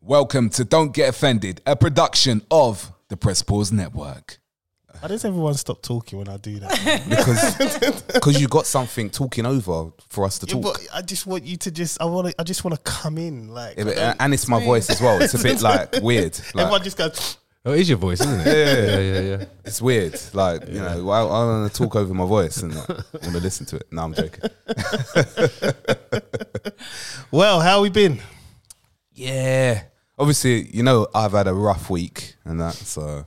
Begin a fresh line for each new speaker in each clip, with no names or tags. Welcome to Don't Get Offended, a production of the Press Pause Network.
Why does everyone stop talking when I do that? man?
because because you got something talking over for us to
Yeah,
talk.
but I just want you to just. I want. to. I just want to come in. Like
Yeah, but- and it's my voice as well. It's a bit like weird.
everyone
Like,
just goes.
Oh, it is your voice, isn't it? yeah, yeah, yeah.
it's weird. Like you know, I, I want to talk over my voice and like, want to listen to it. No, I'm joking.
Well, how we been?
Yeah. Obviously, you know, I've had a rough week and that. So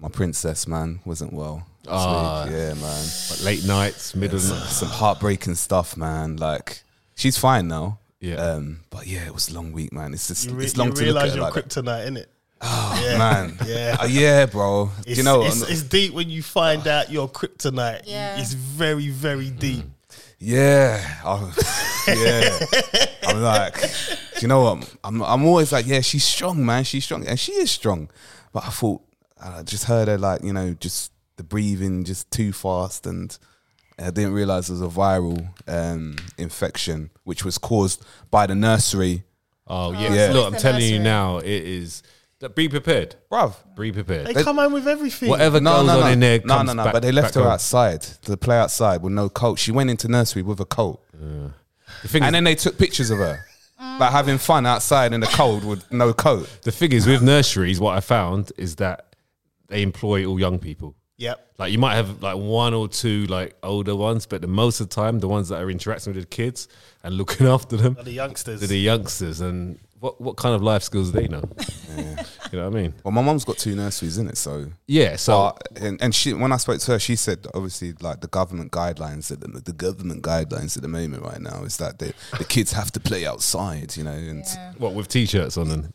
my princess man wasn't well. this
Ah.
week. yeah, man.
Like late nights, middle
Some,
nights.
some heartbreaking stuff, man. Like she's fine now.
Yeah.
Um, but yeah, it was a long week, man. It's just
You, re-
it's long
you
to look at
realize
it
you're
like that.
kryptonite, innit? Oh yeah.
man.
Yeah.
Uh, yeah, bro. Do
It's,
you know,
it's,
I'm-
it's deep when you find out you're kryptonite.
Yeah.
It's very, very
Mm.
deep.
yeah, I'm, yeah. I'm like, do you know what? I'm, I'm always like, yeah, she's strong, man. She's strong, and she is strong. But I thought, uh, I just heard her like, you know, just the breathing just too fast, and I didn't realize it was a viral um, infection, which was caused by the nursery,
Oh, yeah.
Yeah.
Look, I'm
It's the
telling you
nursery.
now, it is. Be prepared.
bruv.
Be prepared.
They come home with everything.
Whatever goes on in there,
no,
comes
no, no.
back-
but they left
back
her
home.
outside to play outside with no coat. She went into nursery with a coat.
The thing,
And
is,
then they took pictures of her, like having fun outside in the cold with no coat.
the thing is, with nurseries, what I found is that they employ all young people.
Yep.
Like you might have like one or two like older ones, but the most of the time, the ones that are interacting with the kids and looking after them
Are the youngsters.
are the youngsters. And what what kind of life skills do they know? You know what I mean?
Well, my mum's got two nurseries in it, so.
Yeah. So
But and, and she when I spoke to her, she said obviously like the government guidelines at the, the government guidelines at the moment right now is that the, the kids have to play outside, you know. And yeah,
what with t-shirts on and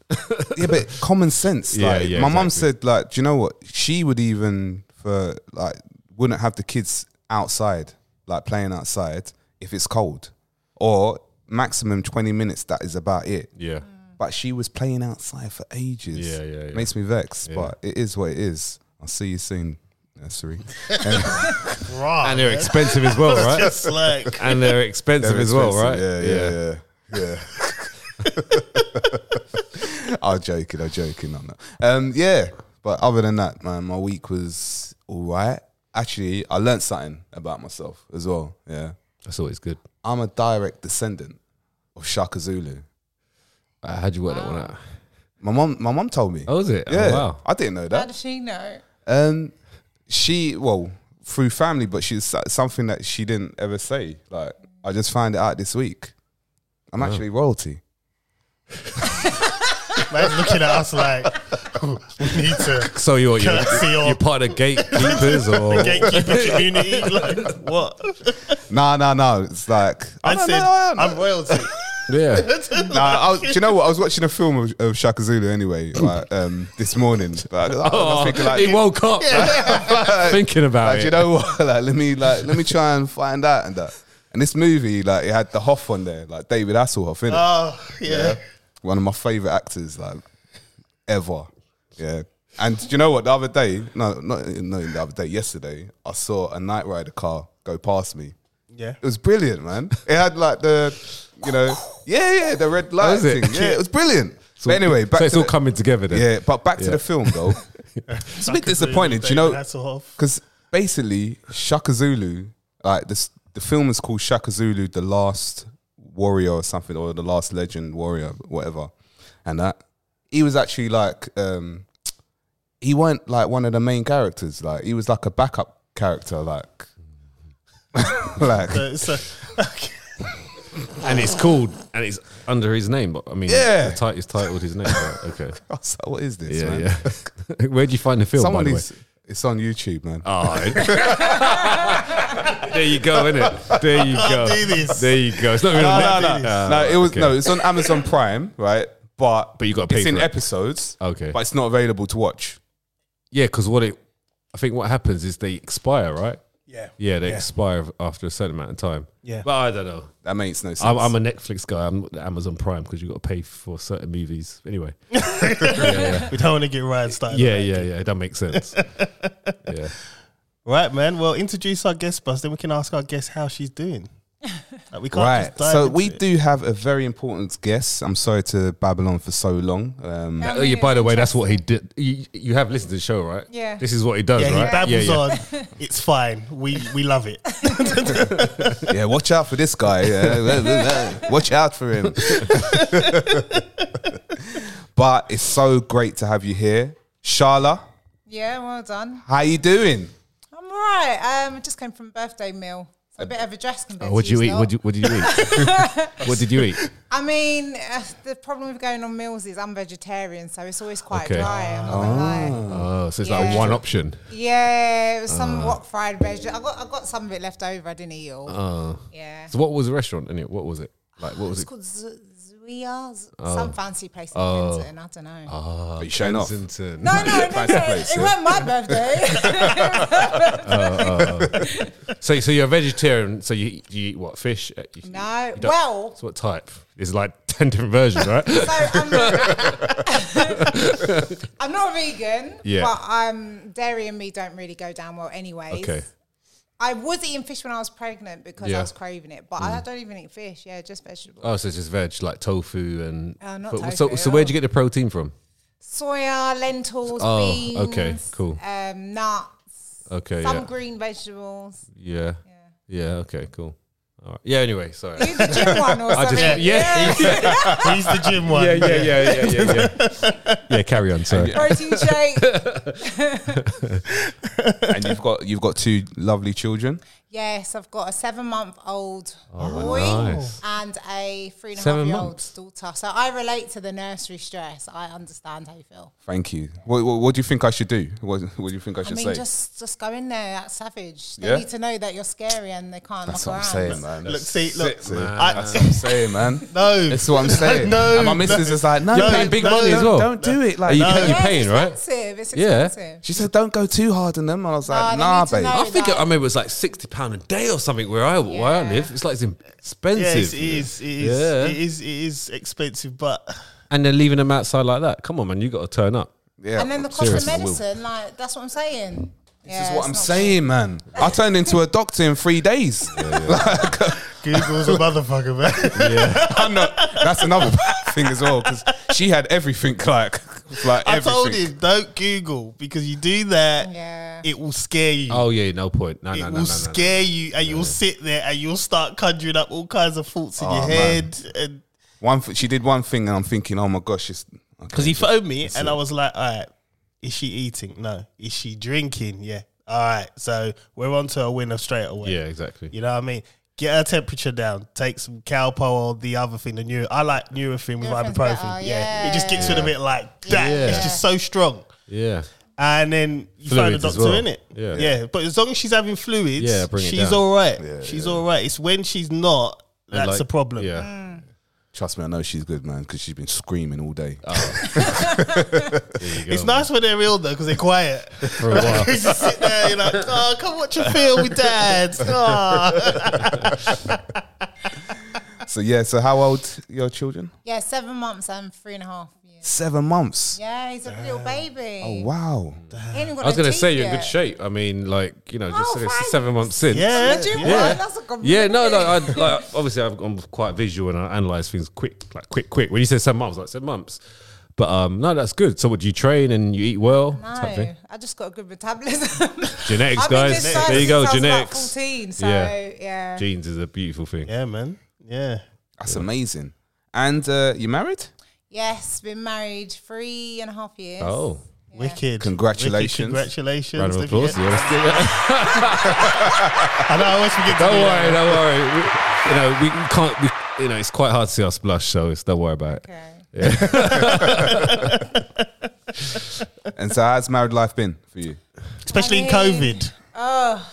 but common sense.
Yeah,
Like
yeah,
my mum
exactly.
said, like do you know what she would even for like wouldn't have the kids outside like playing outside if it's cold, or maximum twenty minutes. That is about it.
yeah.
but she was playing outside for ages.
Yeah, yeah, yeah.
Makes me vex,
Yeah.
but it is what it is. I'll see you soon, nursery. Oh,
Bruh,
And they're
man.
expensive as well, right?
Just like
and they're expensive
They're
as well, right?
expensive. Yeah, yeah, yeah. yeah. I'm joking. I'm joking on that. Um, yeah, but other than that, man, my week was all right. Actually, I learned something about myself as well. Yeah,
That's always good.
I'm a direct descendant of Shaka Zulu.
Uh, how'd you work that one out?
My mom, my mom told me.
Oh, was it? Oh,
Yeah,
wow.
I didn't know that.
How does she know?
Um, she well through family, but she's so- something that she didn't ever say. Like I just found it out this week. I'm actually royalty.
man's looking at us like we need to
So you're
Can
you're,
I see your-
you're part of the gatekeepers or
gatekeeper community. Like what?
No, no, no. It's like I,
I
don't
said
know, I don't know.
I'm royalty.
yeah.
Nah, I was, do you know what? I was watching a film of, of Shaka Zulu anyway like, um, this morning. But I, I was
Oh,
thinking like,
he woke up
like,
thinking about
like,
it.
you know what? Like, let me like let me try and find out and that. And this movie, like, it had the Hoff on there, like David Hasselhoff, innit?
Oh yeah.
one of my favorite actors like ever. Yeah. And do you know what? The other day, no, not no, the other day, yesterday, I saw a Night Rider car go past me.
Yeah.
It was brilliant, man. It had like the, you know, yeah, yeah, the red light
was it?
thing. Yeah, it was brilliant. but anyway, back
so it's
to
all
the,
coming together then.
yeah, but back to
Yeah.
the film though. it's a bit disappointing, do you know,
That's off.
because basically Shaka Zulu, like this, the film is called Shaka Zulu, the last warrior or something, or the last legend warrior, whatever, and that he was actually like, um, he weren't like one of the main characters, like he was like a backup character, like, like
So,
And it's called and it's under his name. But I mean,
Yeah.
the title is titled his name. Right? Okay.
I was like, what is this,
Yeah,
man?
yeah. Where'd you find the film?
Someone
by the way?
is. It's on YouTube, man.
Oh, it- there you go, innit? There you go.
do this.
There you go. It's not really.
no, no,
Netflix.
Ah,
no, no. It was no. It's on Amazon Prime, right? But
Uh, But you gotta pay
It's in
for it. Oh,
episodes.
Okay.
but it's not available to watch.
Yeah, because what it, I think what happens is they expire, right?
yeah.
Yeah, they expire after a certain amount of time.
Yeah.
but I don't know.
That makes no sense.
I'm, I'm a Netflix guy. I'm not the Amazon Prime because you got to pay for certain movies. Anyway. yeah, yeah,
We don't want to get Ryan started.
yeah, yeah, yeah. That makes sense. Yeah.
Right, man. Well, introduce our guest, bus. Then we can ask our guest how she's doing. Like, we can't
Right.
just dive
So
into
we
it.
do have a very important guest. I'm sorry to Babylon for so long. Um,
Oh, yeah, by the way, that's what he did. You, you have listened to the show, right?
Yeah.
This is what he does,
Yeah,
right?
he babbles
yeah, yeah.
on. It's fine. We we love it.
yeah, watch out for this guy. Yeah. watch out for him. but it's so great to have you here, Sharla.
Yeah, well done.
How you doing?
I'm all right. Um, I just came from birthday meal. It's a bit of a dress compared
Oh, what'd
to you
you eat?
lot.
What'd you, what did you eat? what did you eat?
I mean, uh, the problem with going on meals is I'm vegetarian, so it's always quite
Okay.
dry. I'm not gonna lie.
Oh, so it's
Yeah.
like one option.
Yeah, it was some
Ah.
wok fried veg. I got I got some of it left over. I didn't eat it all. yeah.
Ah. So what was the restaurant? Anyway, what was it? Like, what was
It's
it?
called Z- Zuia, Z-
Oh.
some fancy place in Kensington. I don't know.
Ah.
Are you showing off?
Kensington.
No, no, no,
Fancy
no,
place,
It
yeah.
wasn't my birthday.
So, so you're a vegetarian. So you, you eat what? Fish? Uh, you-
no.
you don't-
Well,
So what type? There's like ten different versions, right?
So I'm, I'm not vegan,
Yeah.
but um, dairy and me don't really go down well, anyways.
okay.
I was eating fish when I was pregnant because
Yeah. Mm.
I was craving it, but I don't even eat fish. Yeah, just vegetables.
Oh, so it's just veg, like tofu and.
Uh, not
so,
tofu,
so where'd
oh.
you get the protein from?
Soya, lentils,
Oh,
beans.
okay, cool.
Um, nuts,
Okay.
some
Yeah.
green vegetables.
yeah. Yeah. Okay. Cool. All right. Yeah. Anyway, sorry.
Use the gym one or
I
something.
just yeah.
He's the gym one.
yeah, yeah, yeah, yeah, yeah, yeah. yeah, carry on. Sorry.
Protein shake.
and you've got you've got two lovely children.
Yes, I've got a seven month old boy
Oh, nice.
and a three and a half
Seven
year
months.
old daughter. So I relate to the nursery stress. I understand how you feel.
Thank you. What, what, what do you think I should do? What, what do you think I
I
should
mean,
say?
just just go in there at savage. They
Yeah?
need to know that you're scary and they can't
That's
muck
what I'm
around.
saying, man.
Look,
That's
see, look.
See,
I,
what I'm saying, man.
no.
That's what I'm saying.
No,
and my missus
no,
is like, no,
no,
you
paying
big money as well.
Don't do it.
Are
Like,
you,
No.
paying- you're paying, right?
It's expensive. It's
Yeah.
expensive.
she said, don't go too hard on them. And I was like,
Oh, they
nah,
need to
babe.
know.
I think I remember it was like sixty pound a day or something where I where I
Yeah.
live. It's like it's expensive.
Yes, it is. It is.
Yeah.
It is. It is expensive, but
And they're leaving them outside like that. Come on, man, you got to turn up.
Mm.
Yeah.
and then the cost of
Seriously, I will.
medicine, like that's what I'm saying.
This is what I'm saying, man. I turned into a doctor in three days.
Google's a motherfucker, man.
I'm not, that's another bad thing as well because she had everything like, like
I
everything.
told him don't Google because you do that,
Yeah.
it will scare you.
Oh yeah, no point. No,
it
no,
will
no, no, no, no.
scare you, and you'll sit there and you'll start conjuring up all kinds of thoughts
Oh,
in your
man.
head. And
One, th- she did one thing, and I'm thinking, oh my gosh, it's okay.
because he phoned me, and I was like, "All right, is she eating? No. Is she drinking? Yeah. All right. So we're on to a winner straight away.
Yeah, exactly.
You know what I mean? Get her temperature down. Take some cowpo or the other thing, the new. I like Nurofen with
Nurofin's
ibuprofen. Yeah.
better,
it just gets rid of it like that.
Yeah.
It's just so strong.
Yeah.
And then you find a
Fluids as
doctor
well.
in it.
Yeah.
yeah. But as long as she's having fluids,
Yeah, bring it
she's
down.
all right. she's all right. It's when she's not that's
Like,
a problem. Mm.
Yeah.
Trust me, I know she's good, man, because she's been screaming all day. Uh,
It's nice when they're real though, because they're quiet.
for a while.
you just sit there, you're like, oh, come watch a film with dad. Oh.
so yeah, so how old your children?
Yeah, seven months and three and a half years.
Seven months.
Yeah, he's a little baby.
Oh wow.
He ain't even got
I was
no
gonna
teeth
say you're in
yet.
good shape. I mean, like you know, just
Oh,
like
thanks.
seven months in.
Yeah.
Did you
Yeah.
want? That's a compliment.
Yeah, no, no. I, like, obviously, I've, I'm quite visual and I analyze things quick, like quick, quick. When you said seven months, like seven months. But um, no, that's good. So, what do you train and you eat well? type
No,
thing?
I just got a good metabolism.
Genetics,
I've been
guys.
this size
There you
since
go,
I was about
genetics.
14, so
Yeah.
yeah.
Genes is a beautiful thing.
Yeah, man. Yeah.
That's amazing. And uh, you married?
Yes, been married three and a half years.
Oh,
Wicked.
Congratulations.
Wicked, congratulations.
round of
Don't
applause.
forget-
Yeah, let's do that.
I know, I always forget to
Don't
do that.
worry, don't worry. We, you know, we can't. We, you know, it's quite hard to see us blush, so it's, don't worry about it.
Okay.
And so, how's married life been for you?
Especially in
I mean-
COVID.
Oh,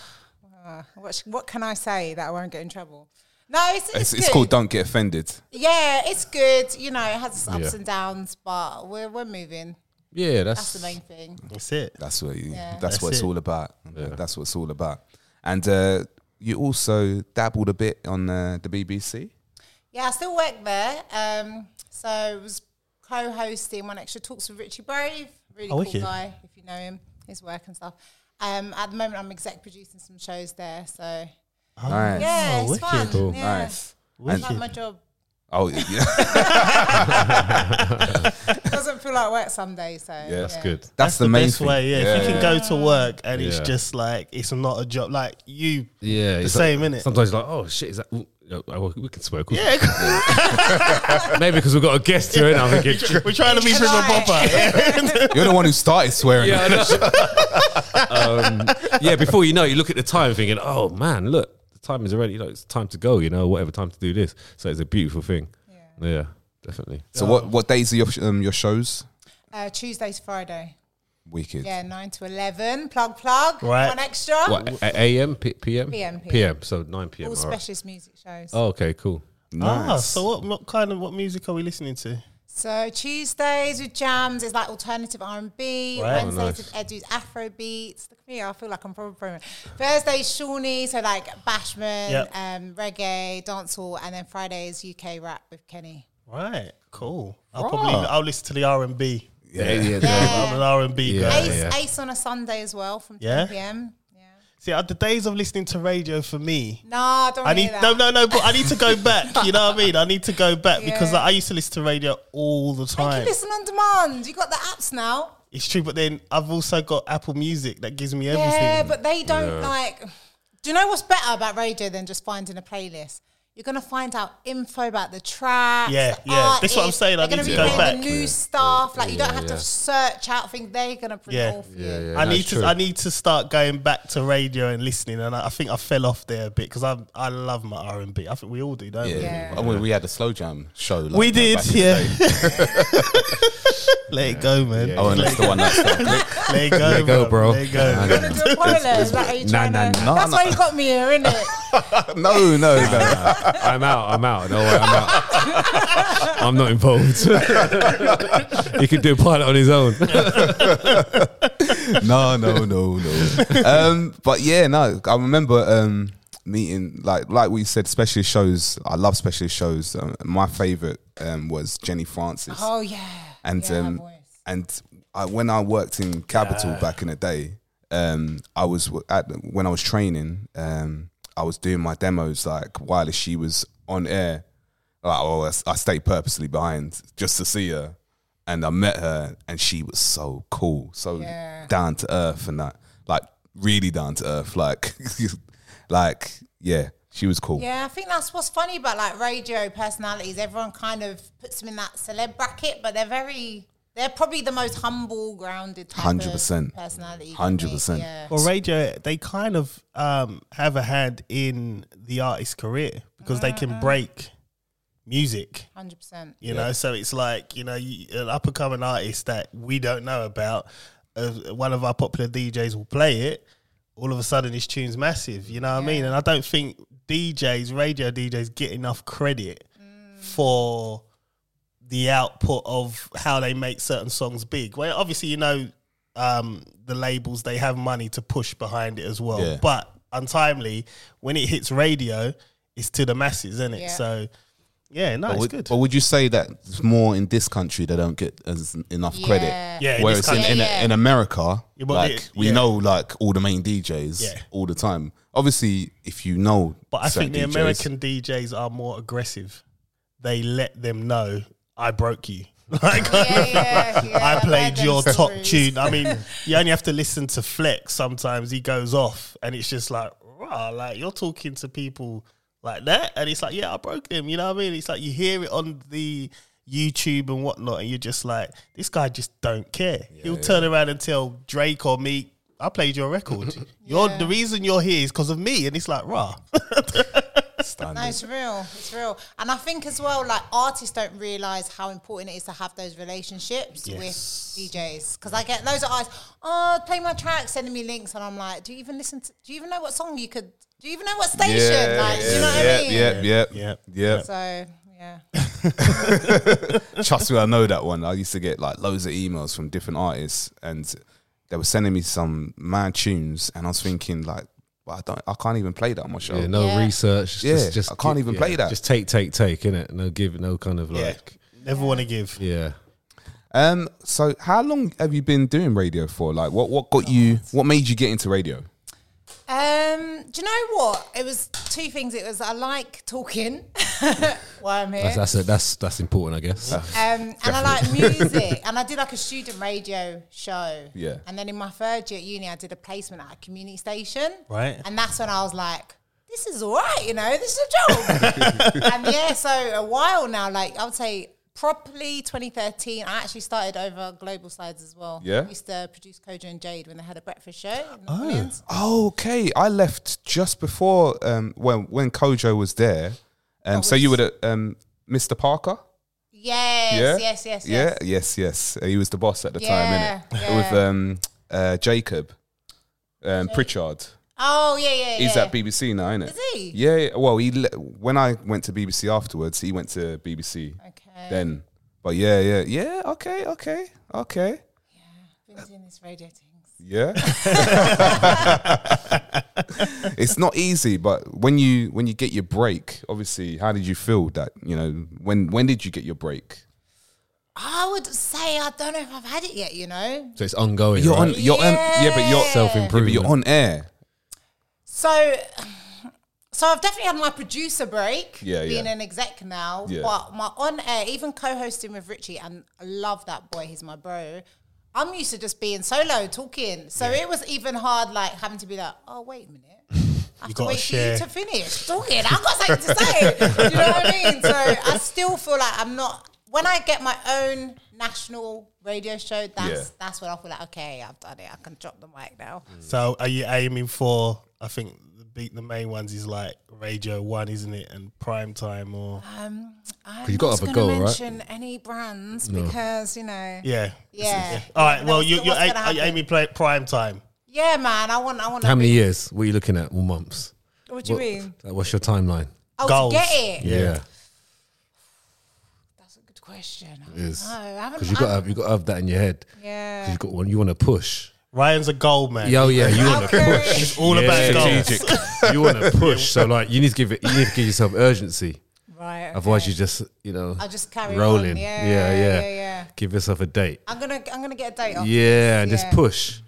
uh, what, sh- what can I say that I won't get in trouble? No, it's, it's,
It's,
good.
it's called Don't Get Offended.
Yeah, it's good. You know, it has its ups
Yeah.
and downs, but we're we're moving.
Yeah,
That's
that's,
the main thing.
That's it.
That's what you,
Yeah.
that's, what
That's
it's
it.
all about. That's what it's all about. And uh, you also dabbled a bit on uh, the BBC.
Yeah, I still work there. Um, so I was co-hosting one extra talks with Richie Brave, really cool
Oh, wicked.
guy if you know him, his work and stuff. Um, at the moment, I'm exec producing some shows there, so
Nice.
Yeah, it's
Oh, wicked.
fun.
Cool.
Yeah.
Nice.
It's like my job.
Oh, yeah.
Doesn't feel like work some days, so yeah,
That's good.
That's, the, main
best
thing.
way. Yeah, if you can go to work and it's
Yeah.
just like it's not a job. Like you,
Yeah,
the
it's
same,
like,
innit?
Sometimes you're like, oh shit, is that? ooh, oh, well, we can swear. Cool.
yeah,
Maybe because we've got a guest here, and I'm thinking,
we're trying to be super
Right.
proper.
You're the one who started swearing.
yeah, I know. um, yeah. Before you know, it, you look at the time, thinking, oh man, look, the time is already. You know, it's time to go. You know, whatever time to do this. So it's a beautiful thing. Yeah, definitely.
So what what days are your um, your shows?
Uh, Tuesday to Friday.
Wicked.
Yeah, nine to eleven. Plug plug.
Right.
One extra.
What a- a- a.m. P- p.m.
PM.
p.m. So nine p.m.
All
all right.
specialist music shows.
Oh, okay, cool.
Nice.
Ah, so what, what kind of what music are we listening to?
So Tuesdays with jams is like alternative R and B.
Right.
Wednesdays with Edu's Afro beats. Look at me, I feel like I'm probably programming. Thursdays Shawnee, so like Bashman,
Yep.
um, reggae, dancehall, and then Fridays UK rap with Kenny.
Right, cool. I'll probably I'll listen to the R and B.
Yeah, yeah. yeah.
I'm an R and B
Yeah.
guy.
Ace,
yeah.
Ace on a Sunday as well from
Yeah?
10 p.m. Yeah.
See, uh, the days of listening to radio for me,
Nah, don't
I
hear
need
that.
no, no, no. But I need to go back. You know what I mean? I need to go back because
Yeah.
like, I used to listen to radio all the
You
time.
can listen on demand. You got the apps now.
It's true, but then I've also got Apple Music that gives me everything.
Yeah, but they don't like. Do you know what's better about radio than just finding a playlist? You're gonna find out info about the tracks.
Yeah,
the
yeah. That's what I'm
artists.
saying. I
They're
need
gonna
to
be
go
playing
back.
the new stuff. Like you don't have
yeah.
to search out things. They're gonna bring
Yeah.
it all for
Yeah,
you.
yeah,
I
no,
need
it's
to
true.
I need to start going back to radio and listening, and I, I think I fell off there a bit because I I love my R and B. I think we all do, don't
Yeah.
we?
Yeah.
I mean, we had a slow jam show. Like,
We
you know,
did,
back in the
yeah.
day.
Let it go, man.
Oh, and that's the one that's
Let it go, let
it go, bro.
Let it go.
You're gonna do a parallel? Like, are you
Nah,
trying
nah,
to-
nah,
That's
nah.
why you got me here, isn't it?
No, no, no.
I'm out. I'm out. No, I'm out. I'm not involved. he could do a pilot on his own.
no, no, no, no. Um, but yeah, no, I remember um, meeting like like we said, specialist shows. I love specialist shows. Um, my favorite um, was Jenny Francis,
Oh yeah.
and
Yeah, her
um,
voice.
and I, when I worked in Capital back in the day, um, I was w- at when I was training, um, I was doing my demos like while she was on air. Like, oh, I, s- I stayed purposely behind just to see her, and I met her, and she was so cool, so
Yeah.
down to earth, and that like really down to earth, like like yeah, she was cool.
Yeah, I think that's what's funny about like radio personalities. Everyone kind of puts them in that celeb bracket, but they're very. They're probably the most humble, grounded, type of
100%.
personality. you can meet,
100%.
Yeah.
Well, radio they kind of um, have a hand in the artist's career because they can break music.
Hundred percent.
you know. So it's like you know, you, an up and coming artist that we don't know about. Uh, one of our popular DJs will play it. All of a sudden, this tune's massive. You know what I mean? And I don't think DJs, radio DJs, get enough credit
Mm.
for the output of how they make certain songs big. Well, obviously, you know, um, the labels they have money to push behind it as well.
Yeah.
But untimely, when it hits radio, it's to the masses, isn't it?
Yeah.
So, yeah, no,
But
it's
would,
good.
but would you say that it's more in this country they don't get as enough
Yeah.
credit?
Yeah, in this
Whereas in,
country.
in,
Yeah.
in America,
Yeah, but
like
it-
we
yeah.
know, like all the main DJs
Yeah.
all the time. Obviously, if you know,
But I
certain
think the
DJs,
American DJs are more aggressive. They let them know I broke you. Like
Yeah, yeah, yeah.
I
I've heard
played
them
your top
stories.
tune. I mean, you only have to listen to Flex sometimes he goes off and it's just like, rah, like you're talking to people like that and it's like, yeah, I broke them, you know what I mean? It's like you hear it on the YouTube and whatnot, and you're just like, this guy just don't care. He'll turn around and tell Drake or me, I played your record. You're the reason you're here is because of me. And it's like, rah.
standard.
No, it's real. It's real. And I think as well, like artists don't realize how important it is to have those relationships with
Yes.
DJs. Because I get loads of eyes, oh, play my track, sending me links, and I'm like, do you even listen? To, do you even know what song you could? Do you even know what station? like, do you know what
yeah,
I mean?
yeah, yeah,
Yeah.
yeah,
So yeah,
Trust me, I know that one. I used to get like loads of emails from different artists, and they were sending me some mad tunes, and I was thinking like, well, I don't, I can't even play that on my show.
Yeah, no
Yeah.
research. Just,
Yeah,
just, just
I can't
gi-
even
yeah,
play that.
Just take, take, take, in it. No give, no kind of like,
Never want to give.
yeah.
Um, so how long have you
Oh,
been doing radio for? Like, what, what got you? What made you get into radio?
Um, do you know what? It was two things. It was I like talking while I'm here.
That's that's, that's that's important, I guess.
Um, and I like music, and I did like a student radio show.
Yeah.
And then in my third year at uni, I did a placement at a community station.
Right.
And that's when I was like, "This is all right, you know, this is a job." and yeah, so a while now, like I would say, properly 2013, I actually started over Global Sides as well.
Yeah?
I used to produce Kojo and Jade when they had a breakfast show. In the mornings.
Oh, Okay, I left just before um when when Kojo was there, um so you were the, um Mr Parker.
Yes, yes, yes, yes.
yeah, yes, yes. Uh, He was the boss at the
Yeah,
time, innit?
yeah.
With um uh Jacob, um Pritchard.
Oh yeah, yeah.
He's
yeah.
at BBC now, innit?
Is he?
Yeah, yeah. Well, he le- when I went to BBC afterwards, he went to BBC
Okay.
then. But yeah, yeah, yeah. Okay, okay, okay.
Been doing this radio things.
Yeah. it's not easy, but when you when you get your break, obviously, how did you feel that, you know, when when did you get your break?
I would say I don't know if I've had it yet. You know,
So it's ongoing.
You're
right?
on you're on, yeah, but you're
self
yeah, but
improvement.
you're on air.
So, so I've definitely had my producer break.
Yeah,
being
yeah.
an exec now,
Yeah.
but my on air, even co-hosting with Richie, and I love that boy. He's my bro. I'm used to just being solo talking, so it was even hard, like having to be like, oh wait a minute. I have to
gotta
wait
share.
for you to finish talking. I've got something to say. Do you know what I mean? So I still feel like I'm not. When I get my own national radio show, that's
Yeah.
that's when I feel like okay, I've done it. I can drop the mic now.
So are you aiming for? I think the big, the main ones is like Radio One, isn't it, and Prime Time or
Um, I'm
you've gotta
not
have a
gonna
goal, right?
mention any brands because you know. Yeah,
yeah,
Yeah.
All right. Well,
What's
you,
gonna-
you're
what's
aim-
gonna
are you
happen?
aiming play Prime Time?
man. I want. I want.
How
to
many
be-
years? What are you looking at? Or months?
What do you
What-
mean?
like, What's your timeline?
Oh,
Goals.
to get it.
Yeah.
That's a good question. I
It
don't
is.
know. I haven't.
Because you got to have, you got to have that in your head. 'Cause
yeah.
you got one. You want to push.
Ryan's a gold man.
oh,
Yo, yeah, you want to
Okay.
It's all about goals.
strategic. you want to push, so like you need to give it. You need to give yourself urgency.
Right. okay.
Otherwise, you just you know.
I'll just carry on.
rolling.
Yeah,
yeah, yeah,
yeah, yeah.
Give yourself a date.
I'm gonna. I'm gonna get a date off.
yeah, and just
yeah.
push.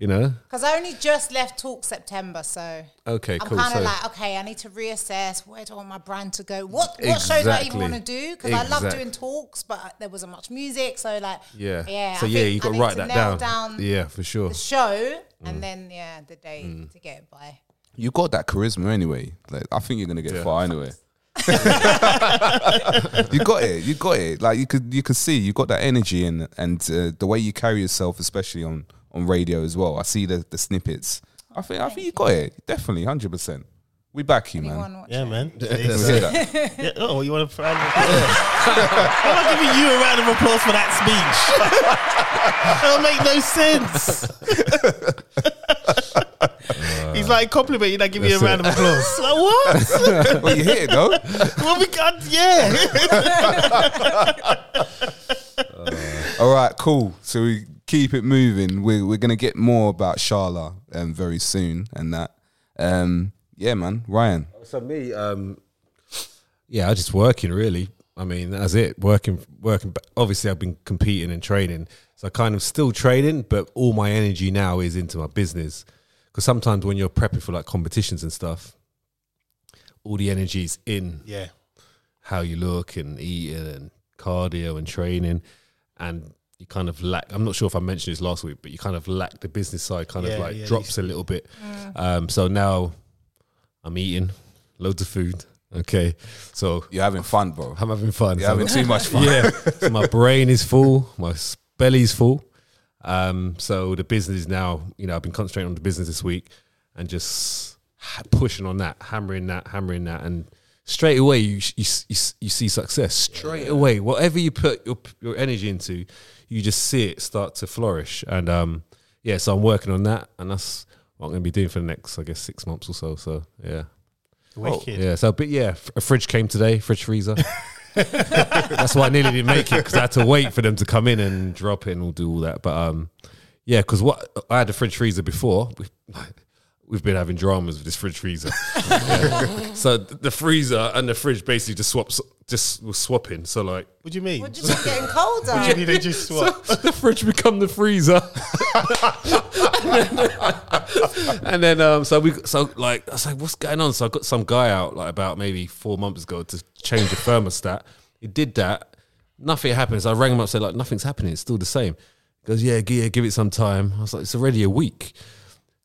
You know.
Because I only just left Talk September, so
Okay,
I'm
cool.
kind
So
of like, okay, I need to reassess. Where do I want my brand to go? What what shows do I even
Exactly.
want to do? Because I love
Exact-
doing talks, but there wasn't much music, so like,
yeah,
yeah.
So
I
yeah,
think
you
I
got to
need
write
to
that
nail
down.
down.
Yeah, Mm. for sure.
the show and then yeah the day to get it by
You got that charisma anyway. Like, I think you're gonna get far anyway. you got it. You got it. Like you could, you could see you got that energy and and uh, the way you carry yourself, especially on on radio as well. I see the the snippets. I think I think you got it. Definitely, hundred percent. We back you, man.
Anyone watch
Yeah,
it?
man.
We
It's-
hear that.
yeah, oh, you want a round of applause? I'm not giving you a round of applause for that speech. That'll make no sense. He's like complimenting. I give you a
That's it.
round of applause. Like what?
Well, you hear it though.
well, we got yeah.
All right, cool. So we keep it moving. We're we're gonna get more about Sharla um, very soon and that. Um, yeah, man, Ryan.
So me, um, yeah, I just working really. I mean, that's it. Working, working. But obviously, I've been competing and training, so I kind of still training, but all my energy now is into my business. Because sometimes when you're prepping for like competitions and stuff, all the energy is in
Yeah.
how you look and eating and cardio and training and you kind of lack i'm not sure if i mentioned this last week but you kind of lack the business side kind
Yeah,
of like
yeah,
drops a little bit um so now i'm eating loads of food okay so
You're having fun, bro.
i'm having fun
You're having
So-
too much fun.
yeah so my brain is full my s- belly's full um so the business is now you know i've been concentrating on the business this week and just ha- pushing on that hammering that hammering that and straight away you s- you, s- you, s- you see success straight away whatever you put your p- your energy into you just see it start to flourish and um yeah so i'm working on that and that's what i'm going to be doing for the next i guess 6 months or so so yeah Oh.
Wicked.
yeah, so but yeah, f- a fridge came today, fridge freezer. That's why I nearly didn't make it because I had to wait for them to come in and drop it and all do all that. But um, yeah, because what I had a fridge freezer before, we- we've been having dramas with this fridge freezer. Yeah. So th- the freezer and the fridge basically just swaps, just was swapping. So like
What do you mean?
We're just getting colder.
I mean, they just swap.
the fridge become the freezer. and then um, so we so like I was like, what's going on? So I got some guy out like about maybe four months ago to change a thermostat. He did that. Nothing happened. So I rang him up, said like nothing's happening. It's still the same. He goes, yeah, gi- yeah, give it some time. I was like, it's already a week.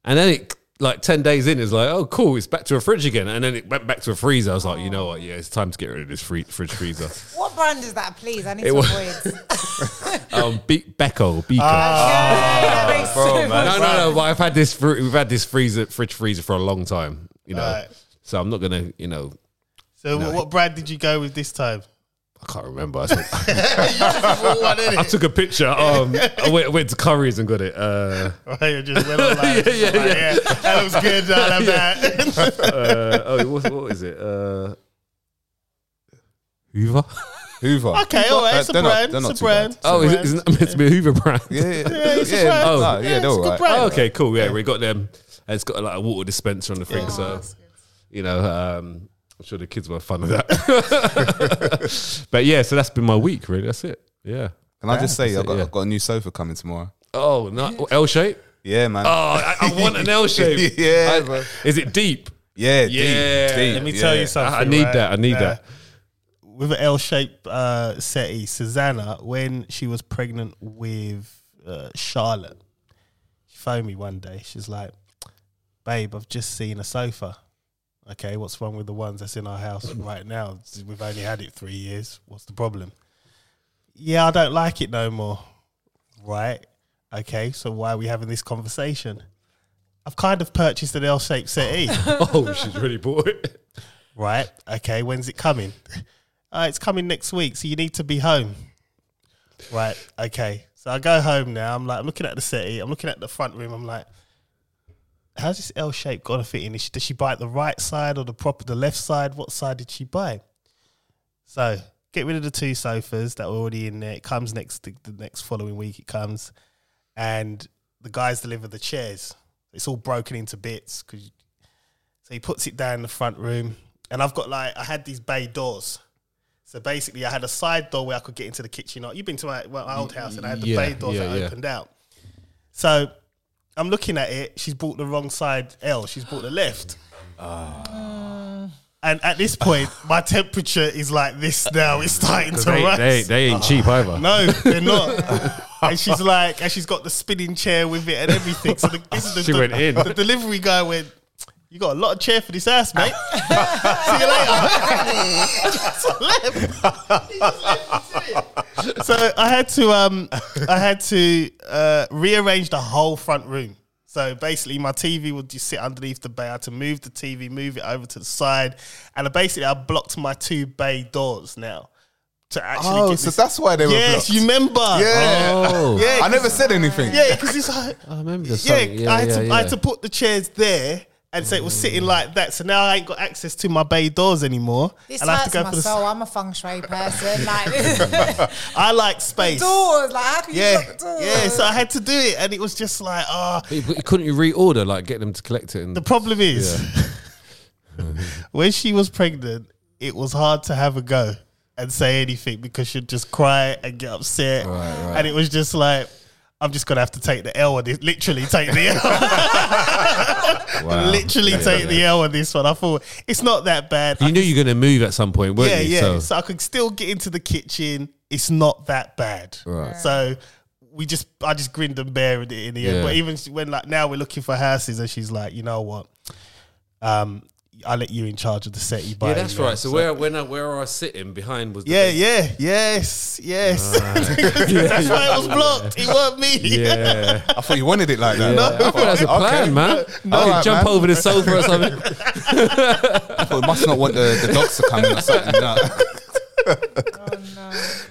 And then it like ten days in, it's like, oh cool, it's back to a fridge again. And then it went back to a freezer. I was like, you know what? Yeah, it's time to get rid of this free- fridge freezer.
What brand is that, please? I need
It
to
was-
avoid.
um, Be- Becco, Beco. Oh,
that makes so much
No, no, no. But I've had this. fr- We've had this freezer, fridge freezer for a long time. You know,
Right.
so I'm not gonna. You know,
So, wh- what brand did you go with this time?
I can't remember. I, took-
What in
I
it?
took a picture. Um, I went, went to Curry's and got it. Uh,
Right, you just went online.
Yeah, yeah,
Like,
yeah.
That was good. No, that bad.
uh, oh, what, what is it? Uh, Hoover.
Hoover.
okay, all right. It's a
They're not-
brand.
they're not
it's a
too bad.
brand.
Oh,
it's
is
a
it,
brand.
isn't that meant to be a Hoover brand?
Yeah, yeah, yeah,
it's a
yeah,
brand.
no,
Oh.
yeah, they're
it's a
all
good
right.
brand.
Oh, okay, cool. Yeah, we got them. And it's got like a water dispenser on the thing, so you know, um, I'm sure the kids will have fun with that. but yeah, so that's been my week. Really, that's it. Yeah.
Can I just say, I've got,
yeah.
I've got a new sofa coming tomorrow.
Oh, no, L shape.
Yeah, man.
Oh, I, I want an L shape.
Yeah,
I-
bro.
Is it deep?
yeah,
Yeah.
Deep, deep,
Let
Let me
yeah.
tell you something.
I, I need
right?
that. I need
Nah.
that.
With an L-shaped uh, settee, Susanna, when she was pregnant with uh, Charlotte, she phoned me one day. She's like, "Babe, I've just seen a sofa. Okay, what's wrong with the ones that's in our house right now? We've only had it three years. What's the problem? Yeah, I don't like it no more. Right? Okay, so why are we having this conversation? I've kind of purchased an L-shaped settee.
Oh, she's really bought it.
Right. Okay. When's it coming? Uh, it's coming next week, so you need to be home. Right. Okay. So I go home now. I'm like, I'm looking at the city. I'm looking at the front room. I'm like, how's this L shape gonna fit in? Is she, does she bite the right side or the proper the left side? What side did she buy? So get rid of the two sofas that were already in there. It comes next the, the next following week. It comes, and the guys deliver the chairs. It's all broken into bits because so he puts it down in the front room, and I've got like I had these bay doors. So basically, I had a side door where I could get into the kitchen. Like, You've been to my, well, my old house, and I had the
Yeah,
bay doors
yeah,
that
yeah.
opened out. So I'm looking at it. She's bought the wrong side L. She's bought the left. And at this point, my temperature is like this now. It's starting to
They,
rise.
they, they ain't cheap either.
No, they're not. and she's like, and she's got the spinning chair with it and everything. So the, this is the,
She
the-
went in.
the delivery guy went. You got a lot of chair for this ass, mate. See you later. Just left. He just left it to it. so I had to, um, I had to uh, rearrange the whole front room. So basically, my TV would just sit underneath the bay. I had to move the TV, move it over to the side, and basically, I blocked my two bay doors now to actually
Oh,
get
so
this
that's why they were
Yes,
blocked.
you remember.
Yeah.
Oh,
Yeah,
I never said anything.
Yeah, because it's like,
I remember.
yeah,
something. Yeah,
I, had
yeah,
to,
yeah.
I had to put the chairs there. And so it was sitting like that. So now I ain't got access to my bay doors anymore.
This
and I have
hurts
to go
my
for the. s-
soul. I'm a feng shui person. Like
I like space.
doors. Like how can you
Yeah,
lock doors?
yeah. So I had to do it, and it was just like, ah.
But you- but you couldn't you reorder, like get them to collect it? And
the problem is, when she was pregnant, it was hard to have a go and say anything because she'd just cry and get upset, and it was just like. I'm just gonna have to take the L on this. Literally take the L.
Wow.
literally
Yeah,
take
yeah.
the L on this one. I thought it's not that bad. I
You knew you were going to move at some point, weren't
yeah,
you?
yeah. So.
So-
I could still get into the kitchen. It's not that bad.
Right.
So we just, I just grinned and bared it in the end.
Yeah.
But even when like now we're looking for houses, and she's like, you know what, um, I let you in charge of the set. You buy.
yeah, that's
in there."
right. So, where when I, where I was sitting behind was the
Yeah,
big-
yeah, yes, yes. that's why it was blocked. It wasn't me.
yeah.
I thought you wanted it like that.
I thought that's a plan, man. I
All
could
right,
jump
man.
over the sofa or something.
I thought you must not want the, the dogs to come in or something. No.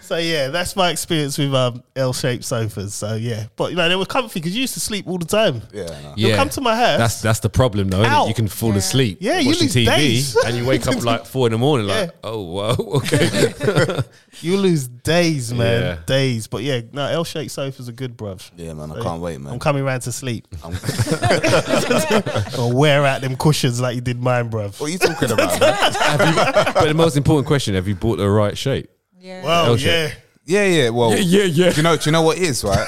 So yeah, that's my experience with um, L-shaped sofas. So yeah, but you know they were comfy because you used to sleep all the time.
Yeah, I know.
You'll come to my house.
That's that's the problem though. Isn't
Ow.
it? You can fall asleep
Yeah, you
watching
lose
TV
days.
and you wake up like four in the morning. Like, oh wow, okay.
You lose days, man,
Yeah.
days. But yeah, no, L-shaped sofas are good, bruv.
yeah, man. I can't wait, man.
I'm coming round to sleep. or wear out them cushions like you did mine, bruv.
what
Oh,
are you talking about? man?
Have you- but the most important question: Have you bought the right shape?
Yeah.
Well, yeah.
L-shape.
Yeah, yeah. Well,
Yeah, yeah, yeah.
Do you know? Do you know what it is right?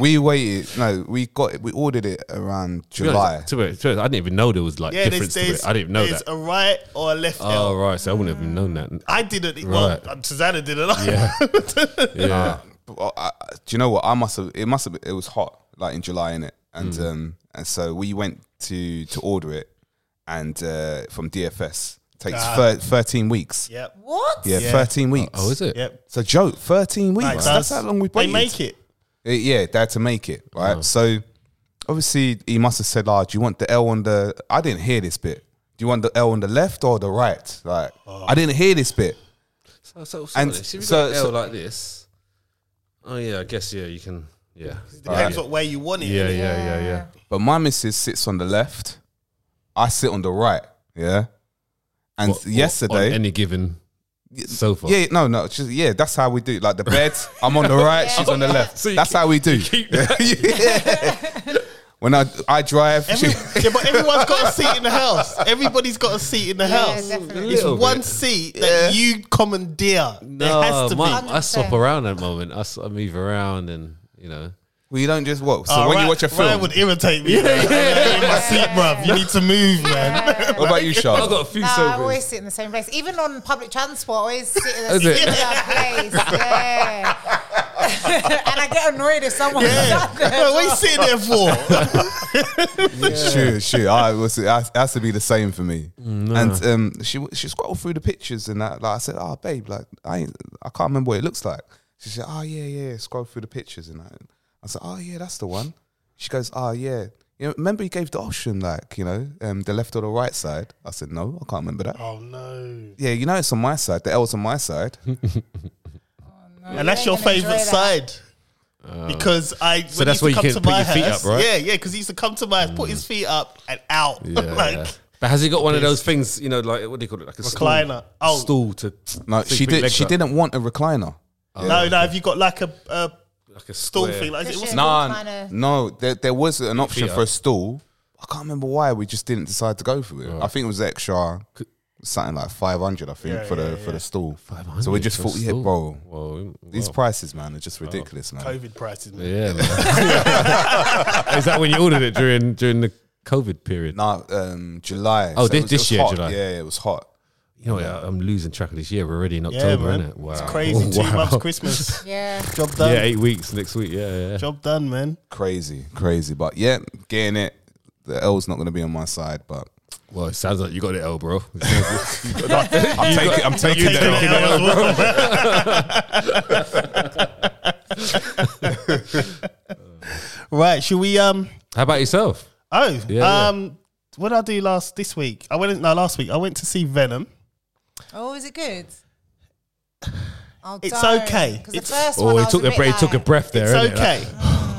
we waited. No, we got it. We ordered it around
To be
July.
honest- To be honest, to be honest, I didn't even know there was like
Yeah,
difference.
there's,
To it.
there's,
I didn't know
there's
that.
a right or a left
oh
L.
right, so I wouldn't have even known that.
I didn't. Well,
Right.
um, Susanna didn't.
Yeah, yeah.
But I, I, do you know what? I must have. It must have. It was hot, like in July, in it, and
Mm.
um, and so we went to to order it, and uh, from DFS takes thir- thirteen weeks.
Yep.
What?
Yeah,
Ah. Yeah.
thirteen weeks.
Oh, is it?
Yep.
It's a joke. Thirteen weeks.
Like,
That's
does-
how long we
They
waited.
make it.
Uh, yeah, they had to make it right.
Mm.
So obviously he must have said, "Ah, do you want the L on the?" I didn't hear this bit. Do you want the L on the left or the right? Like
Oh.
I didn't hear this bit.
So, so, so
And
if you
so-
got an
so-
L like this, oh yeah, I guess yeah, you can. Yeah,
Depends what way you want it.
yeah, yeah, yeah, yeah.
But my missus sits on the left. I sit on the right. Yeah. And
What- what-
yesterday,
on any given sofa.
yeah, no, no, just, yeah, that's how we do. it. Like the bed, I'm on the right, she's on the left.
So you
that's
keep-
how we do.
keep
Yeah. When I I drive,
Every,
she-
yeah, but everyone's got a seat in the house. Everybody's got a seat in the house.
definitely.
It's
Little
one
bit.
seat that you commandeer. there has to
my-
be.
I swap around at the moment. I, s- I move around and you know.
well, you don't just walk. So
Ah,
Oh,
when
Ryan-
you watch a
Ryan
film,
would irritate me. Yeah, in my seat, bruv. You need to move, man.
what about you, Charlotte?
a few
No, I always sit in the same place. Even on public transport, I always sit in the
Is it?
same place. Yeah. and I get annoyed if someone does that.
what are you sitting there for?
Sure, sure. I was. It has it has to be the same for me. And um, she she scrolled through the pictures and that. Like I said, oh babe, like I ain't, I can't remember what it looks like. She said, oh yeah, yeah. Scroll through the pictures and that. I said, oh yeah, that's the one. She goes, oh yeah. You know, remember you gave the option like you know um, the left or the right side. I said no, I can't remember that.
Oh no!
Yeah, you know it's on my side. The L's on my side.
And that's your
You're gonna enjoy
favorite
that.
side. Because I
Oh. So that's
when he
where
used to
you
come to
can put
my
your feet
house-
up, right?
Yeah, yeah. Because he used to come to my house, put his feet up and out.
Yeah,
like
yeah. But has he got one of those things? You know, like what do you call it? Like a stool-
Recliner. Oh.
stool to
No,
sit
she
with
did.
legs
She
up.
didn't want a recliner.
no, no. Have you got like a, a
like a
stool
square.
thing? Like, is it, what's
Cushion.
No,
Recliner.
no. There, there was an option
feet
for a
up.
stool. I can't remember why we just didn't decide to go for it. I think it was extra, something like five hundred. I think
Yeah,
for the
yeah,
for the stool.
500
So we just
for a
thought, yeah,
stool.
bro,
Whoa,
these
wow.
prices, man, are just ridiculous, man.
COVID prices? Man.
yeah. man. Is that when you ordered it during during the COVID period?
No, um, July.
Oh,
it
thi-
was- it
this
was
year,
hot.
July.
Yeah, it was hot.
You know, what, I'm losing track of this year. We're already in
Yeah,
October,
man.
isn't it? Wow,
It's crazy.
Oh,
Two
wow.
months Christmas.
Yeah.
Job done.
Yeah, eight weeks next week. Yeah, yeah.
Job done, man.
Crazy, crazy. But yeah, getting it. The L's not going to be on my side, but
Well, it sounds like you got it, L, bro.
I'm taking. I'm taking
Taking
it.
it out as well. right, should we um
How about yourself?
oh
Yeah,
um what did I do last this week? I went no last week. I went to see Venom.
Oh, is it good? Oh,
It's okay.
Because the
It's-
first one
Oh,
I
he
was
took a
bit
breath. He took a
like-
breath there.
It's
innit? Like,
okay.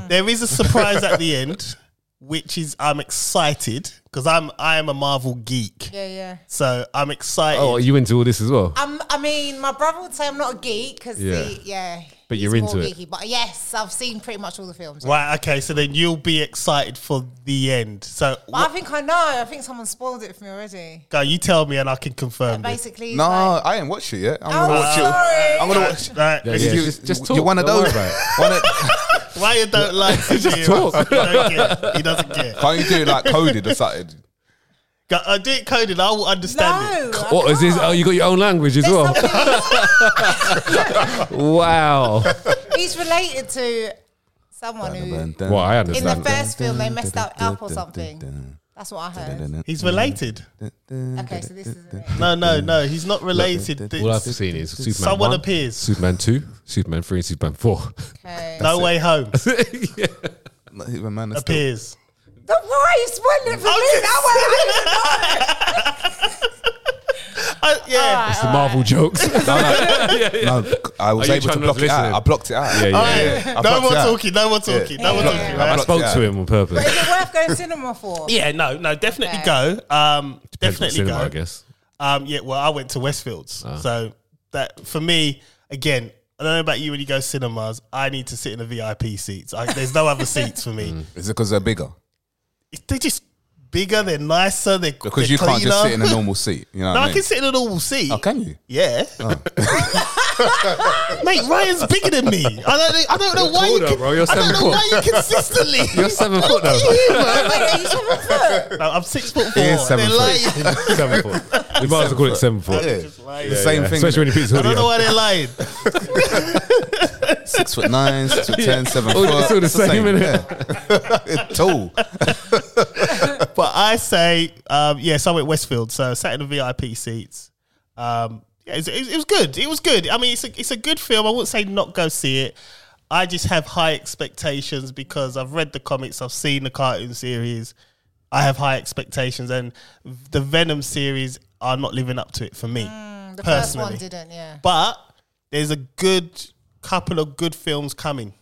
there is a surprise at the end, which is I'm excited because I'm I am a Marvel geek.
Yeah, yeah.
So I'm excited.
oh, are you into all this as well?
I'm, I mean, my brother would say I'm not a geek because
Yeah.
yeah. yeah,
But
he's
you're into
more
it.
Geeky, but yes, I've seen pretty much all the films.
right, okay, so then you'll be excited for the end. So
But I think I know. I think someone spoiled it for me already.
go, you tell me and I can confirm. this.
Basically, he's
No,
like,
I ain't watched it yet. I'm
oh,
gonna watch it.
sorry.
I'm gonna watch.
Right,
Yeah,
this
yeah,
is-
You-
just- just
You're
talk,
one of
don't worry
those.
about
One of,
Why you don't like to just
talk.
He don't care. He doesn't care.
can't you do it like coded or something?
Go- I do it coded. I will understand
no.
it.
I
What is this?
can't.
Oh, you got your own language as
There's
well.
somebody
Wow.
he's, he's related to someone who
Well, I
in the
understand.
first film they messed up up or something. That's what I heard.
He's related.
Okay, so this is it.
No, no, no. He's not related.
All I've
It's
seen is Superman
Someone
1,
appears.
Superman 2, Superman 3, and Superman 4.
Okay.
no way home.
Man of Steel.
Appears.
Don't worry, you spoiled it for me.
just
That
I, Uh,
Ah.
yeah.
It's the Marvel jokes.
No, no, no, I was
Are you
able to
trying to
block it
listen?
out. I blocked it out.
Yeah, yeah, Alright,
yeah. I
No
blocked
more
it out.
talking. No more talking. No more
Yeah.
talking.
I
I
Right?
blocked
spoke
it out.
to him on purpose.
But is it worth going cinema for?
Yeah, no, no, definitely go. Um,
Depends what
definitely
cinema,
go.
I guess.
Um, yeah, well, I went to Westfields,
Ah.
so that for me again. I don't know about you when you go cinemas. I need to sit in the VIP seats. I, there's no other seats for me.
Is it because they're bigger?
They're just bigger. They're nicer. They're
Because you
they're
can't just
cleaner.
sit in a normal seat. You know what
No,
I
I
mean?
can sit in a normal seat.
Oh, can you?
Yeah. Mate, Ryan's bigger than me. I don't. I don't know why you
taller,
can.
bro. You're
I don't
seven
know
foot.
why you consistently.
You're seven foot though.
No, I'm six foot four.
He is seven
they're
foot.
lying.
seven foot. We might as well call it seven foot.
Yeah.
Just lying.
The same thing.
Especially when he puts his
I
hoodie
don't know
on.
why they're lying.
six foot nine, six foot ten, seven
All-
foot.
Oh, it's all the
It's
same, innit?
yeah. Tall.
But I say, um, yeah, so I went Westfield, so I sat in the VIP seats. Um, yeah, it, it, it was good. It was good. I mean, it's a, it's a good film. I wouldn't say not go see it. I just have high expectations because I've read the comics, I've seen the cartoon series. I have high expectations, and the Venom series are not living up to it for me
The first
personally.
one didn't, yeah.
But there's a good couple of good films coming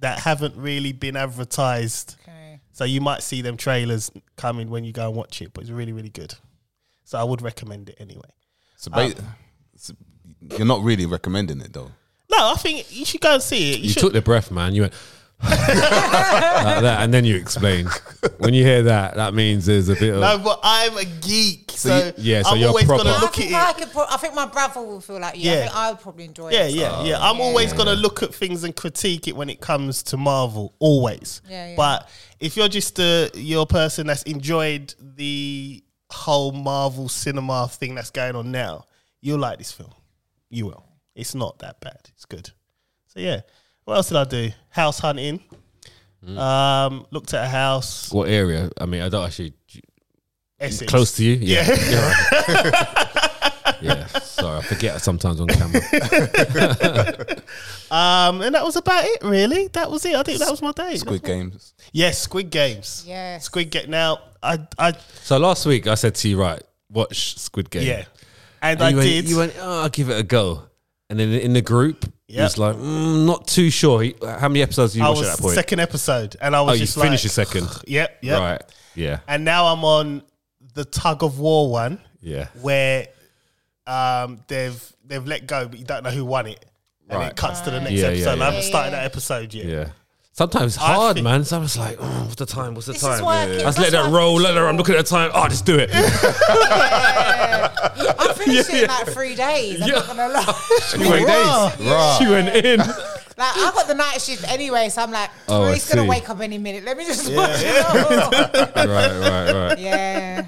that haven't really been advertised.
Okay.
So you might see them trailers coming when you go and watch it, but it's really, really good. So I would recommend it anyway. Uh,
So ba-
Uh,
it's- you're not really recommending it though.
No, I think you should go and see it. You,
You
should.
took the breath, man. You went like that, and then you explained. When you hear that, that means there's a bit of.
no, but I'm a geek, so,
you- yeah, so
I'm
you're
always
proper.
gonna
I
look
think I
at it.
could. Pro- I think my brother will feel like you. I
Yeah.
think I would probably enjoy
Yeah,
it.
yeah, yeah.
Oh,
I'm always gonna look at things and critique it when it comes to Marvel, always.
Yeah, yeah.
But if you're just a you're a person that's enjoyed the whole Marvel cinema thing that's going on now, you'll like this film. You will. It's not that bad. It's good. So yeah. What else did I do? House hunting.
Mm.
Um, looked at a house.
What area? I mean, I don't actually.
Essex.
Close to you? Yeah. Yeah. Yeah. Sorry, I forget sometimes on camera.
Um, and that was about it, really. That was it. I think that was my day.
Squid Games.
Yes, Squid Games.
Yes.
Squid Game. Now, I, I,
So last week I said to you, right, watch Squid Game.
yeah, and,
And
I
you went,
did.
You went, oh, I'll give it a go. And then in the group, he
Yep.
was like, mm, not too sure. He, how many episodes did you
I
watch
was
at that point?
second episode, and I
oh,
was
you
just
finished your
like,
second.
yep, yep.
Right. Yeah.
And now I'm on the tug of war one,
Yeah.
where um they've they've let go, but you don't know who won it, and
Right.
it cuts to the next
Yeah, yeah,
episode. and I
yeah.
haven't started that episode yet.
Yeah. Sometimes
I
hard,
think-
man. Sometimes like, oh, what's the time? What's the
This is
time?
why I keep-
I just let
that's
that
why I
roll.
keep
Let her. I'm looking at the time. Oh, just do it.
I finished it in like three days. I'm not gonna lie.
Three
Raw.
days. Raw.
She went in.
Like I got the night shift anyway, so I'm like,
Oh, I
he's gonna
see.
wake up any minute. Let me just watch it. all."
right, right, right.
yeah.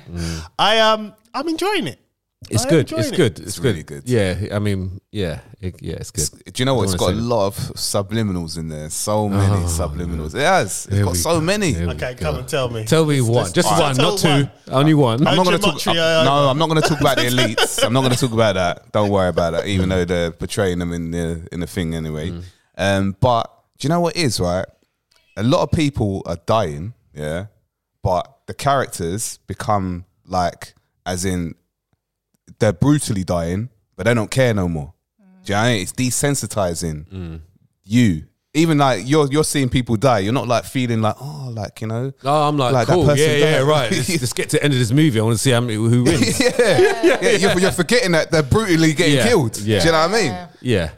I um I'm enjoying it.
It's
I
good.
enjoyed
It's
it.
good. It's,
really
good.
good.
Yeah. I mean, yeah. It, yeah. It's good.
Do you know what? It's
Don't
got a
wanna say Oh,
lot of subliminals in there. So many subliminals. It has. It's
Here
got
we
so
go.
many.
Here we
Okay,
go.
come and tell me.
Tell me one. Just
Alright.
one, not two.
Tell
Only one.
I'm not going to talk.
Gematria, I-
no, I'm not going to talk about the elites. I'm not going to talk about that. Don't worry about that. Even though they're portraying them in the in the thing anyway.
Mm.
Um, but do you know what it is right? A lot of people are dying. Yeah, but the characters become like, as in, they're brutally dying, but they don't care no more. Do you know what I mean? It's desensitizing
Mm.
you. Even like you're you're seeing people die, you're not like feeling like oh like you know
Oh, I'm like,
Like that
cool. Yeah,
person
yeah,
died.
right. Let's, let's get to the end of this movie. I want to see how many, who wins.
yeah. yeah, You're, you're forgetting that they're brutally getting
Yeah,
killed.
yeah.
Do you know what I mean?
Yeah.
yeah.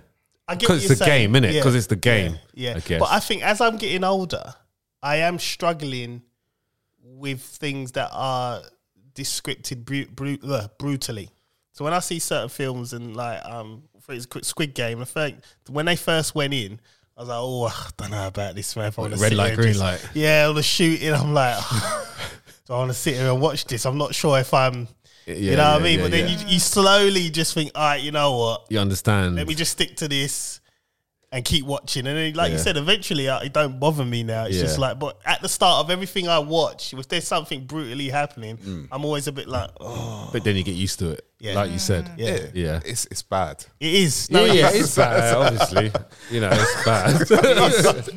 I get what
Because
you're
it's the
saying.
game, innit?
Yeah.
Because it's the game.
Yeah.
I guess.
But I think as I'm getting older, I am struggling with things that are descripted bru- bru- uh, brutally. So when I see certain films and like um, for instance, Squid Game, I think when they first went in, I was like, oh, I don't know about this man. If I wanna
red
sit
light,
here and
green
just-
light.
Yeah, all the shooting. I'm like, "Oh, do I want to sit here and watch this? I'm not sure if I'm. you
yeah,
know what I
yeah,
mean?
yeah,
but then
yeah.
you, you slowly just think, all right, you know what?
you understand.
let me just stick to this and keep watching. And then, like you
Yeah.
said, eventually I, it don't bother me now. It's just
Yeah.
like, but at the start of everything I watch, if there's something brutally happening, I'm always a bit like, oh,
Mm. but then you get used to it.
Yeah.
Like you said.
yeah,
Yeah.
It's it's bad.
it is.
Yeah,
No,
yeah, it's bad, obviously. You know, it's bad.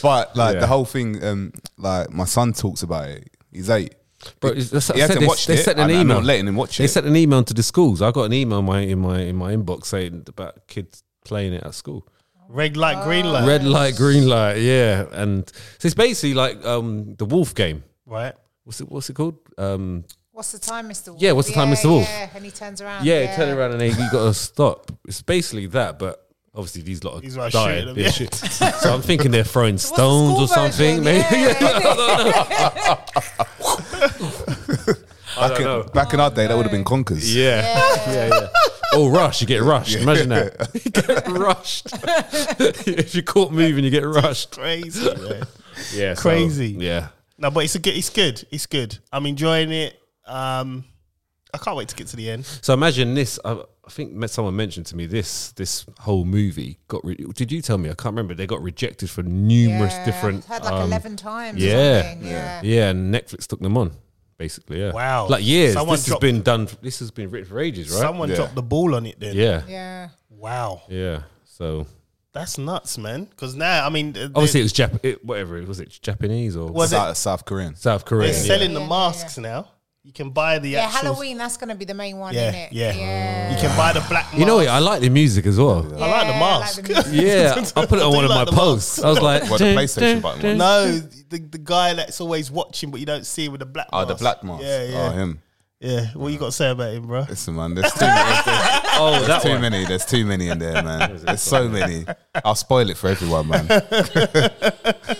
But like
Yeah.
the whole thing, um, like my son talks about it. He's eight.
But it's- that's-
He
I
hasn't
said they,
watched
they
it,
sent
and
an
I'm
email.
not letting him watch
they
it.
sent an email to the schools. I got an email in my in my in my inbox saying about kids playing it at school.
Red light, green light.
Ah. Red light, green light. Yeah, and so it's basically like um, the Wolf game.
Right.
What's it? What's it called? Um,
What's the time, Mr. Wolf?
Yeah, what's the time, Mr. Wolf?
Yeah, and he turns around.
yeah, turn around and you got to stop. It's basically that, but obviously these lot are
These lot are
dying.
shooting them,
Yeah,
yeah.
shoot. So I'm thinking they're throwing
the
stones or
school
something.
version?
Maybe.
Yeah.
Back, in,
know.
back in our day, that would have been conkers.
Yeah. Yeah, yeah. Oh, rush, you get rushed. Imagine that. you get rushed. if you're caught moving, you get rushed.
Crazy. man.
Yeah. so-
Crazy.
yeah.
No, but it's a good. It's good. It's good. I'm enjoying it. Um, I can't wait to get to the end.
So imagine this. I, I think met- someone mentioned to me this this whole movie got. Re- did you tell me? I can't remember. They got rejected for numerous different.
I've heard like
um,
11 times. or
yeah,
something,
yeah,
yeah.
yeah. And Netflix took them on, basically. Yeah.
Wow.
Like years.
Someone
this
dropped-
has been done. This has been written for ages, right?
Someone
Yeah.
dropped the ball on it. Then.
yeah. yeah.
Yeah.
Wow.
So
That's nuts, man. Because now, I mean, uh,
obviously
they-
it was Jap. It, whatever it was, it Japanese or
Was it-
South, South Korean.
South
they're
Korea. yeah.
selling the
Yeah, yeah,
masks now. You can buy the
Yeah,
actual.
Halloween, that's going to be the main one,
Yeah,
innit?
yeah.
yeah.
You can buy the black. Mask.
You know what? I like the music as well.
I like the
Yeah,
mask.
I like the
Yeah, I put it
I
on
do
one of
like
my
the
posts. I was like,
Well, the PlayStation button one.
no, the, the guy that's always watching, but you don't see with the black.
Oh, the
mask.
black mask.
Yeah, yeah,
Oh, him.
yeah. What you got to say about him, bro?
Listen, man, there's too, many, there's
Oh, that
too
one.
many. There's too many in there, man. There's so many. I'll spoil it for everyone, man.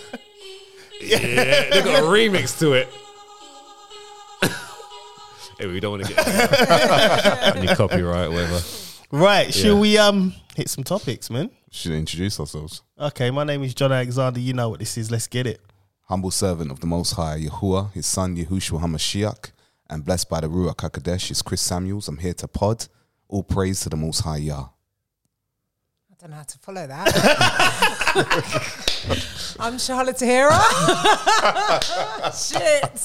Yeah, they got a remix to it. hey, we don't want to get any copyright, whatever.
Right? Should
Yeah.
we um hit some topics, man?
Should introduce ourselves.
Okay, my name is John Alexander. You know what this is. Let's get it.
humble servant of the Most High, Yahuwah, his son Yahushua HaMashiach, and blessed by the Ruach HaKodesh is Chris Samuels. I'm here to pod. All praise to the Most High Yah.
I don't know how to follow that. I'm Charlotte Tahira. Shit.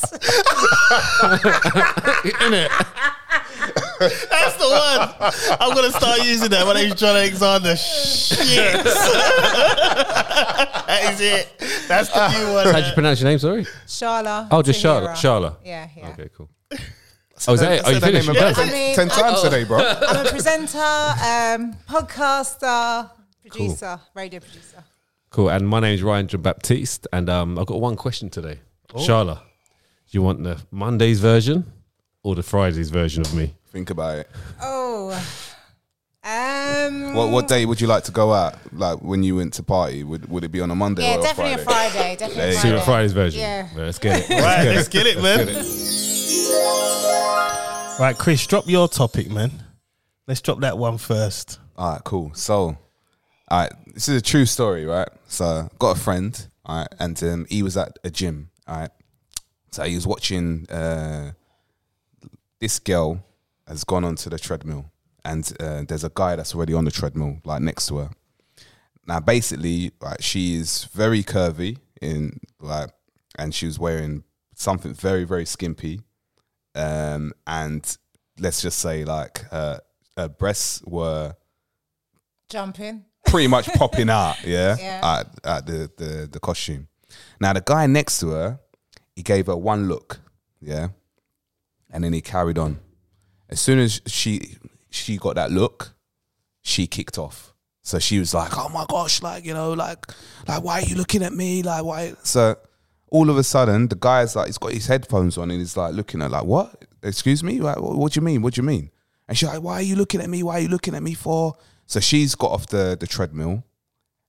That's the one. I'm gonna start using that. My name's John Alexander. Shit. that is it. That's the new one.
How do you pronounce your name? Sorry.
Sharla.
Oh, just Charla.
Tahira.
Charla.
Yeah, yeah.
Okay, cool. Oh, is that it? Oh, you finished?
Yeah,
ten,
I mean,
ten
I-
times today, bro.
I'm a presenter, um, podcaster, producer, radio producer.
Cool. And my name is Ryan John Baptiste, and um, I've got one question today.
Oh.
Charla, do you want the Monday's version or the Friday's version of me?
Think about it.
Oh. Um,
What what day would you like to go out? Like when you went to party, would would it be on a Monday
yeah,
or
definitely
a Friday?
a Friday. Definitely
So you
a
want Friday's version.
Yeah.
Let's get it.
Right, let's get it, man. Right, Chris, drop your topic, man. Let's drop that one first.
All right, cool. So, all right, this is a true story, right? So, got a friend, all right, and um, he was at a gym, all right. So he was watching uh, this girl has gone onto the treadmill, and uh, there's a guy that's already on the treadmill, like next to her. Now, basically, like she is very curvy in like, and she was wearing something very very skimpy, um, and let's just say like her, her breasts were
Jumping.
pretty much popping out, yeah,
Yeah.
At, at the, the the costume. Now the guy next to her, he gave her one look, yeah, and then he carried on. As soon as she she got that look, she kicked off. So she was like, "Oh my gosh, like you know, like like why are you looking at me? Like why?" So all of a sudden, the guy's like, he's got his headphones on and he's like looking at like, "What? Excuse me? Like, what, what do you mean? What do you mean?" And she's like, "Why are you looking at me? Why are you looking at me for?" So she's got off the the treadmill.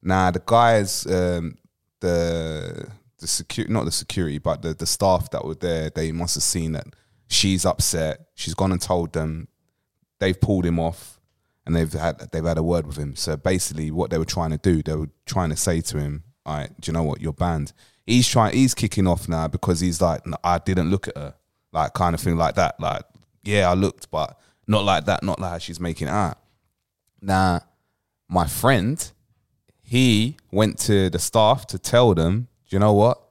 Now the guys, um, the the security, not the security, but the the staff that were there, they must have seen that she's upset. She's gone and told them. They've pulled him off, and they've had they've had a word with him. So basically, what they were trying to do, they were trying to say to him, "All right, do you know what? You're banned." He's trying. He's kicking off now because he's like, "No, "I didn't look at her," like kind of thing, like that. Like, yeah, I looked, but not like that. Not like how she's making it out. Now, my friend, he went to the staff to tell them, do you know what?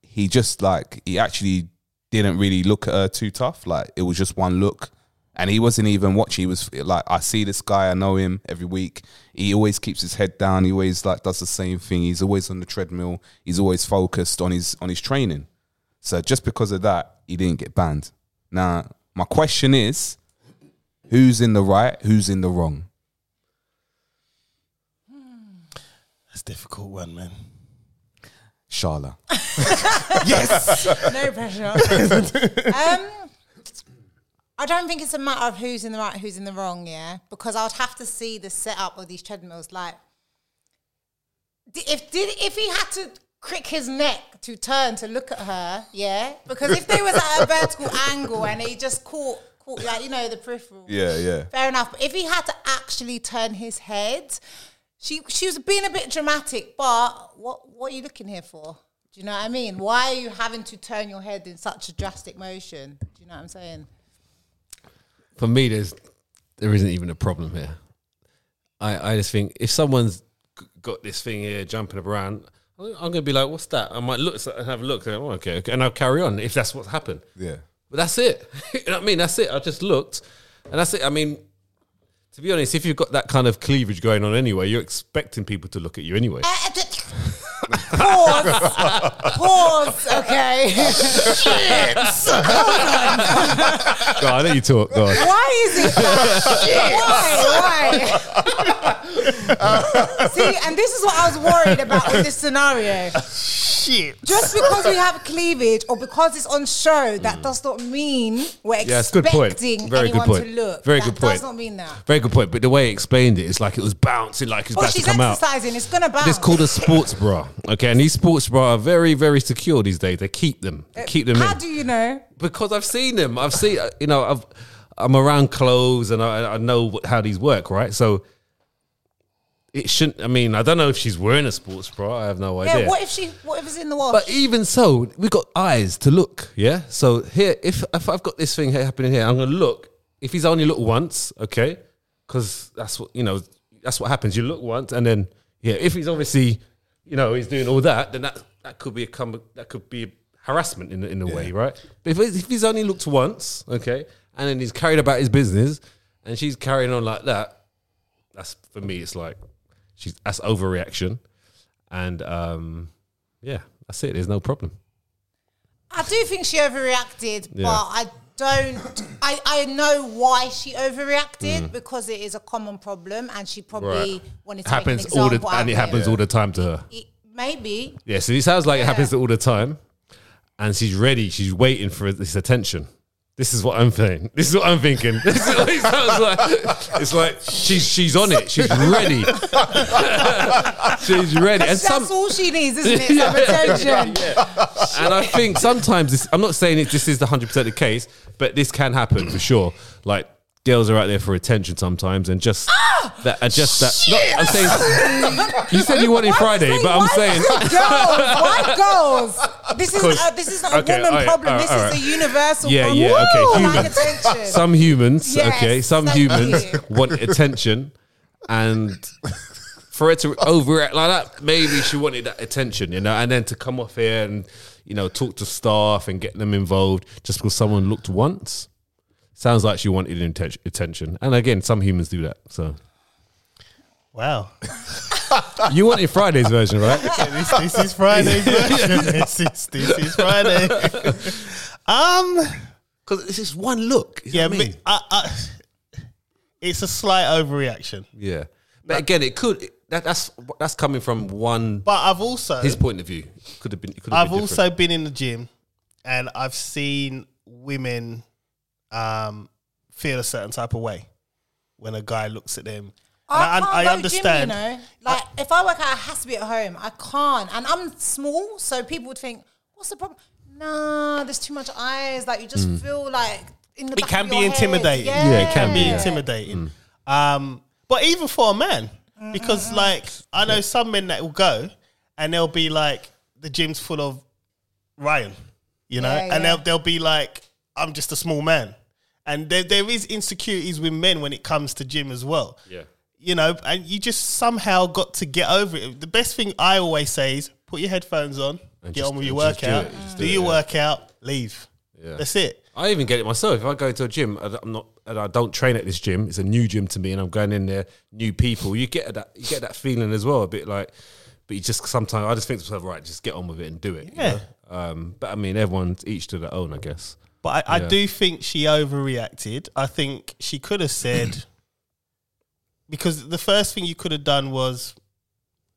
He just like he actually didn't really look at her too tough. Like it was just one look. And he wasn't even watching. He was like, I see this guy, I know him every week. He always keeps his head down. He always like does the same thing. He's always on the treadmill. He's always focused on his on his training. So just because of that, he didn't get banned. Now, my question is, who's in the right? Who's in the wrong?
That's a difficult one, man.
Sharla.
no pressure. um, I don't think it's a matter of who's in the right, who's in the wrong, yeah, because I'd have to see the setup of these treadmills. Like, d- if did if he had to crick his neck to turn to look at her, yeah, because if they was at a vertical angle and he just caught caught like you know the peripheral,
Yeah, yeah.
Fair enough. But if he had to actually turn his head, she she was being a bit dramatic. But what what are you looking here for? Do you know what I mean? Why are you having to turn your head in such a drastic motion? Do you know what I'm saying?
for me, there's there isn't even a problem here. I, I just think if someone's g- got this thing here jumping around, I'm I'm gonna be like, "What's that?" I might look and have a look. and, oh, okay, okay, and I'll carry on if that's what's happened.
Yeah.
But that's it. you know what I mean? That's it. I just looked, and that's it. I mean, to be honest, if you've got that kind of cleavage going on anyway, you're expecting people to look at you anyway.
Eh, eh, d- Pause. Pause. Okay.
Go on, I let you talk. Go on.
Why is it? Why? Why? See, and this is what I was worried about with this scenario.
Shit.
just because we have cleavage or because it's on show, that does not mean we're
Mm. Yeah, it's a good
expecting
point. Very good
anyone
point.
to look.
Very
that
good
Does
point.
not mean that.
Very good point. But the way he explained it, it's like it was bouncing, like it's
Well,
about to
she's
come out.
exercising. It's gonna bounce.
It's called a sports bra. Okay, and these sports bra are very, very secure these days. They keep them. They keep them
Uh, How
in
do you know?
because I've seen them. I've seen uh, you know I've I'm around clothes and I, I know what, how these work, right? So it shouldn't. I mean, I don't know if she's wearing a sports bra. I have no
Yeah.
idea.
What if she? What if it's in the wash?
But even so, we got eyes to look. Yeah. So here, if if I've got this thing here happening here, I'm gonna look. If he's only looked once, okay, because that's what you know. That's what happens. You look once, and then yeah. If he's obviously, you know, he's doing all that, then that that could be a com- that could be harassment in a- in a way, right? But if, if he's only looked once, okay, and then he's carried about his business, and she's carrying on like that, that's for me. It's like she's that's overreaction, and um, yeah, that's it. There's no problem.
I do think she overreacted,
Yeah.
but I don't. I, I know why she overreacted because it is a common problem, and she probably
Mm. Right.
wanted
It
to
happens
make an
all the
example out
and it
of him.
happens all the time to her.
It- Maybe
Yeah, so it sounds like it happens
Yeah.
all the time, and she's ready. She's waiting for this attention. This is what I'm thinking. This is what I'm thinking. This is what it sounds like. It's like she's she's on it. She's ready. she's ready. And
that's
some
all she needs, isn't it? Some attention.
and I think sometimes this, I'm not saying it, this is the hundred percent the case, but this can happen for sure. Like girls are out there for attention sometimes, and just
Ah!
that, and just that. not- I'm saying you said you wanted
Why
Friday,
say
but I'm
white
saying
girls, white girls. This is
'Cause-
uh, this is not a
okay,
woman
alright,
problem.
alright,
this
alright.
is a universal
Yeah,
problem.
yeah, okay,
Woo, like
humans.
attention.
some humans,
Yes,
okay, some
thank
humans
you.
want attention, and for her to overact like that, maybe she wanted that attention, you know, and then to come off here and you know talk to staff and get them involved just because someone looked once. Sounds like she wanted inten- attention, and again, some humans do that. So
Wow.
you wanted Friday's version, right?
this, this is Friday. this, is, this is Friday. um,
Because it's just one look. you know
yeah,
what I mean?
me- I, I, it's a slight overreaction,
yeah. But again, it could that, that's that's coming from one
but I've also
his point of view. Could have been. It could have
I've
been different.
also been in the gym, and I've seen women um, feel a certain type of way when a guy looks at them.
I,
And
can't
I, I
go
understand.
Gym, you know, like if I work out, it has to be at home. I can't, and I'm small, so people would think, "What's the problem?" Nah, there's too much eyes. Like you just feel like in the.
it
back
can
of
be
your head.
intimidating.
Yeah.
Hmm. Yeah, it can
be
Yeah.
intimidating.
Mm.
Um, but even for a man, because
Mm-hmm.
like I know some men that will go and they'll be like, the gym's full of Ryan, you know,
Yeah,
and
yeah.
they'll they'll be like, I'm just a small man, and there there is insecurities with men when it comes to gym as well.
Yeah.
You know, and you just somehow got to get over it. The best thing I always say is put your headphones on, get
just-
on with your
and just do
workout,
it, just
do,
do it,
your
yeah.
workout, leave.
Yeah.
That's it.
I even get it myself. If I go to a gym, and I'm not, and I don't train at this gym. It's a new gym to me, and I'm going in there, new people. You get that, you get that feeling as well, a bit like. But you just sometimes I just think to myself, right, just get on with it and do it. you
Yeah.
know? Um, but I mean, everyone's each to their own, I guess.
But I, I
Yeah.
do think she overreacted. I think she could have said because the first thing you could have done was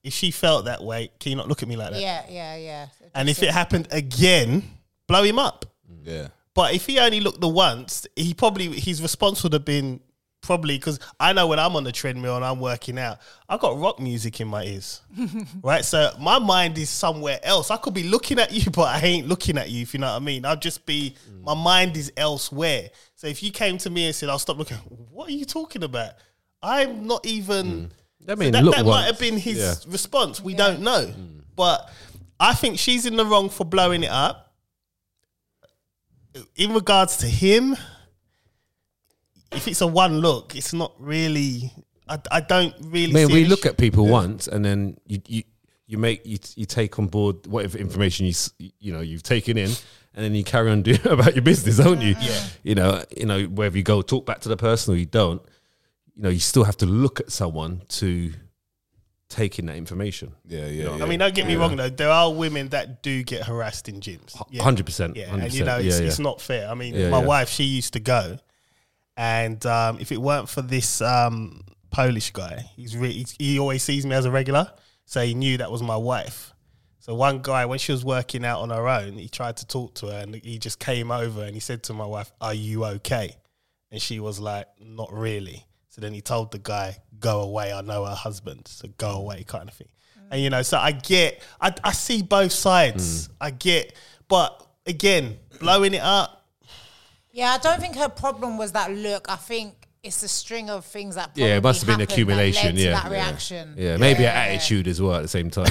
if she felt that way, can you not look at me like that?
Yeah, yeah, yeah.
And if
That's
it happened again, blow him up.
Yeah.
But if he only looked the once, he probably his response would have been probably because I know when I'm on the treadmill and I'm working out, I got rock music in my ears, right? So my mind is somewhere else. I could be looking at you, but I ain't looking at you. If you know what I mean, I'll just be my mind is elsewhere. So if you came to me and said, "I'll stop looking," what are you talking about? I'm not even.
I
So
mean,
that,
look
that might
once.
have been his
Yeah. Hmm.
response. We don't know, but I think she's in the wrong for blowing it up. In regards to him, if it's a one look, it's not really. I, I don't really.
I mean,
see
we
an
look
issue.
at people once, and then you you you make you you take on board whatever information you s- you know you've taken in, and then you carry on doing about your business, don't you? Yeah. You know, you know whether you go talk back to the person or you don't, you know, you still have to look at someone to take in that information.
Yeah, yeah. yeah.
I mean, don't get me wrong though. There are women that do get harassed in gyms. Yeah.
Hundred percent.
Yeah,
hundred
and you know,
percent.
it's,
yeah,
it's
yeah.
not fair. I mean,
Yeah,
my
yeah.
wife, she used to go, and um, if it weren't for this um, Polish guy, he's re- he's- he always sees me as a regular, so he knew that was my wife. So one guy, when she was working out on her own, he tried to talk to her, and he just came over and he said to my wife, "Are you okay?" And she was like, "Not really." So then he told the guy, "Go away. I know her husband, so go away," kind of thing. And you know, so I get, I, I see both sides. I get, but again, blowing it up.
Yeah, I don't think her problem was that look. I think it's a string of things that
Yeah, it must have
probably
been
happened that
accumulation.
led to
yeah,
that
yeah.
reaction.
Yeah, maybe
Yeah,
an
yeah, yeah.
attitude as well at the same time.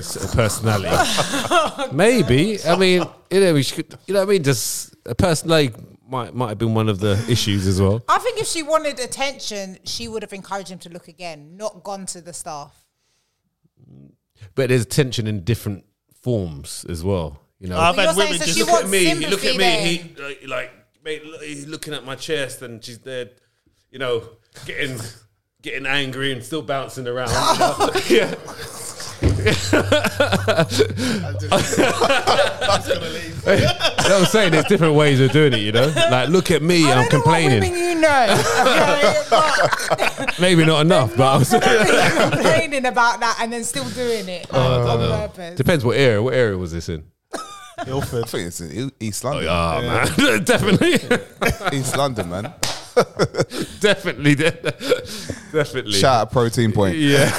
Sort of personality, maybe. I mean, you know, we should, you know, what I mean, just a personality might might have been one of the issues as well.
I think if she wanted attention, she would have encouraged him to look again, not gone to the staff.
But there's tension in different forms as well. You know,
I've
But
had
you're saying
women
so
just
she
look
wants sympathy there.
like, like mate, look, he's looking at my chest, and she's there, you know, getting getting angry and still bouncing around. you know? yeah. You know what I'm saying there's different ways of doing it, you know. Like, look at me, I'm complaining.
What women you know, okay, but
Maybe not enough, but I was,
you're complaining about that and then still doing it
Oh,
like, on purpose.
depends what area. What area was this in?
I think it's in East London.
Oh man, definitely.
East London, man.
definitely, de- definitely.
Shout out Protein Point.
Yeah.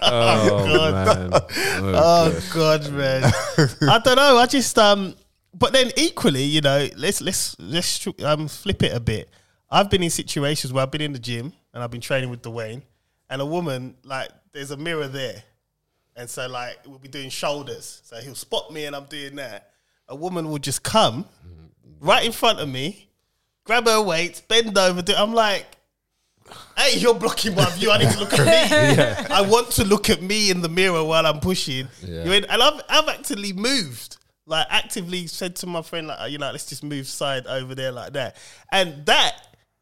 oh man.
Oh God, man. I don't know. I just um, but then equally, you know, let's let's let's tr- um flip it a bit. I've been in situations where I've been in the gym and I've been training with Dwayne, and a woman like there's a mirror there, and so like we'll be doing shoulders, so he'll spot me and I'm doing that. A woman will just come right in front of me, grab her weights, bend over. Do I'm like. Hey, you're blocking my view. I need to look at me. I want to look at me in the mirror while I'm pushing.
Yeah.
You in- and I've, I've actively moved, like actively said to my friend, like, "Oh, you know, let's just move side over there like that. And that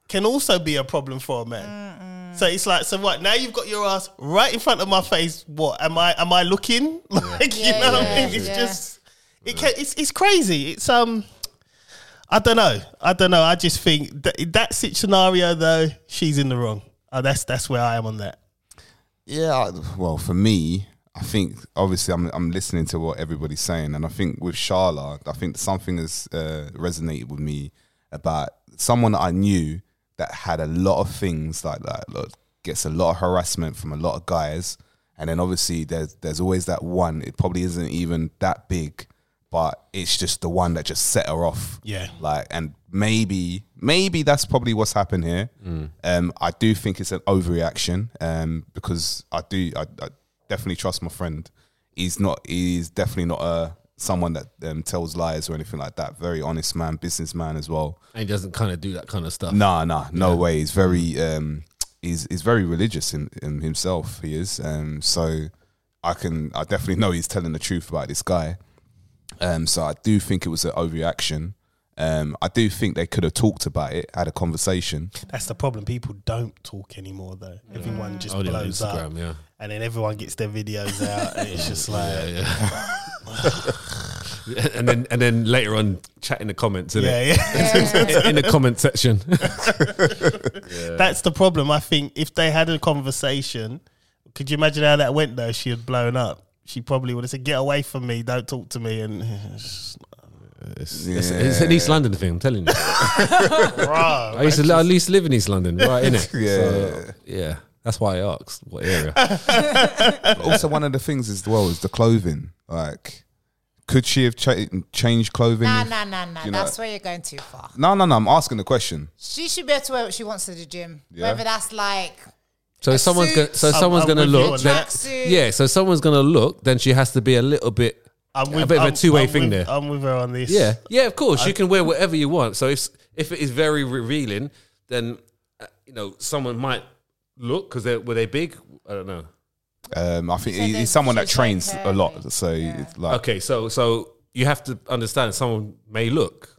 can also be a problem for a man. So it's like, so what? Now you've got your ass right in front of my face. What am I? Am I looking? Like you
Yeah,
know what I
yeah,
mean? It's
yeah.
just it can, it's it's crazy. It's um. I don't know. I don't know. I just think that that scenario though, she's in the wrong. Uh, that's that's where I am on that.
Yeah, I- well, for me, I think obviously I'm I'm listening to what everybody's saying, and I think with Sharla, I think something has uh, resonated with me about someone that I knew that had a lot of things like that, like, gets a lot of harassment from a lot of guys, and then obviously there's there's always that one. It probably isn't even that big, but it's just the one that just set her off.
Yeah.
Like, and maybe, maybe that's probably what's happened here. Um, I do think it's an overreaction um, because I do, I, I definitely trust my friend. He's not, he's definitely not a someone that um, tells lies or anything like that. Very honest man, businessman as well.
And he doesn't kind of do that kind of stuff.
Nah, nah, no way. He's very um, he's he's very religious in, in himself. He is. Um, so I can I definitely know he's telling the truth about this guy. Um, so I do think it was an overreaction. Um, I do think they could have talked about it, had a conversation.
That's the problem. People don't talk anymore, though. Everyone just
Only on
blows up,
Instagram, Oh, yeah.
and then everyone gets their videos out, and it's just like, yeah,
and then and then later on, chat in the comments, innit?
yeah.
in the comment section.
That's the problem. I think if they had a conversation, could you imagine how that went? Though she had blown up, she probably would have said, "Get away from me! Don't talk to me!" And
It's, it's- it's an East London thing. I'm telling you.
bro,
I used to li- at least live in East London, right? In it,
Yeah.
yeah. That's why I asked what area.
also, one of the things as well is the clothing. Like, could she have cha- changed clothing?
Nah, nah, nah, nah.
You know-
That's where you're going too far.
No, no, no. I'm asking the question.
She should be able to wear what she wants to the gym.
Yeah.
Whether that's like
So
A
someone's
suit.
go- so
I'm-
someone's
I'm
going to
with you
look.
on
then-
that.
Tracksuit.
yeah, so someone's going to look. Then she has to be a little bit.
I'm
a bit of a
I'm-
two-way
I'm
thing
with-
there.
I'm with her on this.
Yeah, yeah. Of course, you can wear whatever you want. So if if it is very revealing, then uh, you know someone might look because they were they big. I don't know.
Um, I think he-
there's-
he's someone that
she's like
trains a
curvy.
lot. So, it's like,
Okay, so so you have to understand someone may look.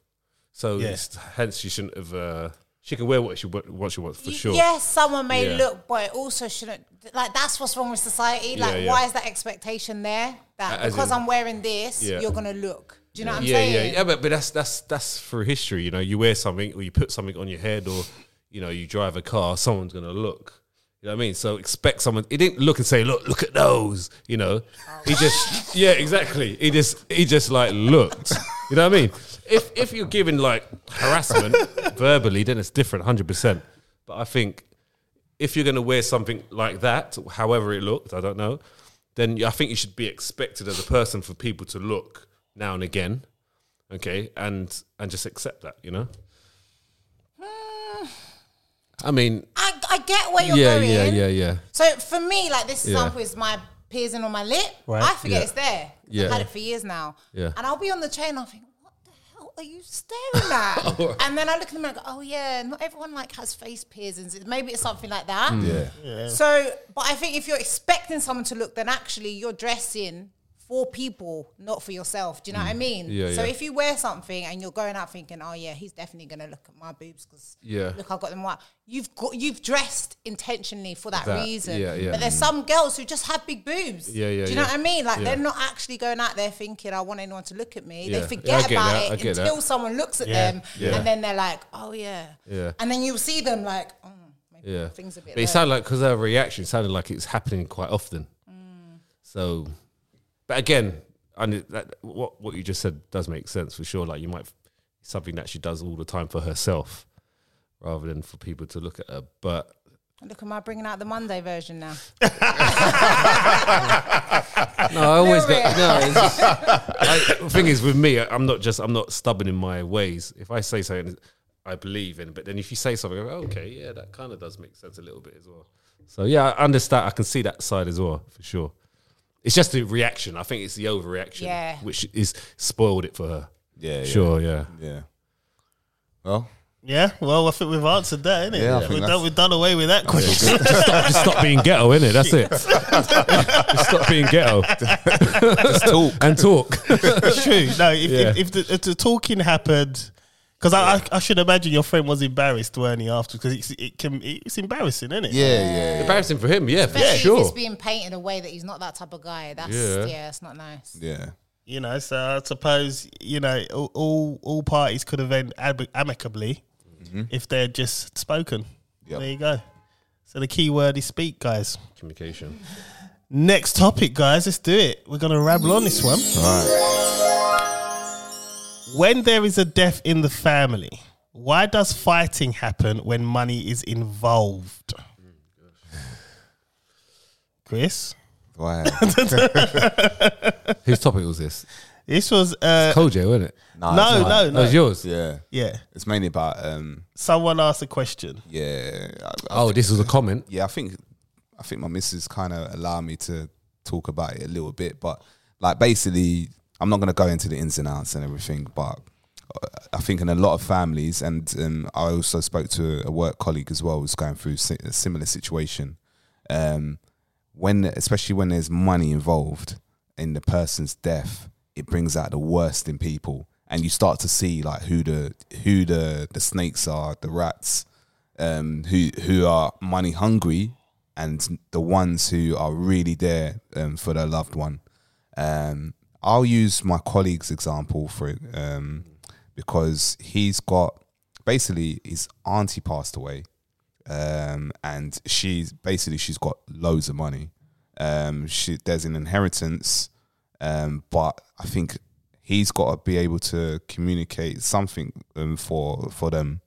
So
Yeah.
it's- hence she shouldn't have. Uh, she can wear what she wa- what she wants for
y-
sure.
yes, someone may
Yeah.
look, but it also shouldn't. Like that's what's wrong with society. Like
Yeah, yeah.
why is that expectation there? That
A- as
because
in-
I'm wearing this,
Yeah.
you're gonna look. Do you know what I'm
yeah,
saying?
yeah, yeah. But but that's that's that's through history. You know, you wear something or you put something on your head or you know you drive a car. Someone's gonna look. You know what I mean? So expect someone. He didn't look and say, "Look, look at those." You know, he just yeah, exactly. He just he just like looked. You know what I mean? If if you're giving like harassment verbally, then it's different, hundred percent. But I think if you're going to wear something like that, however it looked, I don't know, then I think you should be expected as a person for people to look now and again, okay, and and just accept that, you know. I mean,
I, I get where Uh, you're
yeah,
going.
yeah, yeah, yeah.
So for me, like this example is my piercing on my lip.
Right.
I forget
Yeah.
it's there.
Yeah.
I've had it for years now.
Yeah.
And I'll be on the train. I'll think, what the hell are you staring at? And then I look in the mirror. and go, Oh yeah, not everyone like has face piercings. Maybe it's something like that.
Mm.
yeah.
So, but I think if you're expecting someone to look, then actually you're dressing for people, not for yourself. Do you know what I mean?
Mm. Yeah,
so
yeah.
if you wear something and you're going out thinking, "Oh yeah, he's definitely going to look at my boobs because
Yeah.
look, I've got them white." You've got you've dressed intentionally for that,
That,
reason.
yeah, yeah.
But there's some girls who just have big boobs.
Yeah, yeah,
Do you know
yeah.
what I mean? Like
Yeah.
they're not actually going out there thinking, "I want anyone to look at
Yeah.
me."
Yeah,
They
I
forget
get
about
that, I
it
get that.
until someone looks at
Yeah.
them,
Yeah.
and then they're like, "Oh yeah."
Yeah.
And then you'll see them like, "Oh, maybe
Yeah,
things a bit."
But it
low."
sounded like because her reaction sounded like it's happening quite often.
Mm.
So, but again, and it- that, what what you just said does make sense for sure. Like you might something that she does all the time for herself, rather than for people to look at her. But
Look, am I bringing out the Monday version now?
no, I always
Knew
go.
it.
No, it's just, I, the thing is with me, I- I'm not just I'm not stubborn in my ways. If I say something, I believe in. But then if you say something, I go, okay, yeah, that kind of does make sense a little bit as well. So yeah, I understand. I can see that side as well for sure. It's just the reaction. I think it's the overreaction,
Yeah.
which is spoiled it for her.
Yeah, yeah.
Sure, yeah.
Yeah. Well,
Yeah, well, I think we've answered that, innit?
Yeah, I
Yeah,
think
we've, done,
that's-
we've done away with that question.
Just stop being ghetto, innit? That's it. Just stop being ghetto
just talk.
and talk.
It's true. No, if,
Yeah.
if, if, the, if the talking happened, because I, I, I should imagine your friend was embarrassed, weren't he, after? Because it's, it can, it's embarrassing, isn't it?
Yeah, yeah, yeah.
Embarrassing for him, yeah, for
Especially
sure.
if it's being painted away that he's not that type of guy. That's
Yeah.
yeah, it's not nice.
Yeah.
You know, so I suppose you know all all, all parties could have ended ab- amicably if they had just spoken.
Mm-hmm. Yep.
There you go. So the key word is speak, guys.
Communication.
Next topic, guys. Let's do it. We're gonna rabble on this one. When there is a death in the family, why does fighting happen when money is involved? Chris,
Wow.
Whose topic was this?
this was uh,
Kojo, wasn't it?
Nah, it's
no,
not.
no,
That
no.
was yours.
Yeah.
Yeah,
It's mainly about um.
someone asked a question.
Yeah. I- I-
Oh, this was a comment.
yeah, I think I think my missus kind of allowed me to talk about it a little bit, but like basically, I'm not going to go into the ins and outs and everything, but uh, I think in a lot of families, and um, I also spoke to a work colleague as well who's going through si- a similar situation. Um, when especially when there's money involved in the person's death, it brings out the worst in people, and you start to see like who the who the the snakes are, the rats, um, who who are money hungry, and the ones who are really there um, for their loved one. Um, I'll use my colleague's example for it um, because he's got basically his auntie passed away, um, and she's basically she's got loads of money. Um, she, there's an inheritance, um, but I think he's got to be able to communicate something um, for for them.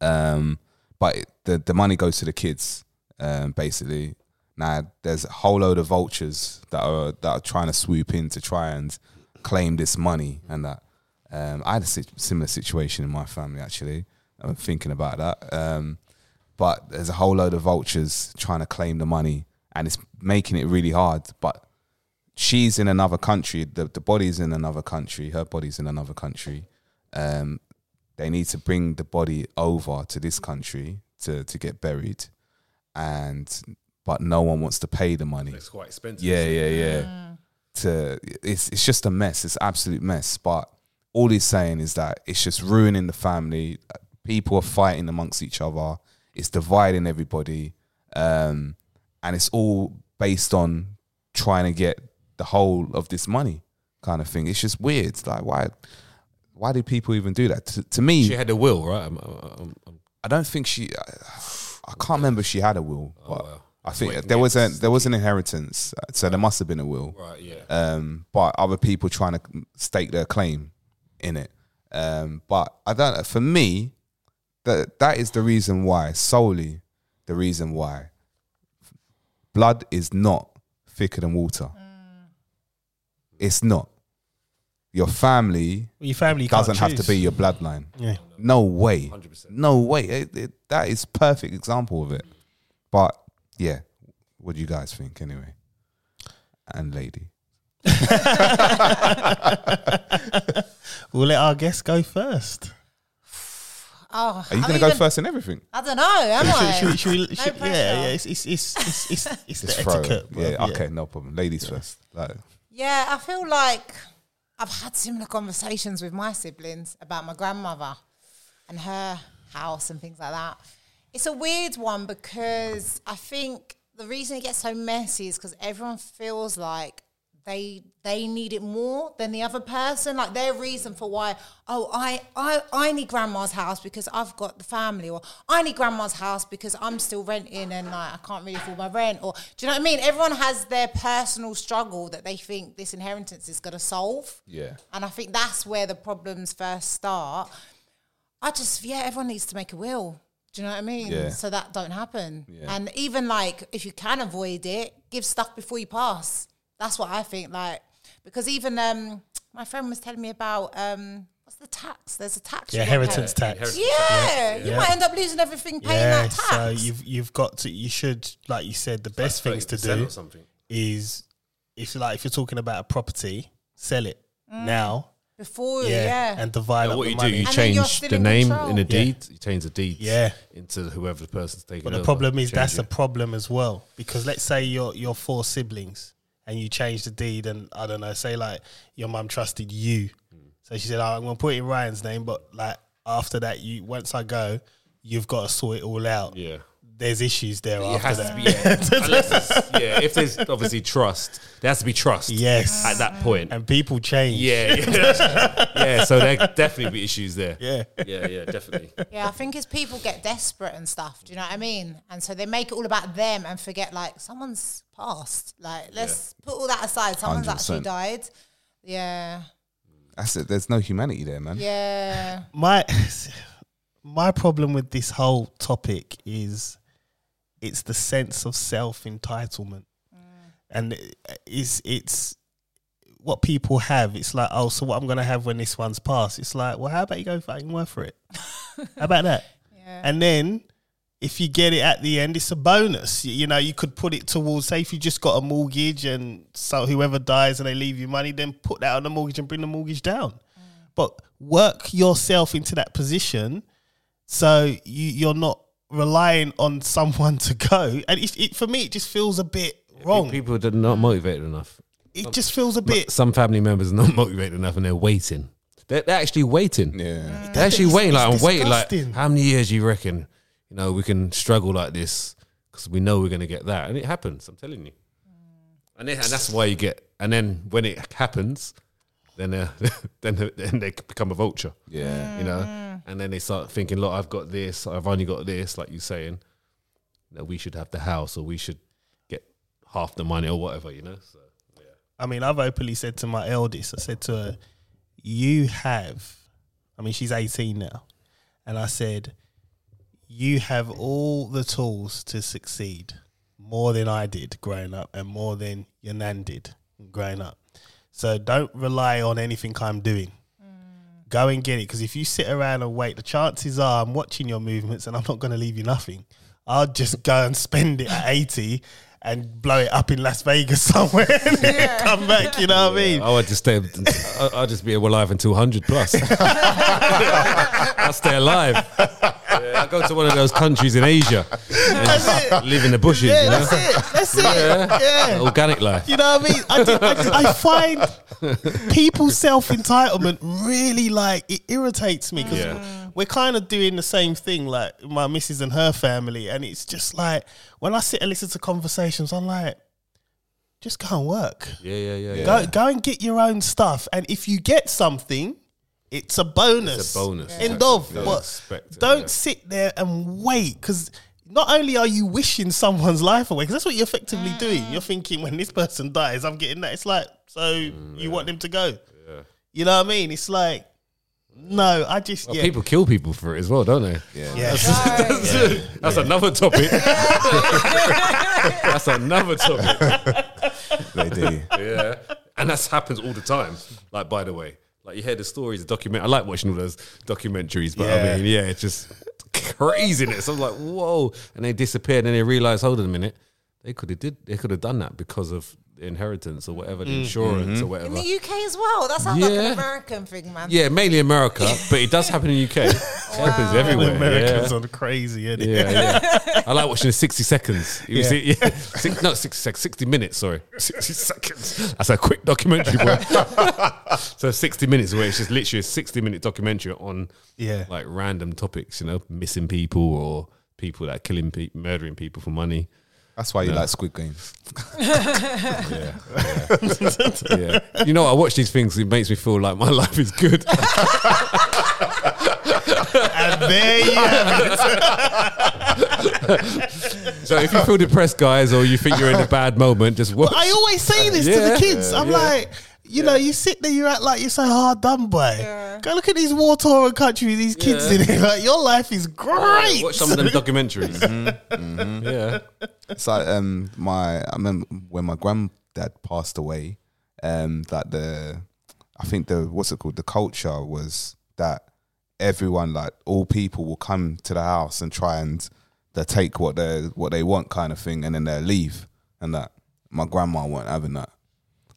Um, but it- the the money goes to the kids, um, basically. Now there's a whole load of vultures that are that are trying to swoop in to try and claim this money and that. Um, I had a si- similar situation in my family actually. I'm thinking about that. Um, but there's a whole load of vultures trying to claim the money, and it's making it really hard. But she's in another country. The the body's in another country. Her body's in another country. Um, they need to bring the body over to this country to to get buried, and but no one wants to pay the money.
It's quite expensive.
Yeah, yeah, yeah. To it's it's just a mess. It's absolute mess. But all he's saying is that it's just ruining the family. People are fighting amongst each other. It's dividing everybody, um, and it's all based on trying to get the whole of this money, kind of thing. It's just weird. It's Like why, why do people even do that? To, to me,
She had a will, right? I'm, I'm, I'm,
I don't think she. I can't remember if she had a will, but
wow.
I think
Oh, Wait,
there was
yeah,
a there was an inheritance, so there must have been a will.
right, yeah.
Um, but other people trying to stake their claim in it. Um, but I don't. For me, that that is the reason why solely the reason why blood is not thicker than water. It's not. Your family
Your family can't
doesn't have to
choose.
be your bloodline.
Yeah.
No way. No way. It- it- that is perfect example of it. But yeah, what do you guys think anyway? And lady.
We'll let our guest go first.
Oh,
Are you
I'm
going to go
even-
first in everything?
I don't know. Am I?
Should, should, should we,
No
should, yeah,
pressure.
yeah, it's it's it's it's, it's, it's the
Just throw it.
etiquette. bruv,
Yeah, okay, no problem. Ladies first. Like,
Yeah, I feel like I've had similar conversations with my siblings about my grandmother and her house and things like that. It's a weird one because I think the reason it gets so messy is because everyone feels like they they need it more than the other person. Like their reason for why, oh, I I, I need grandma's house because I've got the family, or I need grandma's house because I'm still renting and like I can't really afford my rent. Or do you know what I mean? Everyone has their personal struggle that they think this inheritance is gonna solve.
yeah.
And I think that's where the problems first start. I just, yeah, everyone needs to make a will. Do you know what I mean?
Yeah.
So that don't happen. And even like, if you can avoid it, give stuff before you pass. That's what I think. Like, because even um, my friend was telling me about um, what's the tax? There's a tax.
Yeah,
you gotta
inheritance
pay.
tax.
Yeah, you
Yeah.
might end up losing everything paying
Yeah,
that tax.
so you've you've got to you should like you said the best things to
30%
do
Or something.
is if like if you're talking about a property, sell it now.
Before,
Yeah,
yeah.
and divide up
what
the
you do,
money.
you
And then you're
change
still
the
in
name
control.
in the
Yeah.
deed. You change the deeds
Yeah.
into whoever the person's taking.
But the
over,
problem is
change
that's
it.
a problem as well because let's say you're you're four siblings and you change the deed and I don't know say like your mum trusted you,
Mm.
so she said "Oh, I'm gonna put it in Ryan's name, but like after that you once I go, you've got to sort it all out.
yeah.
There's issues there
It
after
has
that.
to be yeah. Unless it's- yeah. If there's obviously trust, there has to be trust.
Yes.
at that point.
And people change.
Yeah, yeah, yeah. So there definitely be issues there.
Yeah.
yeah, yeah, definitely.
Yeah, I think as people get desperate and stuff, do you know what I mean? And so they make it all about them and forget like someone's past. Like let's put all that aside. Someone's actually
100%.
died. Yeah,
That's it. There's no humanity there, man.
yeah.
my my problem with this whole topic is it's the sense of self entitlement, and is it's what people have. It's like, oh, so what I'm gonna have when this one's passed? It's like, well, how about you go fucking work for it? how about that? And then. If you get it at the end, it's a bonus. You, you know, you could put it towards, say, if you just got a mortgage and so whoever dies and they leave you money, then put that on the mortgage and bring the mortgage down but work yourself into that position so you, you're not relying on someone to go. And it, it, for me, it just feels a bit wrong.
People are not motivated enough.
it just feels a bit.
Some family members are not motivated enough, and they're waiting. They're, they're actually waiting.
Yeah.
They're actually
It's-
waiting. Like I'm
it's
waiting.
disgusting.
Like how many years do you reckon? You know, we can struggle like this because we know we're going to get that, and it happens. I'm telling you. And, it, and that's why you get. And then when it happens, then uh, then they- then they become a vulture.
Yeah.
You
Mm-hmm.
know, and then they start thinking, "Look, I've got this. I've only got this." Like you're saying, that we should have the house, or we should get half the money, or whatever. You know. So,
I mean, I've openly said to my eldest, I said to her, You have, I mean, she's 18 now. And I said, You have all the tools to succeed more than I did growing up and more than your nan did growing up. So don't rely on anything I'm doing. Go and get it. Because if you sit around and wait, the chances are I'm watching your movements and I'm not going to leave you nothing. I'll just go and spend it at 80 and blow it up in Las Vegas somewhere and then come back. You know what I mean?
I would just stay. I- I'd just be alive until 100 plus. I'll stay alive. Yeah, I go to one of those countries in Asia and just live in the bushes.
Yeah,
you know?
that's it. That's it. Yeah.
Organic life.
You know what I mean? I, did, I, did- I find people's self entitlement really like it irritates me because
Yeah.
we're kind of doing the same thing, like my missus and her family, and it's just like when I sit and listen to conversations, I'm like, just go and work.
Yeah, yeah, yeah. yeah.
Go, go and get your own stuff, and if you get something, it's a bonus.
It's a bonus.
End
Exactly.
of.
Don't
But
expect it,
don't
yeah.
sit there and wait because not only are you wishing someone's life away, because that's what you're effectively doing. You're thinking when this person dies, I'm getting that. It's like so
Mm,
you want them to go. You know what I mean? It's like no, I just yeah.
People kill people for it as well, don't they?
yeah.
That's, that's another topic. that's another topic.
They do.
Yeah. And that happens all the time. Like, by the way, like you hear the stories, the document. I like watching all those documentaries, but
Yeah.
I mean, yeah, it's just craziness. I'm like, whoa! And they disappear, and then they realize, hold on a minute, they could have did, they could have done that because of the inheritance or whatever, the insurance or
In
whatever.
the UK as well. That sounds like
Yeah.
an American thing, man.
Yeah, mainly America, but it does happen in the UK. It happens everywhere.
Americans
yeah.
are crazy, is
Yeah, yeah. I like watching the 60 seconds. You see, yeah. Six, no, 60 seconds, 60 minutes, sorry. 60 seconds. That's a quick documentary, boy. so 60 minutes where it's just literally a 60 minute documentary on
Yeah.
like random topics, you know, missing people or people that are killing people, murdering people for money.
That's why you like Squid Game.
Yeah. You know, I watch these things, it makes me feel like my life is good.
And there you have it.
so if you feel depressed, guys, or you think you're in a bad moment, just watch.
I always say this to
Uh, Yeah.
the kids. I'm
Yeah.
like, you know, you sit there, you act like you're so hard done by. Go look at these war torn countries, these kids in here. Like, your life is great.
Watch some of them documentaries. Yeah.
It's like um my I remember when my granddad passed away, um that the I think the what's it called the culture was that everyone like all people will come to the house and try and they take what they what they want kind of thing and then they leave and that my grandma weren't having that.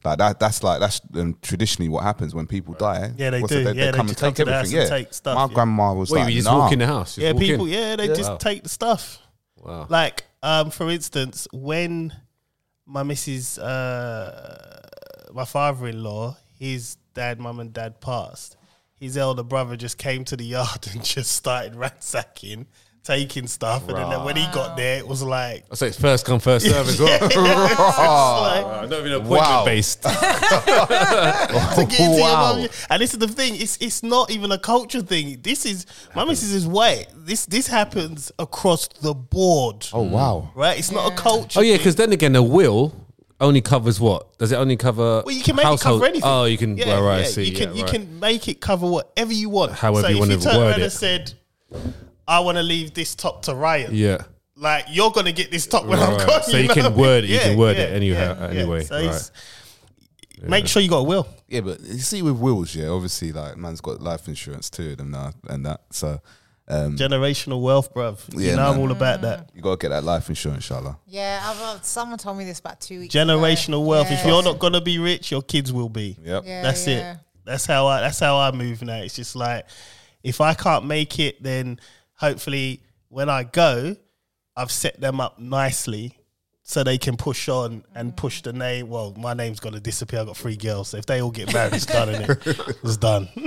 Like that, that's like that's um, traditionally what happens when people die.
Yeah, they
What's
do.
it,
Yeah, they just come to the house and take stuff,
My
yeah.
grandma was
What,
like,
you just
nah.
walk in the house? Just
yeah,
walk in?
people. Yeah, they just
Wow.
take the stuff.
Wow.
Like, um, for instance, when my missus, uh, my father-in-law, his dad, mum, and dad passed, his elder brother just came to the yard and just started ransacking, taking stuff, and then when he got there, it was like.
I say it's first come, first serve as well.
like-
I don't even appointment
Wow.
based.
to get into
Wow.
your mum. And this is the thing. It's it's not even a culture thing. This is my missus is white. This this happens across the board.
Oh wow!
Right? It's not a culture.
oh yeah, because then again, the will only covers what? Does it only cover?
Well, you can make it cover anything.
Oh, you can.
Yeah,
right, right, I
yeah.
see.
You can
yeah,
you
right.
can make it cover whatever you want.
However
so
you
if
wanna
you turn
word
around
it.
and said, "I want to leave this top to Ryan,"
Yeah.
like you're gonna get this top when I'm
Right.
gone.
So you
know
can
what I mean?
word it, you can word it anyhow-
yeah.
anyway,
So it's- Make sure you got a will.
Yeah, but you see with wills, yeah, obviously like man's got life insurance too and that and that. So
Generational wealth, bruv. You
Yeah,
know I'm
man.
all about that.
you gotta get that life insurance, Shala.
Yeah, I've, uh, someone told me this about two weeks ago.
Generational wealth. If
Yeah.
you're not gonna be rich, your kids will be.
Yep.
Yeah,
that's
yeah.
it. That's how I. That's how I move now. It's just like if I can't make it, then hopefully when I go, I've set them up nicely so they can push on and push the name. Well, my name's gonna disappear. I got three girls. So if they all get married, it's done. Innit? It's done.
Mm.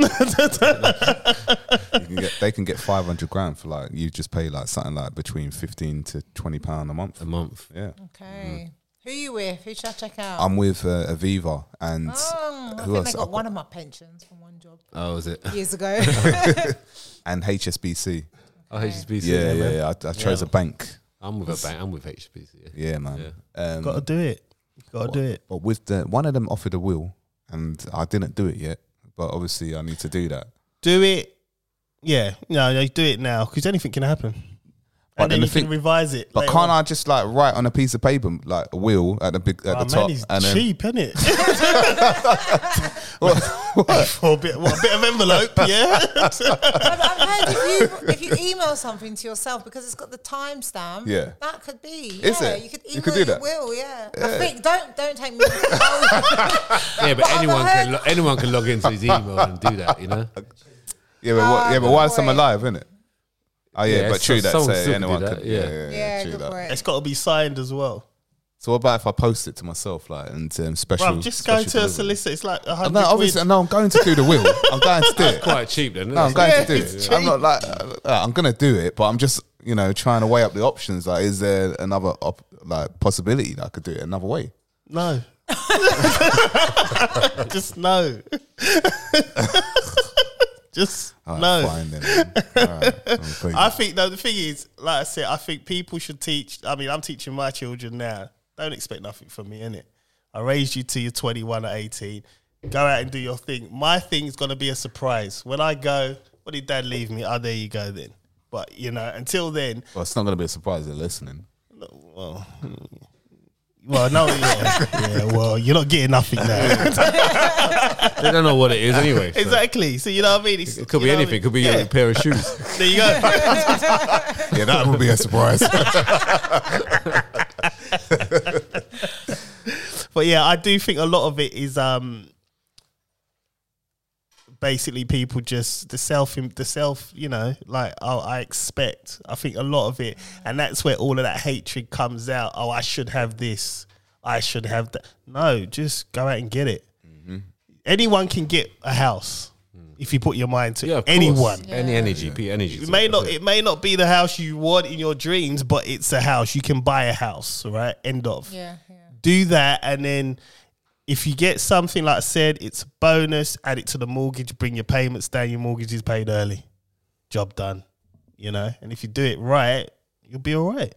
You can get, they can get five hundred grand for like you just pay like something like between fifteen to twenty pound a month.
a month.
Yeah,
Oh. Okay. Who you with? Who should I check out?
I'm with uh, Aviva and
oh, I
who
think I
else?
got one of my pensions from one job
Oh, is it?
years ago.
and HSBC.
Oh, HSBC.
Yeah, yeah, yeah.
man.
I, I chose a bank.
I'm with a bank. I'm with HSBC. Yeah.
Yeah, man. Um,
gotta do it. Gotta do it.
but with the one of them offered a will, and I didn't do it yet. But obviously, I need to do that.
Do it. Yeah. No, no, do it now because anything can happen.
But
and then,
then the
you
thing-
can revise it.
But can't I just like write on a piece of paper like a will at the big at the top
man, he's
and then
Oh, cheap, innit? For a bit, what, a bit of envelope, yeah.
I've, I've heard if you, if you email something to yourself because it's got the timestamp,
Yeah.
that could be.
Is
yeah,
it?
You could email
You could do
your
that?
will, yeah. I think don't don't take me. yeah,
Yeah, but
I've
anyone can
heard-
lo- anyone can log into his email and do that, you know.
yeah, but what,
Ah,
yeah, but
good
why is some
point.
alive, isn't it? Oh yeah,
Yeah,
but
so-
true that. Say
someone still could
anyone
do that,
could,
yeah.
yeah, yeah, true
good
that.
point.
it's got to be signed as well.
So what about if I post it to myself, like and um, special?
Bro, just go
special
to a
delivery?
solicitor. It's like a hundred.
No, obviously, no. I'm going to do the will. I'm going to do it.
Quite cheap then.
No, I'm going to do
it's
it. I'm not like uh, I'm going to do it, but I'm just you know trying to weigh up the options. Like, is there another op- like possibility that I could do it another way?
No. just no. just
All
no.
right, fine then. man. All right, I'm thinking.
I think though the thing is, like I said, I think people should teach. I mean, I'm teaching my children now. Don't expect nothing from me, innit? I raised you till you're 21 or 18. Go out and do your thing. My thing's gonna be a surprise when I go. What did Dad leave me? Oh, there you go then. But you know, until then,
well, it's not going to be a surprise. They're listening.
well, well, no, yeah, yeah, well, you're not getting nothing now.
They don't know what it is anyway. so
exactly. So you know what I mean? It's-
It could
you
be
know what I
anything.
mean?
It could be
Yeah,
a pair of shoes.
there you go.
Yeah, that would be a surprise.
But yeah, I do think a lot of it is um basically people just the self the self, you know, like oh I expect. I think a lot of it and that's where all of that hatred comes out. Oh, I should have this. I should have that. No, just go out and get it.
Mm-hmm.
Anyone can get a house if you put your mind to
Yeah,
it.
of course.
Anyone.
Any energy, P energy.
It may not it may not be the house you want in your dreams, but it's a house. You can buy a house, right? End of
yeah, yeah.
do that and then if you get something like I said, it's a bonus, add it to the mortgage, bring your payments down, your mortgage is paid early. Job done. You know? And if you do it right, you'll be all right.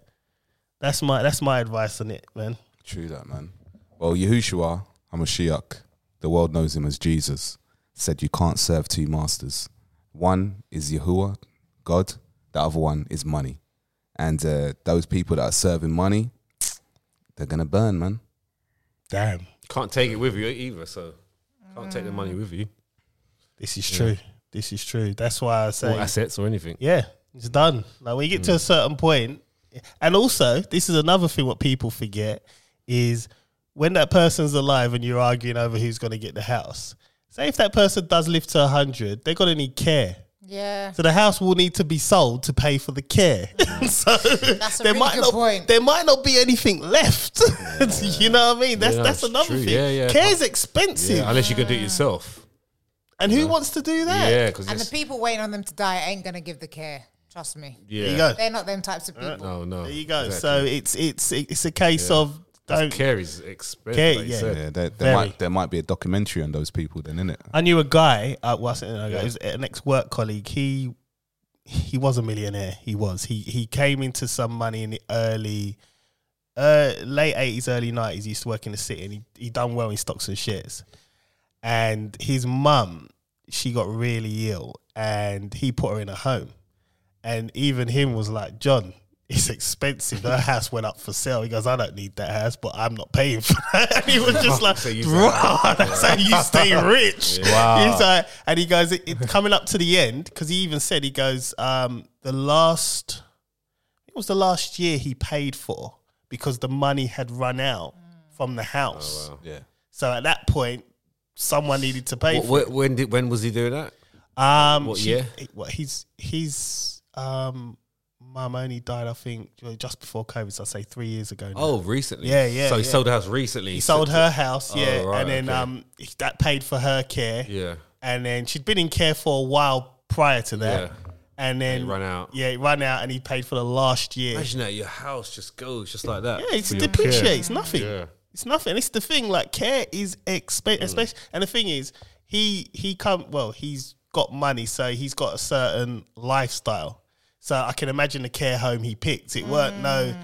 That's my that's my advice on it, man.
True that, man. Well, Yahushua, I'm a Shiach. The world knows him as Jesus. Said you can't serve two masters. One is Yahuwah, God. The other one is money. And uh, those people that are serving money, they're gonna burn, man.
Damn.
Can't take it with you either. So can't take the money with you,
This is true. This is true. That's why I
or
say
assets or anything.
Yeah, it's done. Like when you get to a
Hmm.
certain point, and also this is another thing what people forget is when that person's alive and you're arguing over who's going to get the house. Say if that person does live to hundred, they're going to need care.
Yeah.
So the house will need to be sold to pay for the care.
Hmm.
so
That's a
there
really
might
good
not
point.
there might not be anything left. you know what I mean? That's
Yeah,
that's
that's
another
true.
thing.
Yeah, yeah.
Care's expensive,
Yeah, unless you can do it yourself.
and who wants to do that?
Yeah, because
And the people waiting on them to die ain't gonna give the care. Trust me.
yeah.
There you go.
They're not them types of people.
No, no.
There you go. So it's it's it's a case of don't
care is expensive.
Care,
like you
yeah.
said.
Yeah, there, there
Very.
might there might be a documentary on those people, then, innit?
I knew a guy. Uh, well, I said, no, it was an ex-work colleague. He he was a millionaire. He was. He he came into some money in the early, uh, late eighties, early nineties. He used to work in the city, and he he done well in stocks and shares. And his mum, she got really ill, and he put her in a home. And even him was like, John, it's expensive. That house went up for sale. He goes, I don't need that house, but I'm not paying for that. And he was just like,
So you-
Bruh, that's how you stay rich. He's like, and he goes, it, it- coming up to the end, because he even said, he goes, um, the last, it was the last year he paid for because the money had run out from the house.
Oh,
Yeah.
So at that point, someone needed to pay
What,
for
what- when did when was he doing that?
um,
What
she-
year?
Well, he's he's um mum only died, I think, just before COVID. So I say three years ago. now.
Oh, recently.
Yeah, yeah,
So he
yeah.
sold the house recently.
He sold her house, yeah,
Oh, right,
and then
okay.
um that paid for her care.
Yeah.
and then she'd been in care for a while prior to that,
Yeah.
and then
it ran out.
Yeah, it ran out, and he paid for the last year.
Imagine that your house just goes just like that.
Yeah, it
for your
depreciates nothing.
Yeah. Mm.
It's nothing. It's the thing. Like care is expensive, especially. And the thing is, he he come well. He's got money, so he's got a certain lifestyle. So I can imagine the care home he picked. It weren't no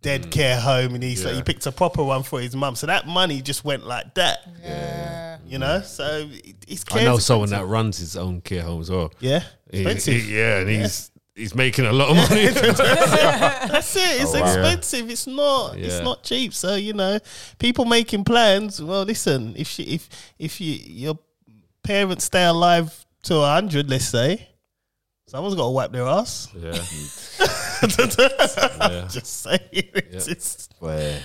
dead care home, and he so he
Mm. Yeah.
picked a proper one for his mum. So that money just went like that.
Yeah.
You know. So it, it's
I
care.
know someone that runs his own care home as well.
Yeah.
He-
Expensive.
he- yeah, and he's he's making a lot of money.
That's it. It's
wow.
expensive. It's not. It's
Yeah.
not cheap. So you know, people making plans. Well, listen. If she, if if you your parents stay alive to hundred, let's say, someone's got to wipe their ass.
yeah.
I'm just saying. It's, it's-
Where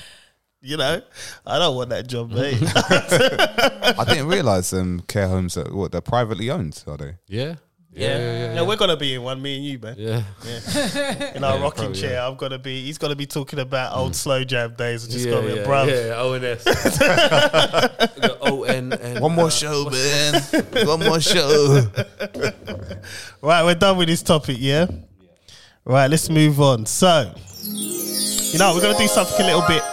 you know, I don't want that job, mate.
I didn't realize um, care homes are what they're privately owned, are they?
Yeah.
yeah,
Yeah.
we're gonna be in one. Me and you, man,
Yeah.
in our
Yeah,
rocking
probably,
chair. I'm gonna be. He's gonna be talking about old slow jab days, and just gonna be a
yeah,
bruv.
yeah, ONS. the ON and
One more show, man. One more show.
Right, we're done with this topic, yeah? Right, let's move on. So, you know, we're going to do something a little bit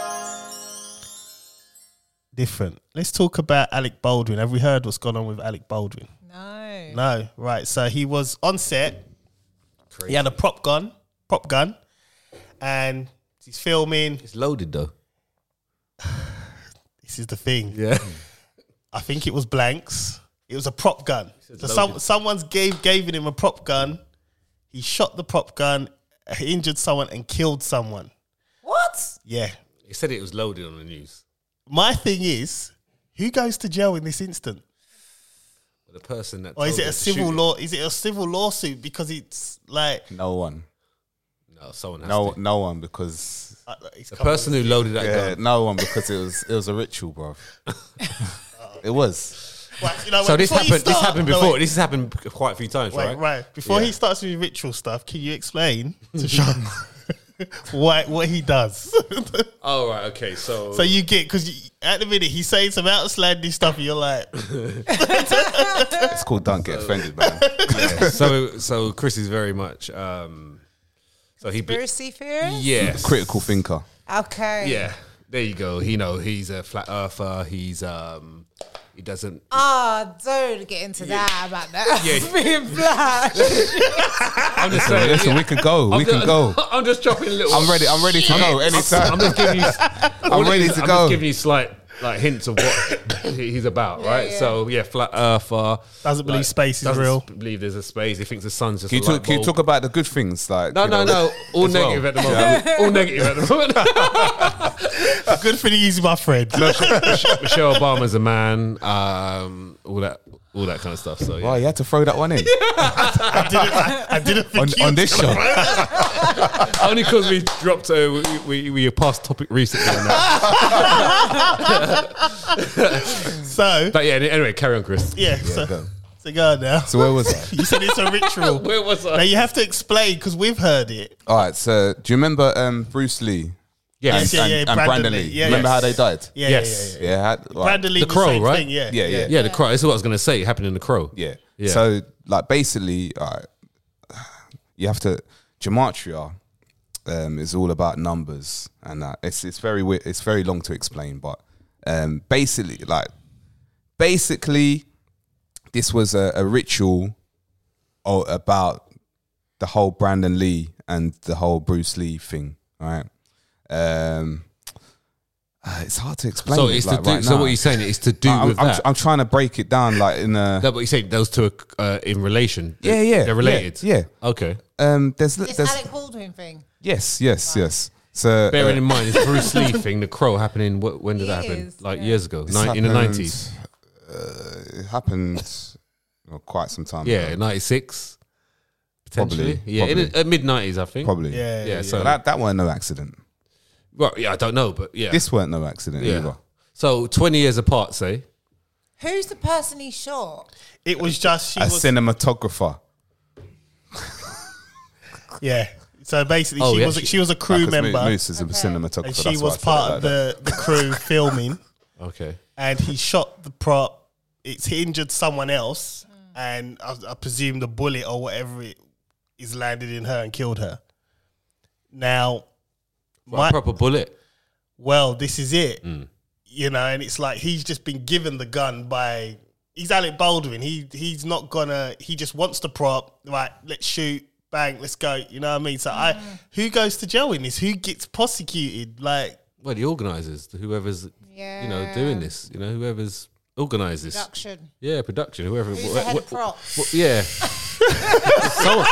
different. Let's talk about Alec Baldwin. Have we heard what's gone on with Alec Baldwin?
No.
No, right. So he was on set. He had a prop gun, prop gun, and he's filming.
it's loaded though.
This is the thing.
Yeah.
I think it was blanks. It was a prop gun. So some,
loaded.
someone's gave gave him a prop gun. He shot the prop gun, injured someone, and killed someone.
What?
Yeah.
It said it was loaded on the news.
My thing is, who goes to jail in this instant?
But the person that
Or Oh, is
told
it a
us to shoot
civil law? Is it a civil lawsuit? Because it's like
No one.
No, someone has
No,
to.
no one because
uh, it's
The person who loaded that
yeah,
gun.
no one because it was it was a ritual, bro. it was.
Like, you know,
So this
before you
happened. This
start-
happened
no,
before.
wait,
this has happened quite a few times,
wait,
right?
right. Before
Yeah.
he starts with ritual stuff, can you explain to Sean why what he does?
Oh right. Okay. So.
So you get because at the minute he's saying some outlandish stuff, and you're like,
It's called Don't Get Offended, man.
so so Chris is very much. um So he. be-
Conspiracy theory?
Yes.
Critical thinker.
Okay.
Yeah. There you go. He know he's a flat earther. He's um. He doesn't.
Oh, don't get into that about that.
Yeah.
Being black.
I'm just
So listen, we can go. We
I'm
can
just-
go.
I'm just dropping little.
I'm ready. I'm ready to go
I'm
anytime.
just giving you. I'm
ready to
I'm
go.
Just giving you slight like hints of what he- he's about, right?
yeah.
So yeah, flat earther
Doesn't believe space is
doesn't
real.
Believe there's a space. He thinks the sun's just.
Can you
a light
talk? Can you
bulb.
talk about the good things? Like
No,
you
no,
know,
no. All
as well?
negative at the moment. All negative at the moment.
good thing he's my friend.
Michelle Obama's a man. Um, all that, all that kind of stuff. So
Wow,
yeah.
you had to throw that one in
I didn't, I, I didn't think
on,
he
on
was
this show.
only because we dropped uh, we, we we passed topic recently. On that.
So
But yeah. Anyway, carry on, Chris.
yeah, so,
go.
so go on now.
So where was I?
You said it's a ritual.
Where was I?
Now you have to explain because we've heard it.
All right. So do you remember um, Bruce Lee
Yes.
and,
Yeah, yeah,
and, and
Brandon
Brandon
Lee.
Lee?
Yeah,
remember
yes.
how they died?
Yeah,
Yes.
yeah, yeah.
Yeah. had-
yeah.
like-
Brandon Lee,
The
was
Crow,
same
right?
Thing. Yeah,
Yeah, yeah,
Yeah, the crow. This is what I was going to say. It happened in the crow.
Yeah.
Yeah.
So like basically, all right, you have to gematria um, is all about numbers and that. It's it's very wi- it's very long to explain, but um, basically like basically this was a, a ritual o- about the whole Brandon Lee and the whole Bruce Lee thing. All right. Um, uh, it's hard to explain.
So
it,
it's
like,
to do,
right
so
now.
what you're saying is to do
I'm,
with
I'm,
that.
I'm trying to break it down like in a
no, but you say those two are uh, in relation.
Yeah,
They're-
yeah,
They're related.
yeah,
Okay.
Um, there's,
This
there's
Alec Baldwin thing.
yes, yes, yes. So
Bearing
uh,
in mind, it's Bruce Lee thing, the crow happening. wh- When did that happen?
Years,
Like
yeah.
years ago,
this
Nin- in the
happened,
nineties.
uh, it happened well, quite some time.
Yeah,
ago,
ninety six.
Probably,
Potentially. yeah, in
probably.
the uh, mid nineties, I think.
probably.
yeah,
Yeah. So
But that that weren't no accident.
well, yeah, I don't know, but yeah,
This weren't no accident
yeah.
either.
So twenty years apart, say.
Who's the person he shot?
It was just she
A
was.
cinematographer.
yeah, So basically,
Oh,
she
yeah,
was a,
she-
she was a crew
Because Mo-
member,
Moose is a cinematographer.
and
that's
she
why
was
I said it
part
like
of
that.
the the crew filming.
Okay.
and he shot the prop. It's injured someone else, and I, I presume the bullet or whatever it is landed in her and killed her. Now,
Well,
my,
proper bullet.
well, this is it, you know, and it's like he's just been given the gun by he's Alec Baldwin. He he's not gonna. He just wants the prop. Right, let's shoot. Bang, let's go. You know what I mean? So I, who goes to jail in this? Who gets prosecuted? Like,
Well, the organisers, whoever's you know
Yeah.
doing this, you know whoever's organised this.
Production.
Yeah, production. Whoever.
Who's the head of props?
what- yeah. Someone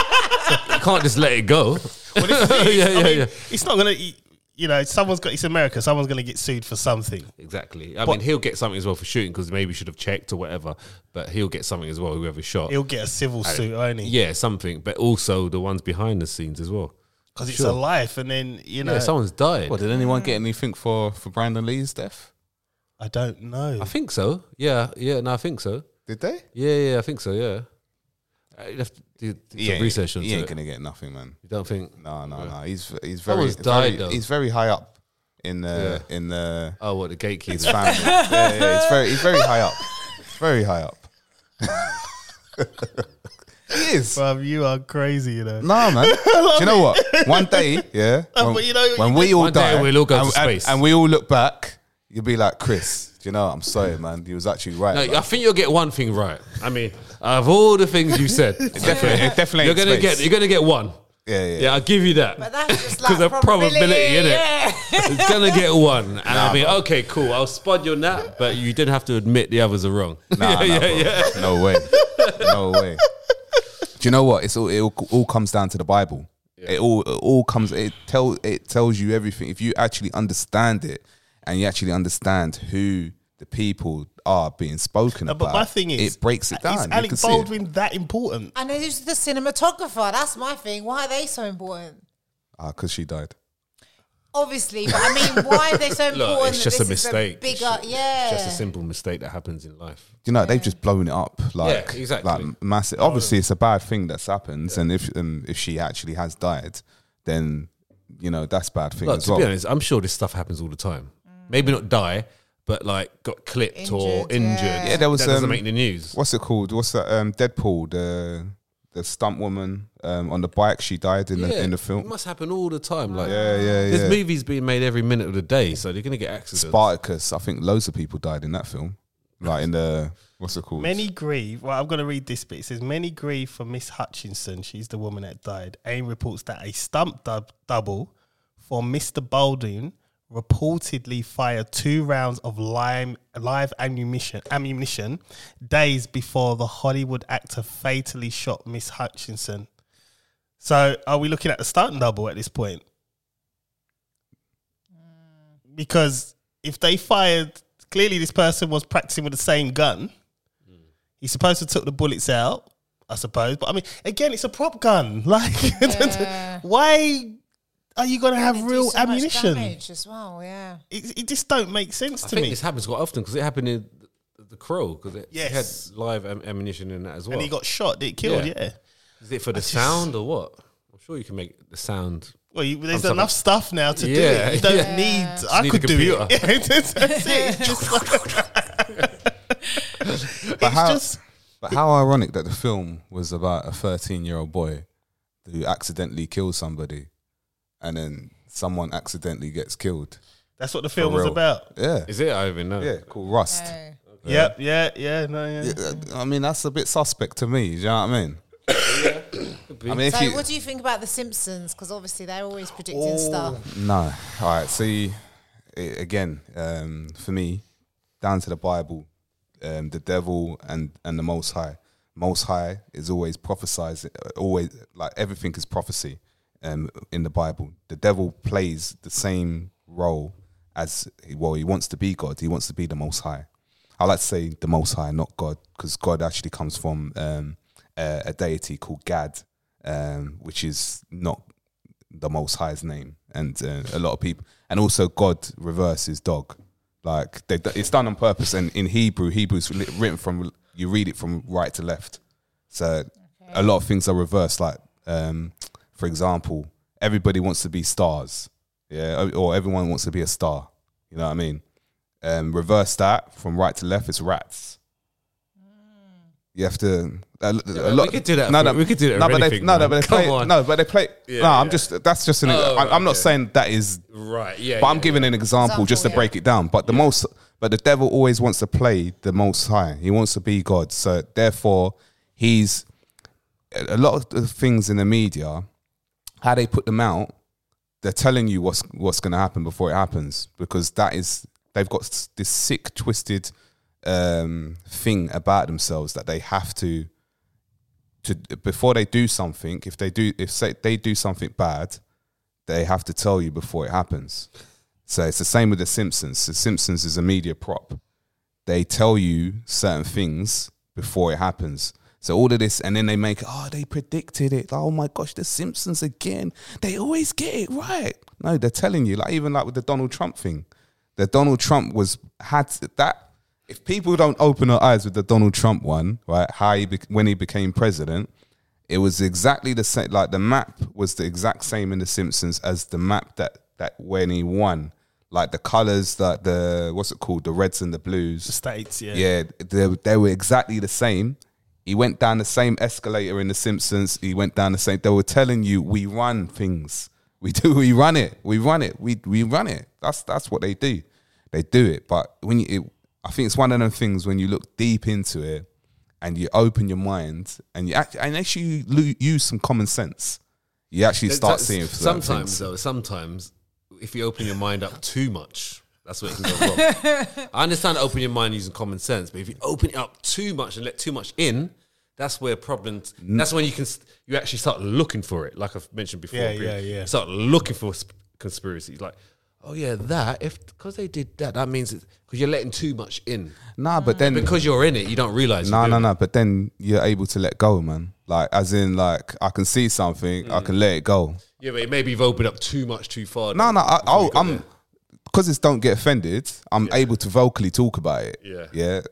you can't just let it go.
Well, this is it.
Yeah,
It's- I
yeah,
mean,
yeah.
It's not gonna. You know, someone's got. It's America. Someone's gonna get sued for something.
Exactly. I mean, he'll get something as well for shooting because maybe he should have checked or whatever. But he'll get something as well. Whoever shot.
He'll get a civil suit only
yeah, something. But also the ones behind the scenes as well.
because it's
sure.
a life. And then you know,
Yeah, someone's died.
Well, did anyone get anything for for Brandon Lee's death?
I don't know.
I think so. Yeah, yeah. No, I think so.
Did they?
Yeah, yeah. I think so. Yeah. Uh, You'd have to do do
He
some
ain't-
research
He
into
ain't
it.
gonna get nothing, man.
You don't think?
No, no, no. He's he's very,
Someone's died,
very
though.
he's very high up in the in the
Oh, what the gatekeeper.
his family. yeah, yeah, he's very he's very high up, very high up. he is.
Bruv, you are crazy. You know,
Nah, man. Do you know what? One day, yeah. When,
but you know-
when we all
One day
die,
we'll all go to
and, and-
space.
and we all look back, you'll be like, Chris. Do you know? what? I'm sorry, man. He was actually right.
No,
like,
I think you'll get one thing right. I mean, out of all the things you said,
definitely, it definitely.
you're
ain't
gonna
space.
get you're gonna get one.
Yeah, yeah.
Yeah, I'll give you
But
that.
that's just like
'Cause of probability, innit?
Yeah.
It's gonna get one, and I mean, okay, cool. I'll spot you on that, but you didn't have to admit the others are wrong.
Nah, nah, bro. No way. No way. Do you know what? It's all it all, all comes down to the Bible. It all it all comes it tell it tells you everything. If you actually understand it and you actually understand who the people are being spoken
Uh,
about,
but my thing is,
it breaks it down.
Is
You
Alec
can see it.
Baldwin that important?
And who's the cinematographer? That's my thing. Why are they so important?
Ah, because she died.
Obviously, but I mean, why are they so important?
Look, it's
that
just a
this
mistake.
Is
It's
bigger,
ju-
yeah.
Just a simple mistake that happens in life.
you know they've just blown it up like
Yeah, exactly.
like massive obviously it's a bad thing that's happened and if um, if she actually has died then you know that's a bad thing
Look,
as
to
well
be honest, I'm sure this stuff happens all the time. Maybe not die, but like got clipped or
Mm. Injured,
injured.
yeah.
Yeah, there was,
that doesn't
um,
make the news.
what's it called what's that um Deadpool the the stunt woman um on the bike she died in the in the
it
film
must happen all the time. Like,
yeah yeah yeah
There's movies being made every minute of the day, so they're going to get accidents.
Spartacus I think loads of people died in that film like in the what's it called
Many grieve. Well, I'm going to read this bit. It says many grieve for Miss Hutchinson. She's the woman that died. AIM reports that a stump dub- double for Mr. Baldwin reportedly fired two rounds of lime, live ammunition, ammunition days before the Hollywood actor fatally shot Miss Hutchinson. So, are we looking at the stunt double at this point? Because if they fired, clearly this person was practicing with the same gun. He's supposed to took the bullets out, I suppose. But I mean, again, it's a prop gun. Like, why are you going to have
They do
real
so much
ammunition?
damage as well, yeah.
It, it just don't make sense
I
to
think
me.
this happens quite often because it happened in The- The Crow because it it
Yes.
had live am- ammunition in that as well.
And he got shot. It killed. Yeah.
Yeah. Is it for the sound or what? I'm sure you can make the sound.
Well, you, there's
sorry.
enough stuff now to do
Yeah,
it. You don't
yeah.
need. I
need a
could do
computer.
it. Yeah, that's, that's it. Just like-
but
it's
how
just-
but how ironic that the film was about a 13 year old boy who accidentally kills somebody and then someone accidentally gets killed
that's what the film
For
was
real.
about.
yeah
Is it? I don't even know.
yeah called rust
No.
Yep. Yeah. Yeah. No. Yeah.
Uh, i mean that's a bit suspect to me do you know what i mean I mean, if
So,
you,
what do you think about The Simpsons? Because obviously they're always predicting
Oh.
stuff.
Oh. No. All right. See, i again, um, for me, down to the Bible, um, the devil and and the Most High. Most High is always prophesied. Always like everything is prophecy um, in the Bible. The devil plays the same role as well. He wants to be God. He wants to be the Most High. I like to say the Most High, not God, because God actually comes from um, a, a deity called Gad, um, which is not the Most High's name, and uh, a lot of people, and also God reverses dog, like they, it's done on purpose. And in Hebrew, Hebrew's li- written from you read it from right to left, so a lot of things are reversed. Like, um, for example, everybody wants to be stars, yeah, or- or everyone wants to be a star. You know what I mean? Um, reverse that from right to left. It's rats. You have to. A, a lot,
we could do that for- we could do that
No,
for
but they,
anything,
no,
man.
no, but they
Come
play.
on.
No, but they play. no, I'm just. That's just. An,
Oh,
I, I'm not
okay.
saying that is
Right. Yeah.
but I'm giving an example, just to
Example, yeah.
break it down. But the most, but the devil always wants to play the Most High. He wants to be God. So therefore, he's a lot of the things in the media, how they put them out, they're telling you what's what's going to happen before it happens because that is they've got s- this sick, twisted um, thing about themselves that they have to to before they do something. If they do, if say, they do something bad, they have to tell you before it happens. So it's the same with The Simpsons. The Simpsons is a media prop. They tell you certain things before it happens. So all of this, and then they make, oh, they predicted it. Oh my gosh, The Simpsons again. They always get it right. No, they're telling you, like even like with the Donald Trump thing. The Donald Trump was had to- that. If people don't open their eyes with the Donald Trump one, right? How he bec when he became president, it was exactly the same. Like the map was the exact same in The Simpsons as the map that that when he won, like the colors, that the what's it called, the reds and the blues.
States, yeah.
Yeah, they, they were exactly the same. He went down the same escalator in The Simpsons. He went down the same. They were telling you we run things. We do. We run it. We run it. We we run it. That's that's what they do. They do it. But when you, it, I think it's one of them things when you look deep into it and you open your mind and you act, and actually you lo- use some common sense. You actually start seeing certain
Sometimes
things.
though, sometimes if you open your mind up too much, that's where it can go wrong. I understand open your mind using common sense, but if you open it up too much and let too much in, that's where problems. That's when you can s- you actually start looking for it. Like I've mentioned before,
Yeah,
Brief.
yeah, yeah.
Start looking for sp- conspiracies, like. Oh yeah, that if because they did that, that means because you're letting too much in.
Nah, but then
Because you're in it, you don't realize.
No, no, no. But then you're able to let go, man. Like, as in, like, I can see something, I
Mm.
can let it go.
Yeah, but maybe you've opened up too much, too far.
No, no, I,
we
I'll,
got
I'm because it's don't get offended. I'm able to vocally talk about it.
Yeah.
yeah.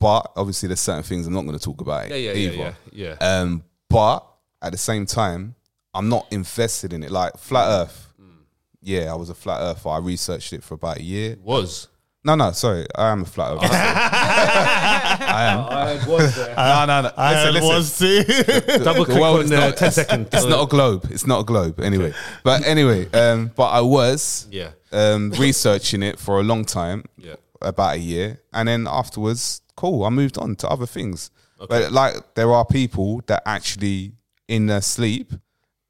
But obviously, there's certain things I'm not going to talk about it.
Yeah, yeah, yeah,
either.
yeah, yeah.
Um, but at the same time, I'm not invested in it. Like flat Earth.
Mm.
Yeah, I was a flat earther. I researched it for about a year.
was.
No, no, sorry, I am a flat earther.
I was uh, there.
no, no, no.
Uh, I
Listen, listen.
was too.
The
Double click
world
on
is
uh,
not-
10 second.
It's not a globe. It's not a globe. Anyway, but anyway, um, but I was
Yeah.
um, researching it for a long time,
Yeah.
about a year, and then afterwards, cool. I moved on to other things. But like, there are people that actually in their sleep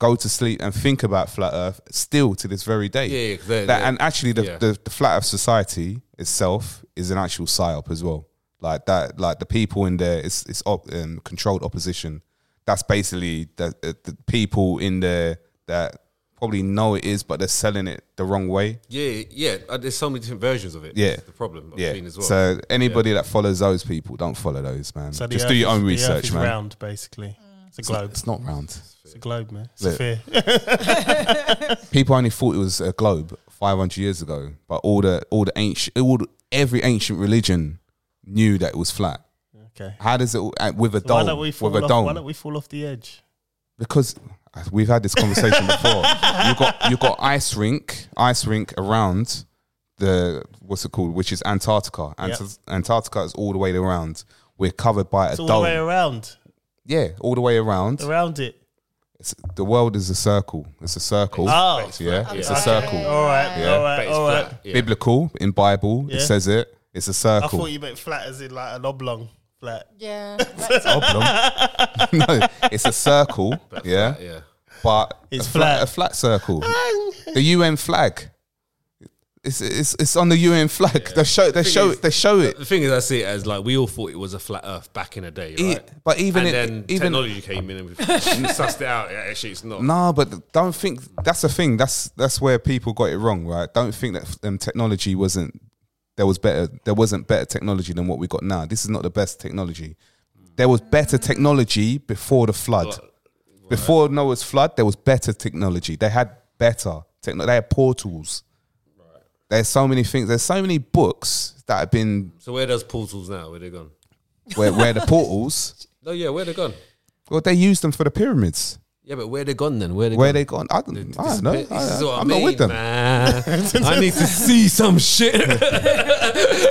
go to sleep and think about flat Earth still to this very day.
Yeah, yeah, 'cause they're-
That-
they're-
and actually, the,
yeah.
the the flat Earth society itself is an actual psyop as well. Like that, like the people in there, it's it's op, um, controlled opposition. That's basically the, the, the people in there that probably know it is, but they're selling it the wrong way.
Yeah, yeah. Uh, there's so many different versions of it.
Yeah.
That's the problem I've seen as well.
So anybody that follows those people, don't follow those, man.
So the
Just
Earth
do your
is-
own
the Earth
research,
is
man.
round, basically. It's a globe.
It's not round.
It's a globe, man. It's a
Look.
sphere.
People only thought it was a globe 500 years ago, but all the all the ancient, all the, every ancient religion knew that it was flat.
Okay.
How does it all- uh, with a
So why
dome?
don't we fall
with a
off?
dome?
Why don't we fall off the edge?
because uh, we've had this conversation before. You got you got ice rink, ice rink around the what's it called, which is Antarctica. Ant-
Yep.
Antarctica is all the way around. We're covered by a
It's all the
dome.
way around.
yeah, all the way around.
Around it.
It's, the world is a circle. It's a circle.
Oh.
yeah, it's a
Okay.
circle.
All right.
Yeah.
All
But
right.
it's
All right.
flat, yeah.
Biblical in Bible, it
Yeah.
says it. It's a
I
circle.
thought you meant flat as in like an oblong flat.
Yeah. That's
Oblong. no, it's a circle. yeah,
yeah.
but
It's
a flat,
flat.
a flat circle. the UN flag. It's, it's, it's on the UN flag. They show they show
is-
it they show it.
The thing is, I see it as like we all thought it was a flat Earth back in a day,
E-
right?
but even
and
it-
then
even-
technology came in and we sussed it out. Yeah, actually, it's not.
No, but don't think that's the thing. That's that's where people got it wrong, right? Don't think that um, technology wasn't there was better. There wasn't better technology than what we got now. This is not the best technology. There was better technology before the flood. Before Noah's flood, there was better technology. They had better technology. They had portals. There's so many things. There's so many books that have been
So where does portals now? Where they gone?
where, where the portals.
No, yeah, where they gone?
Well, they used them for the pyramids.
Yeah, but where they gone then? Where they
Where
gone?
they gone? I don't, I
This
don't know.
bit- this
I,
is what I
am not with them.
mean, man. I need to see some shit.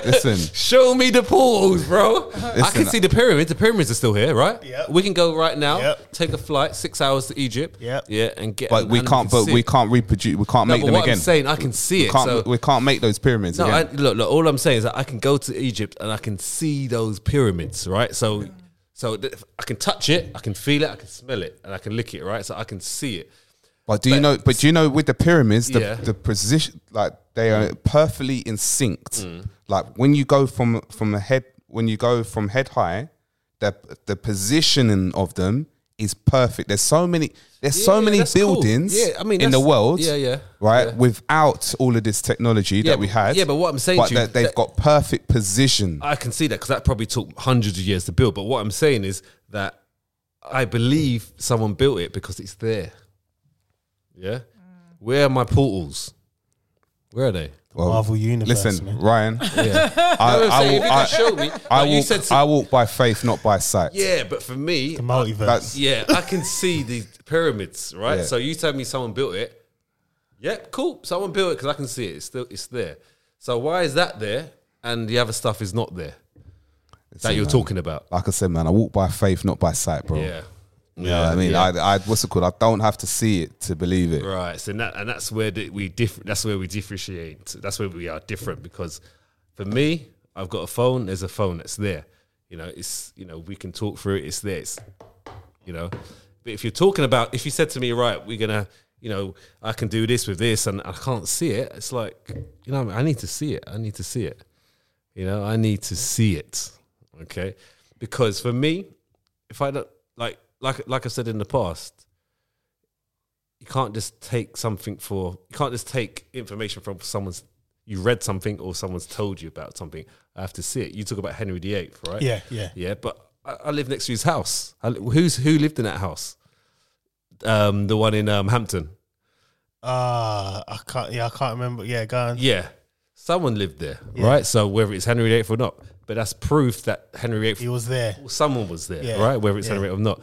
Listen,
Show me the portals, bro. I can
Listen.
see the pyramids. The pyramids are still here, right?
Yep.
We can go right now.
Yep.
Take a flight, six hours to Egypt.
Yep.
Yeah, and get.
but we
and
can't. But
see
we
it.
can't reproduce. We can't
No,
make
but
them
what
again.
I'm saying, I can see
we
it.
can't,
so
we can't make those pyramids
No, I,
again.
look, look. All I'm saying is that I can go to Egypt and I can see those pyramids, right? So, so th- I can touch it, I can feel it, I can smell it, and I can lick it, right? So I can see it.
but do you
but-
know? But do you know with the pyramids, the,
Yeah.
the position like they are perfectly in sync.
Mm.
Like when you go from from the head, when you go from head high, the the positioning of them is perfect. There's so many. There's so
Yeah,
many
that's cool.
buildings.
Yeah, I mean,
in the
that's-
world.
yeah, yeah,
Right,
yeah.
without all of this technology that
but-
we had.
yeah, but what I'm saying
but
to you,
that they've
that-
got perfect position.
I can see that because that probably took hundreds of years to build. But what I'm saying is that I believe someone built it because it's there.
Mm.
Yeah, where are my portals? Where are they?
Well,
Marvel Universe.
Listen,
eh?
man.
Ryan, I,
I'm
I,
saying,
will-
if you
I-
could show me,
I
like you
walk,
said to-
I walk by faith, not by sight.
Yeah, but for me,
the multiverse.
That's-
Yeah, I can see the pyramids, right?
Yeah.
So you tell me someone built it. Yep, cool. Someone built it because I can see it. It's still it's there. So why is that there and the other stuff is not there that you're
man.
talking about?
Like I said, man, I walk by faith, not by sight, bro.
Yeah.
You know what Oh. I mean?
yeah.
I, I, what's it called? I don't have to see it to believe it.
Right. So that, and that's where the, we differ. That's where we differentiate. That's where we are different because, for me, I've got a phone. There's a phone that's there. You know, it's you know we can talk through it. It's there. It's, you know, but if you're talking about, if you said to me, right, we're gonna, you know, I can do this with this, and I can't see it. It's like, you know, what I, mean? I need to see it. I need to see it. You know, I need to see it. Okay, because for me, if I don't like, like, like I said in the past, you can't just take something for you can't just take information from someone's you read something or someone's told you about something. I have to see it. You talk about Henry VIII, right?
Yeah, yeah.
yeah. But I, I live next to his house. I, li- who's who lived in that house? Um, the one in um, Hampton.
Ah, I can't. Yeah, I can't remember. Yeah, go on.
Yeah, someone lived there, right? So whether it's Henry VIII or not, but that's proof that Henry VIII
He was there.
Well, someone was there,
Yeah.
right? Whether it's
Yeah.
Henry VIII or not,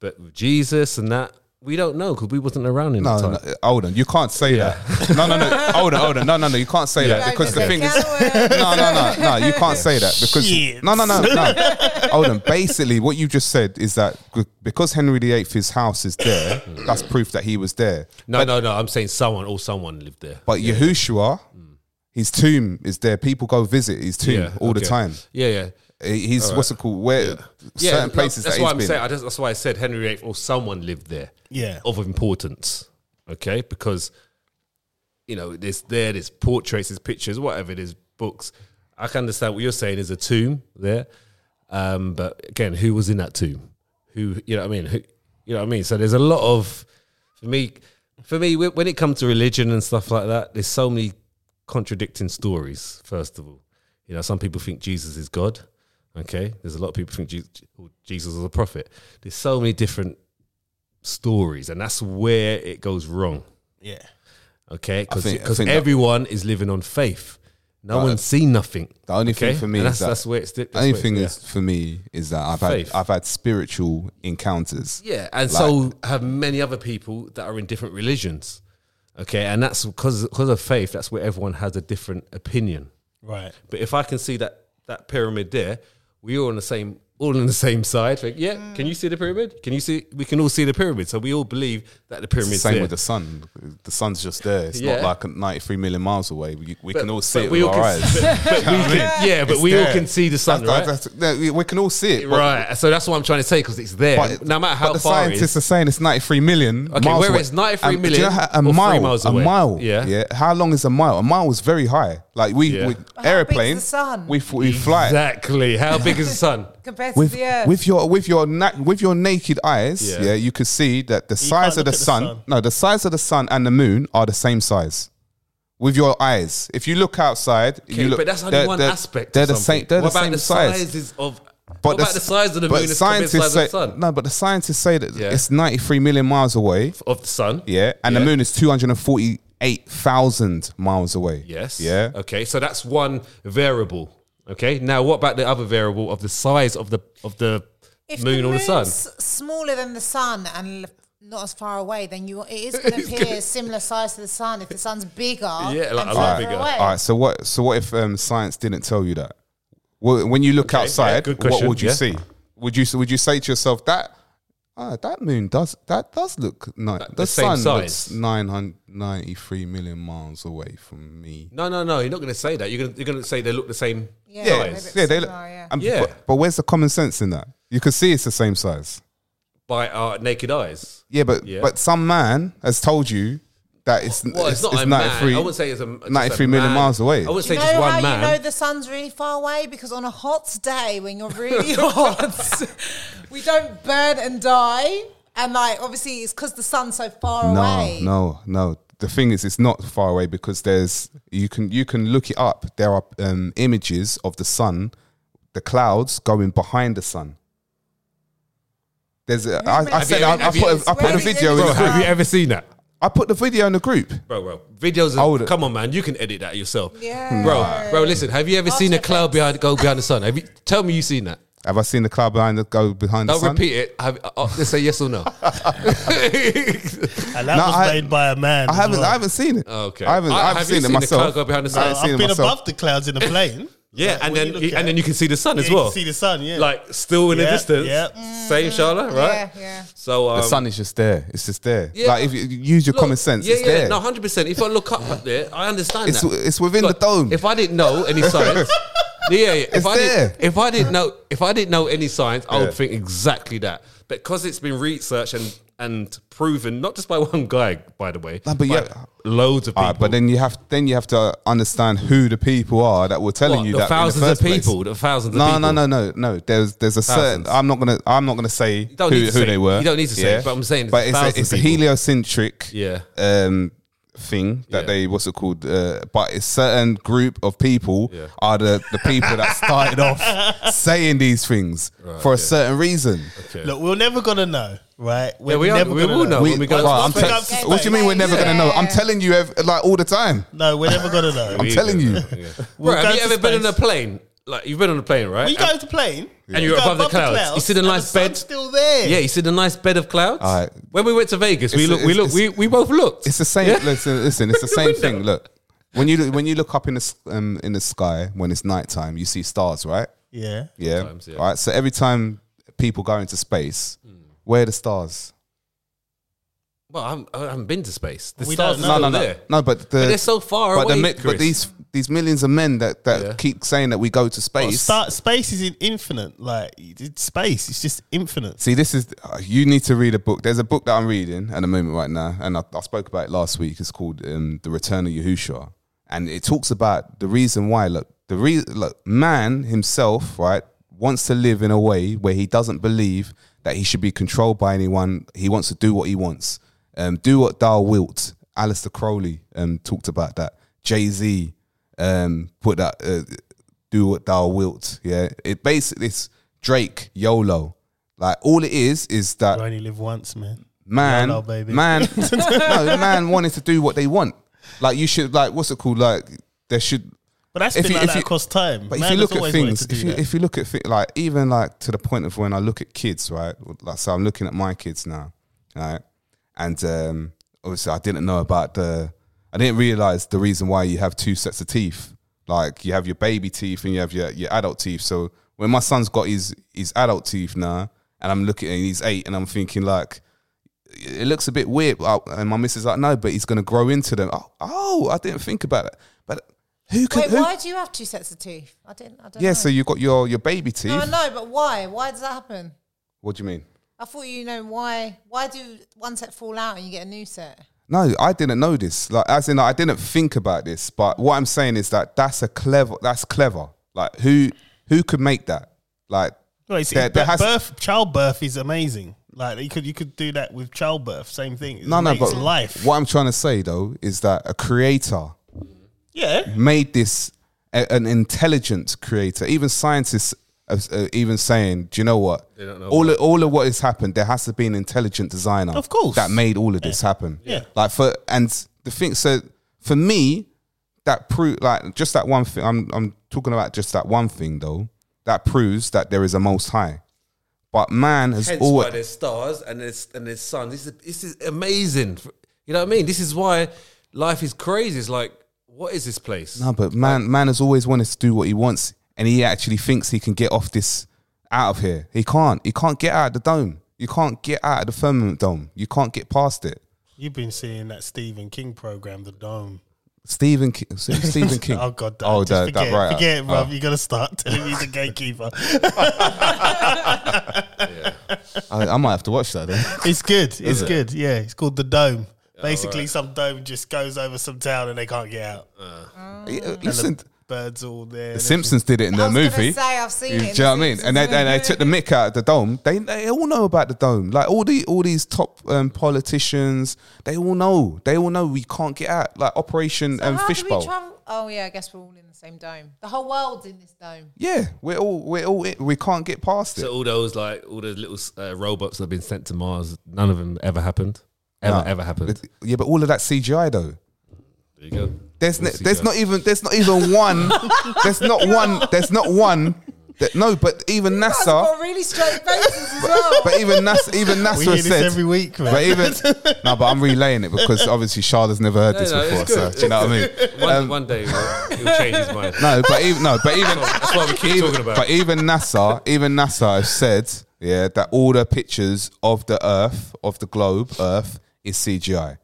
but with Jesus and that we don't know because we wasn't around in
No,
that time.
no, hold on. You can't say that. No, no, no. Hold on, hold on. No, no, no. You can't say that because the thing is, no, no, no, no. You can't say that because
Shit.
no, no, no, no. Hold on. Basically, what you just said is that g- because Henry VIII's house is there, that's proof that he was there.
No, no, no. I'm saying someone or someone lived there.
But Yahushua, his tomb is there. People go visit his tomb all the
okay.
time.
Yeah, yeah.
He's what's it called? Where
Yeah,
certain
no,
places
That's
that
why
he's
I'm
been.
saying. I just, that's why I said Henry VIII or someone lived there.
Yeah.
of importance. Okay, because you know there's there, there's portraits, there's pictures, whatever, there's books. I can understand what you're saying is a tomb there, um, but again, who was in that tomb? Who you know what I mean? Who you know what I mean? So there's a lot of for me, for me, whe- when it comes to religion and stuff like that, there's so many contradicting stories. First of all, you know, some people think Jesus is God. Okay, there's a lot of people think Jesus, Jesus is a prophet. There's so many different stories, and that's where it goes wrong.
Yeah.
Okay,
think- I
because
think that-
everyone is living on faith. No one's seen nothing.
The only thing for me
And
is
that's,
that-
that's where it's. That's
The only
where
thing
it's-
is for me is that I've
Faith.
had I've had spiritual encounters.
yeah, yeah, and so have many other people that are in different religions. Okay, and that's because because of faith. That's where everyone has a different opinion.
Right.
But if I can see that that pyramid there, we all on the same all on the same side. Like, yeah, can you see the pyramid? Can you see? We can all see the pyramid, so we all believe that the pyramid's
Same
there.
with the sun. The sun's just there. It's
Yeah.
not like 93 million miles away. We, we can all see
but
it
we
with
all
our
can-
eyes.
But we can, yeah, but
It's
we all
there.
can see the sun,
That's-
right?
that's- that's- no, we- we can all see it. but-
right. So that's what I'm trying to say because it's there.
But,
no matter how
but the
far it
scientists
is.
are saying it's 93 million.
Okay,
miles
where
away.
it's 93
And do you know
million
how-
or
a
three
mile,
miles
a
away?
mile.
Yeah.
How long is a mile? A mile is very high. Like we,
Yeah.
with
big's the
airplanes,
sun?
we f- we fly.
Exactly. How big is the sun?
compared to
with
the earth.
with your with your na- with your naked eyes,
Yeah.
yeah, you could see that the
can't
size of
look
the
at the
sun,
sun.
no, the size of the sun and the moon are the same size. With your eyes, if you look outside, you
Okay,
look.
but that's only
they're-
one
they're-
aspect. of
They're the
something.
same. They're
what
the
about
same
the
size.
sizes of?
But
what
the
about the
s-
size of the
but
moon? is compared to the
scientists
size
say
of the sun.
no, but the scientists say that
Yeah.
it's ninety-three million miles away.
Of the sun.
Yeah, and
Yeah.
the moon is two hundred and forty-eight thousand miles away.
Yes.
Yeah.
Okay. So that's one variable. Okay. Now, what about the other variable of the size of the of the
If
moon
the
or the sun?
moon's Smaller than the sun and l- not as far away, then you it is going to appear similar size to the sun. If the sun's bigger,
Yeah, like a
and
lot
further
bigger.
away.
All right. So what? So what if um, science didn't tell you that? Well, when you look
yeah,
outside,
good
what
question,
would you
yeah.
see? Would you would you say to yourself that ah, that moon does that does look nice? The,
the
sun
same
looks
size.
nine hundred ninety three million miles away from me.
No, no, no. You're not going to say that. You're going to you're going to say they look the same.
Yeah,
Yeah,
maybe
yeah,
it's
they look.
similar, yeah.
and-
Yeah.
But, but where's the common sense in that? You can see it's the same size.
by our naked eyes.
Yeah, but
Yeah.
but some man has told you that it's
Well, it's, not a man. I wouldn't say it's a just a
93 million
man.
miles away.
I wouldn't say
you know
just
how
one
you know
man.
the sun's really far away because on a hot day when you're really hot, we don't burn and die. And like obviously, it's because the sun's so far
No,
away.
no, no. The thing is, it's not far away because there's you can you can look it up. There are um, images of the sun, the clouds going behind the sun. There's a, I, I
Have
said
you-
I, I
have
put
you-
a, I put a
Where is
video in
it?
Bro,
the group.
have you ever seen that?
I put the video in the group.
Bro, bro. Videos are,
Hold it.
come on man, you can edit that yourself.
Yeah.
Bro, bro, listen, have you ever seen a
After
cloud
effects.
behind go behind the sun? Have you tell me you've seen that?
Have I seen the cloud behind the go behind
Don't
the sun?
repeat it. Have, uh, uh, just say yes or no.
And that
No,
was
I-
made by a man.
I
as
haven't.
well.
I haven't seen it.
okay.
I haven't.
Uh,
I haven't
have you
seen, it
seen the
myself.
cloud go behind the sun?
I
I've
haven't seen
I've been
it myself.
above the clouds in a plane.
yeah,
Like, when
and then
you look
you-
at
and then you can see the sun
it,
as
you
well.
can see the sun. Yeah,
Like still in the
Yeah,
distance.
yeah.
Same Sharla, right?
Mm. Yeah, yeah.
So um,
the sun is just there. It's just there.
Yeah.
Like if you you use your
Look,
common sense,
Yeah,
it's
yeah,
there.
no, hundred percent. If I look up up there, I understand
It's
that.
w- it's within the dome.
If I didn't know any science, yeah, yeah. If
It's
I
there.
Didn't, if I didn't know, if I didn't know any science, I
Yeah.
would think exactly that. But because it's been researched and and proven, not just by one guy, by the way,
No, but
by
yeah.
loads of people.
All right, Uh, but then you have then you have to understand who the people are that were telling
What,
you
the
that in the
thousands
first
of
place.
people, the thousands of
No,
people.
no, no, no, no. There's there's a certain.
Thousands.
I'm not gonna I'm not gonna say
don't
who,
need to
who
say
they
it.
were.
You don't need to say it, but I'm saying
But it's a,
thousands
it's a
of people.
heliocentric
Yeah.
um thing that
Yeah.
they what's it called? Uh, but a certain group of people
Yeah.
are the the people that started off saying these things for a certain reason.
look, we're never gonna know, right? We're
Yeah, we are-
never
we
gonna
will know.
We-
When we go
right,
to
I'm
space.
tell-
Space.
what do you mean we're never gonna know? I'm
Yeah.
telling you ev- like all the time.
No, we're never gonna know.
I'm telling you.
We'll
Bro, have
go
you
to
ever been on a
space.
plane? Like you've been on a plane, right?
When you go to the plane,
And
you
you're
go
above the clouds. You sit in a
and
nice
the sun's
bed.
Still there.
yeah, you see the nice bed of clouds.
All right.
When we went to Vegas, we
It's-
look, we
it's-
look, we, we both looked.
It's the same.
Yeah?
Listen, listen. It's the
The
same
window.
thing. Look, when you look- when you look up in the s- um, in the sky when it's nighttime, you see stars, right?
yeah.
Yeah.
Sometimes, yeah. Hmm.
Right. So every time people go into space, where are the stars?
Well, I'm, I haven't been to space. The
We
stars
don't
are
know.
still
no, no,
there.
no. But, the,
they're so far
but
away,
mi- but
Chris.
these these millions of men that that
Yeah. Oh,
keep saying that we go to
Well,
space.
sta- space is in infinite. Like it's space, it's just infinite.
See, this is uh, you need to read a book. There's a book that I'm reading at the moment right now, and I, I spoke about it last week. It's called um, "The Return of Yahushua," and it talks about the reason why. Look, the re- look, man himself, right, wants to live in a way where he doesn't believe that he should be controlled by anyone. He wants to do what he wants. Um, do what thou wilt. Alistair Crowley um, talked about that. Jay Z um, put that. Uh, do what thou wilt. Yeah, it basically it's Drake YOLO. Like all it is is that
You only live once, man.
man,
YOLO, baby.
man, no man wanted to do what they want. Like you should like what's it called? Like there should.
But that's
If
been
you-
like
if
that
you-
across time.
But if
Man
you
has
look at
always wanted
things,
to do
if you
that.
if you look at thi- like even like to the point of when I look at kids, right? Like so, I'm looking at my kids now, right? And um, obviously, I didn't know about the. I didn't realize the reason why you have two sets of teeth. Like you have your baby teeth and you have your, your adult teeth. So when my son's got his his adult teeth now, and I'm looking at him, he's eight, and I'm thinking like, it looks a bit weird. Uh, And my missus is like, no, but he's going to grow into them. Oh, oh, I didn't think about it. But who could?
Wait,
who,
why do you have two sets of teeth? I didn't. I don't
yeah,
know.
so you got your your baby teeth.
no, I know, but why? Why does that happen?
What do you mean?
I thought you know why. Why do one set fall out and you get a new set?
No, I didn't know this. Like, as in, like, I didn't think about this. But what I'm saying is that that's a clever. That's clever. Like, who who could make that? Like,
No, it's,
there-
it's-
there has-
that birth, childbirth is amazing. Like you could you could do that with childbirth, same thing. It
no, no.
makes
But
life.
What I'm trying to say though is that a creator
Yeah,
made this a, an intelligent creator. Even scientists are, are even saying, "Do you know what?
don't know
all of, all of what has happened, there has to be an intelligent designer,
Of course.
that made all of this happen.
Yeah.
like for and the thing. So for me, that prove like just that one thing. I'm I'm talking about just that one thing though. That proves that there is a Most High. But man has
Hence why
always
there's stars and there's and there's sun. This is this is amazing. You know what I mean? This is why life is crazy. It's like, what is this place?
No, but man, man has always wanted to do what he wants, and he actually thinks he can get off this out of here. He can't. He can't get out of the dome. You can't get out of the firmament dome. You can't get past it.
You've been seeing that Stephen King program, The Dome.
Stephen King. Stephen
Hmm.
King.
Oh God!
Oh,
Oh, just
that- that
forget, it,
writer.
forget, it, bruv.
Oh.
You gotta start telling me he's a gatekeeper.
Uh, I, I might have to watch that then.
it's good. It's good. Yeah, it's called the Dome. Basically, some dome just goes over some town and they can't get out.
Yeah, Listen,
Birds all there.
The Simpsons did it in
I
their
was gonna
movie.
say, I've seen
you
it in
Do you know
The
what I mean? And they,
Simpsons.
they, they took the mick out of the dome. They, they all know about the dome. Like all the all these top um, politicians, they all know. They all know we can't get out. Like Operation
So
um,
how do we
Fishbowl.
travel- Oh yeah, I guess we're all in the same dome. The whole world's in this dome.
yeah, we're all we're all we can't get past it.
So all those like all those little uh, robots that have been sent to Mars, none of them ever happened. Ever,
No.
ever happened.
But- yeah, but all of that CGI though.
There you go.
There's n
We'll see
there's
that.
not even there's not even one. there's not one. There's not one. That, no, but even
That's
NASA.
got really straight faces as well.
But even NASA, even NASA
We hear
has
this
said
every week, man.
But even no, but I'm relaying it because obviously Shada's never heard this
no, it's
before. So
good.
do you know what I mean?
One,
Um,
one day he'll, he'll change his mind.
no, but even no, but even
That's what we keep talking about.
but even NASA, even NASA has said, yeah, that all the pictures of the Earth, of the globe, Earth is CGI.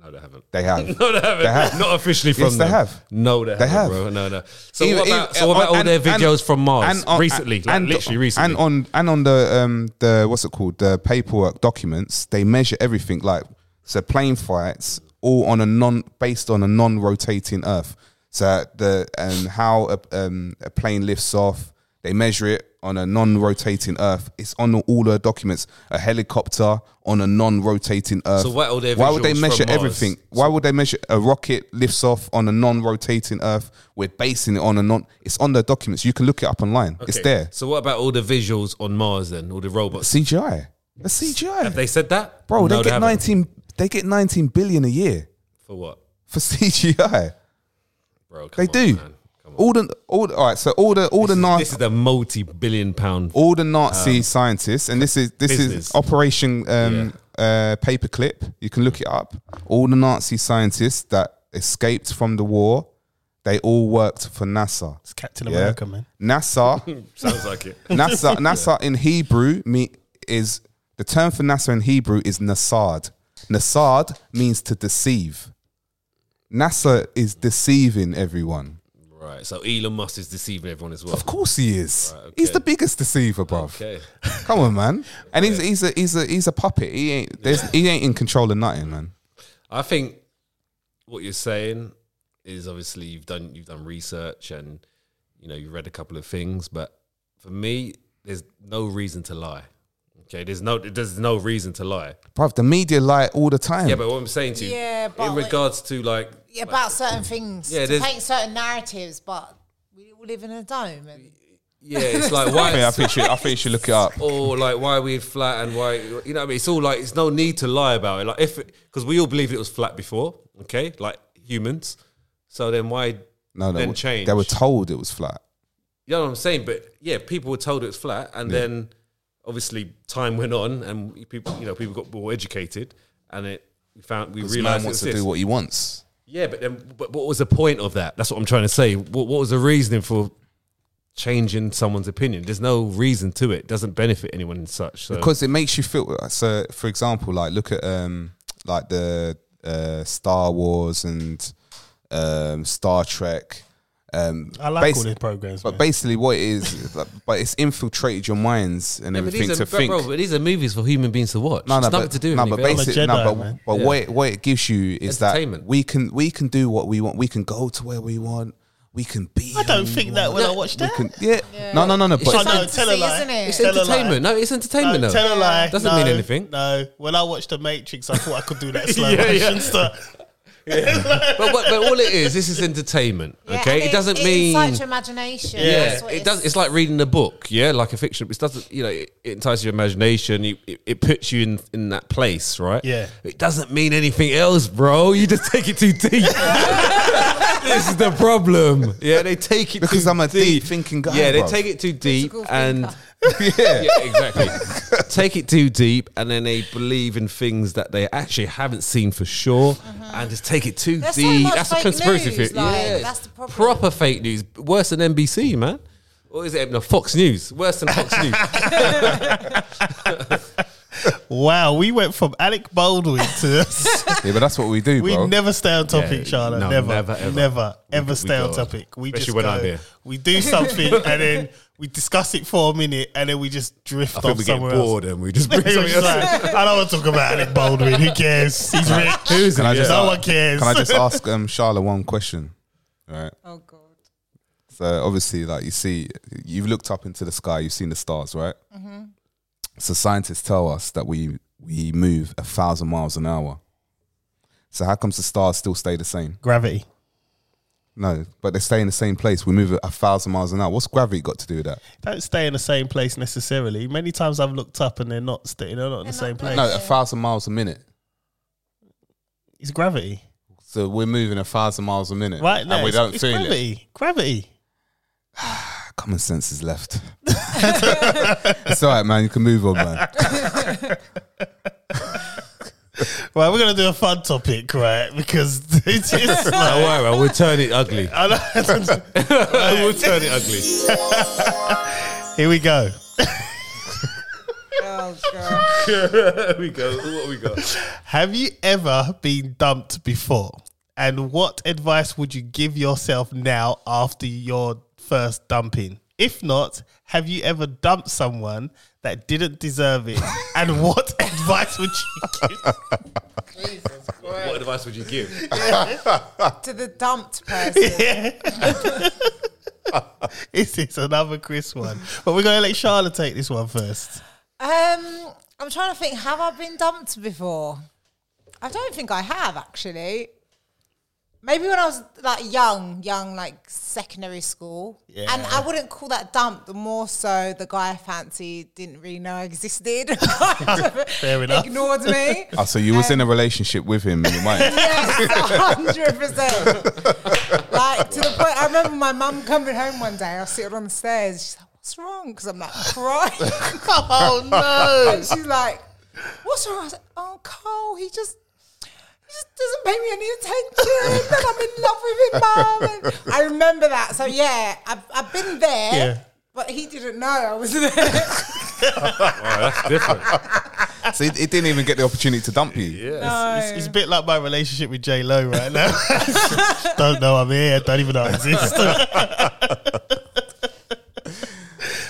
no, they haven't.
They have.
No, they haven't.
They have.
Not officially from
Yes, they
them.
have.
No, they,
They
haven't,
have.
bro. No, no. So
Even-
what about,
even-
so what about all
oh, and-
their
and-
videos from Mars
and on-
recently? Like, literally recently.
And on and on the um the what's it called the paperwork documents they measure everything like so plane flights all on a non based on a non rotating Earth. So the um how a, um a plane lifts off they measure it on a non rotating Earth. It's on all the documents. A helicopter on a non rotating Earth.
So what are their
why would they
visuals from
measure
Mars?
everything? Why would they measure a rocket lifts off on a non-rotating Earth? We're basing it on a non. It's on the documents. You can look it up online. It's
Okay.
there.
So what about all the visuals on Mars then? All the robots?
CGI. That's CGI,
Have they said that?
bro.
No,
they get
haven't.
nineteen. They get nineteen billion a year
For what?
for CGI.
Bro, come
They
on,
do.
man. Come on.
All the all. the- All right. So all the all the
This
Nazi
is a multi billion pound.
all the Nazi scientists, and this is this
business.
is Operation um, uh, Paperclip. You can look it up. All the Nazi scientists that escaped from the war, they all worked for NASA.
it's Captain America, man.
NASA,
Sounds like it.
NASA, NASA in Hebrew me, is the term for NASA in Hebrew is nasad. Nasad means to deceive. NASA is deceiving everyone.
Right. So Elon Musk is deceiving everyone as well.
Of course he is. He's
okay.
the biggest deceiver, bruv.
Okay.
Come on, man. And he's he's a he's a he's a puppet. He ain't there's, he ain't in control of nothing, man.
I think what you're saying is obviously you've done you've done research and you know you read a couple of things, but for me, there's no reason to lie. Okay, there's no there's no reason to lie.
Bruv, the media lie all the time.
Yeah, but what I'm saying to you,
Yeah, but
in
like-
regards to like,
Yeah, about certain things.
Yeah,
Yeah, to
there's-
paint certain narratives, but we all live in a dome. And
yeah, it's like why
I think you, I think you should look it up.
or like why are we flat and why you know what I mean it's all like it's no need to lie about it like if because we all believed it was flat before okay like humans so then why
No, no,
then change
they were told it was flat.
you know what I'm saying but yeah people were told it was flat and then obviously time went on and people you know people got more educated and it we found we
This man
realized it
wants
was
to
this.
do what he wants.
yeah but then but what was the point of that that's what I'm trying to say what, what was the reasoning for changing someone's opinion there's no reason to it doesn't benefit anyone and such so
because it makes you feel so for example like look at um like the uh star wars and um star trek um
I like
basi-
all these programs,
but
man.
basically what it is like, but it's infiltrated your minds and
Yeah, but
everything
these
to
are, bro,
think
bro, but these are movies for human beings to watch. No, it's nothing
but,
to do with
no, but
anything else.
basic-
I'm a
no,
Jedi,
but,
man.
but what, it, what it gives you is that
Entertainment.
we can we can do what we want. We can go to where we want. We can be.
I don't
who we
think that
want.
when
No,
I watch
We
that.
can, yeah. No, no, no, no. But
I know,
Fantasy,
tell a lie.
isn't it?
It's
Tell a lie.
entertainment. No, it's
No,
entertainment though.
tell a lie.
Doesn't
No,
mean anything.
No. When I watched The Matrix, I thought I could do that slow
Yeah,
motion
yeah.
stuff.
but, but, but all it is, this is entertainment.
Yeah,
okay,
and
it, doesn't
it
mean.
Incites your imagination.
yeah,
That's what
it does. It's like reading a book. Yeah, like a fiction. It doesn't. You know, it, it entices your imagination. You, it, it puts you in in that place, right?
Yeah.
It doesn't mean anything else, bro. You just take it too deep. this is the problem. Yeah, they take it
Because
too
I'm a
deep
deep thinking guy,
Yeah, they
bro.
take it too deep,
Critical
and
thinker.
yeah.
Yeah, exactly. Take it too deep, and then they believe in things that they actually haven't seen for sure, and just take it too
There's so
deep.
much
that's a
fake
conspiracy
news,
theory.
like, that's the problem.
Proper fake news, worse than NBC, man. Or is it no, Fox News? Worse than Fox News.
Wow, we went from Alec Baldwin to
Yeah, but that's what we do,
we
bro.
never stay on topic,
Yeah,
Charlotte.
no,
never,
never,
never,
ever.
ever,
We-
ever
we
stay on
go-
topic. We
especially
just
when
go,
I'm here.
we do something, and then we discuss it for a minute, and then we just drift
I
off
think we get
somewhere else.
bored and we just bring
We're
something
just
else.
like, I don't want to talk about Alec Baldwin. Who cares? He's rich.
Who's
Can I just
No
ask-
one cares.
Can I just ask um, Charlotte one question? Right.
Oh god.
So obviously, like you see, you've looked up into the sky, you've seen the stars, right?
Mm-hmm.
So scientists tell us that we we move a thousand miles an hour. So how comes the stars still stay the same?
Gravity.
No, but they stay in the same place. We move a thousand miles an hour. What's gravity got to do with that?
Don't stay in the same place necessarily. Many times I've looked up and they're not staying. They're not in the
They're
same
not
place.
No, a thousand miles a minute.
It's gravity,
So we're moving a thousand miles a minute,
right? No,
and we
it's,
don't
it's
feel it.
gravity. Gravity.
Common sense is left. it's all right, man. You can move on, man.
Right, we're gonna do a fun topic, right? Because it's just like.
Don't worry, we'll turn it ugly.
I know.
we'll turn it ugly.
Here we go.
Oh god.
we go. What we got?
Have you ever been dumped before? And what advice would you give yourself now after your first dumping? If not, have you ever dumped someone that didn't deserve it? And what advice would you give?
Jesus
What
Christ.
advice would you give?
to the dumped person.
This is another Chris one. But we're going to let Charlotte take this one first.
Um, I'm trying to think. Have I been dumped before? I don't think I have actually. Maybe when I was like young, young like secondary school, and I wouldn't call that dump. The more so, the guy I fancied didn't really know I existed. Fair
enough.
Ignored me.
Oh, so you was in a relationship with him, and you might.
hundred percent. Like to the point, I remember my mum coming home one day. I was sitting on the stairs. She's like, "What's wrong?" Because I'm like crying.
Oh, no.
And she's like, "What's wrong?" I was like, "Oh, Cole, he just." he just Doesn't pay me any attention. Then I'm in love with him, mum. And I remember that. So yeah, I've, I've been there,
Yeah.
but he didn't know I was there.
Different.
so it, it didn't even get the opportunity to dump you.
It's, it's a bit like my relationship with J Lo right now. don't know I'm here. Don't even know I exist.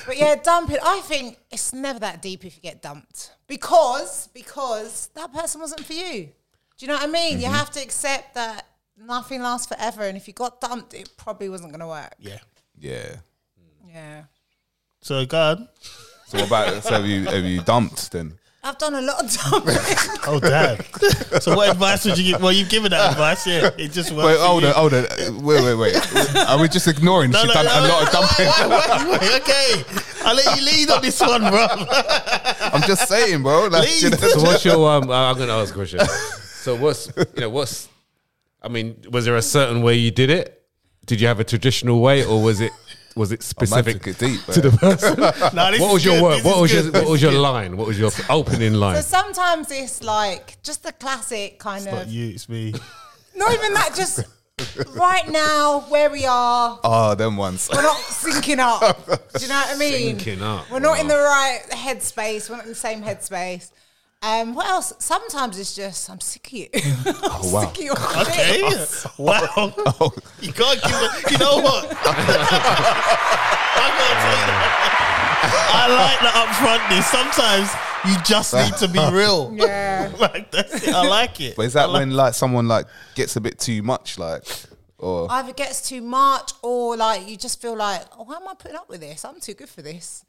But yeah, dumping. I think it's never that deep if you get dumped because because that person wasn't for you. Do you know what I mean?
Mm-hmm.
You have to accept that nothing lasts forever, and if you got dumped, it probably wasn't going to work.
yeah.
Yeah.
Yeah,
So go on.
So what about so have you have you dumped then?
I've done a lot of dumping.
Oh damn. so what advice would you give? Well, you've given that advice. Yeah, it just works.
Wait,
for
hold
you.
on, hold on. Uh, Wait, wait, wait. Are we just ignoring? She's done a lot of dumping.
Wait, wait, wait, okay, I'll let you lead on this one, bro.
I'm just saying, bro. Like,
Leave.
you know,
So what's your? Um, I- I'm going to ask a question. So what's you know what's? I mean, was there a certain way you did it? Did you have a traditional way, or was it was it
man
specific
took it deep.
to the
man.
person?
Nah, this
what
is
was your
good,
word?
this
What
is
was your
good,
what
this
was
is
your
good.
line? What was your opening line?
so sometimes it's like just the classic kind
Not
of.
you, it's me.
Not even that. Just right now, where we are,
Oh, them ones.
we're not syncing up. Do you know what I mean?
Syncing up,
We're not in
wow.
the right headspace. We're not in the same headspace. Um, what else? Sometimes it's just I'm sick of you. I'm
Oh, wow.
sick of your
Okay, Oh.
shit.
wow. You can't give. it- You know what? I gotta tell you. I like the upfrontness. Sometimes you just need to be real.
Yeah.
like that's it. I like it.
But is that when like someone like gets a bit too much, like, or
Either it gets too much or like you just feel like, oh, why am I putting up with this? I'm too good for this.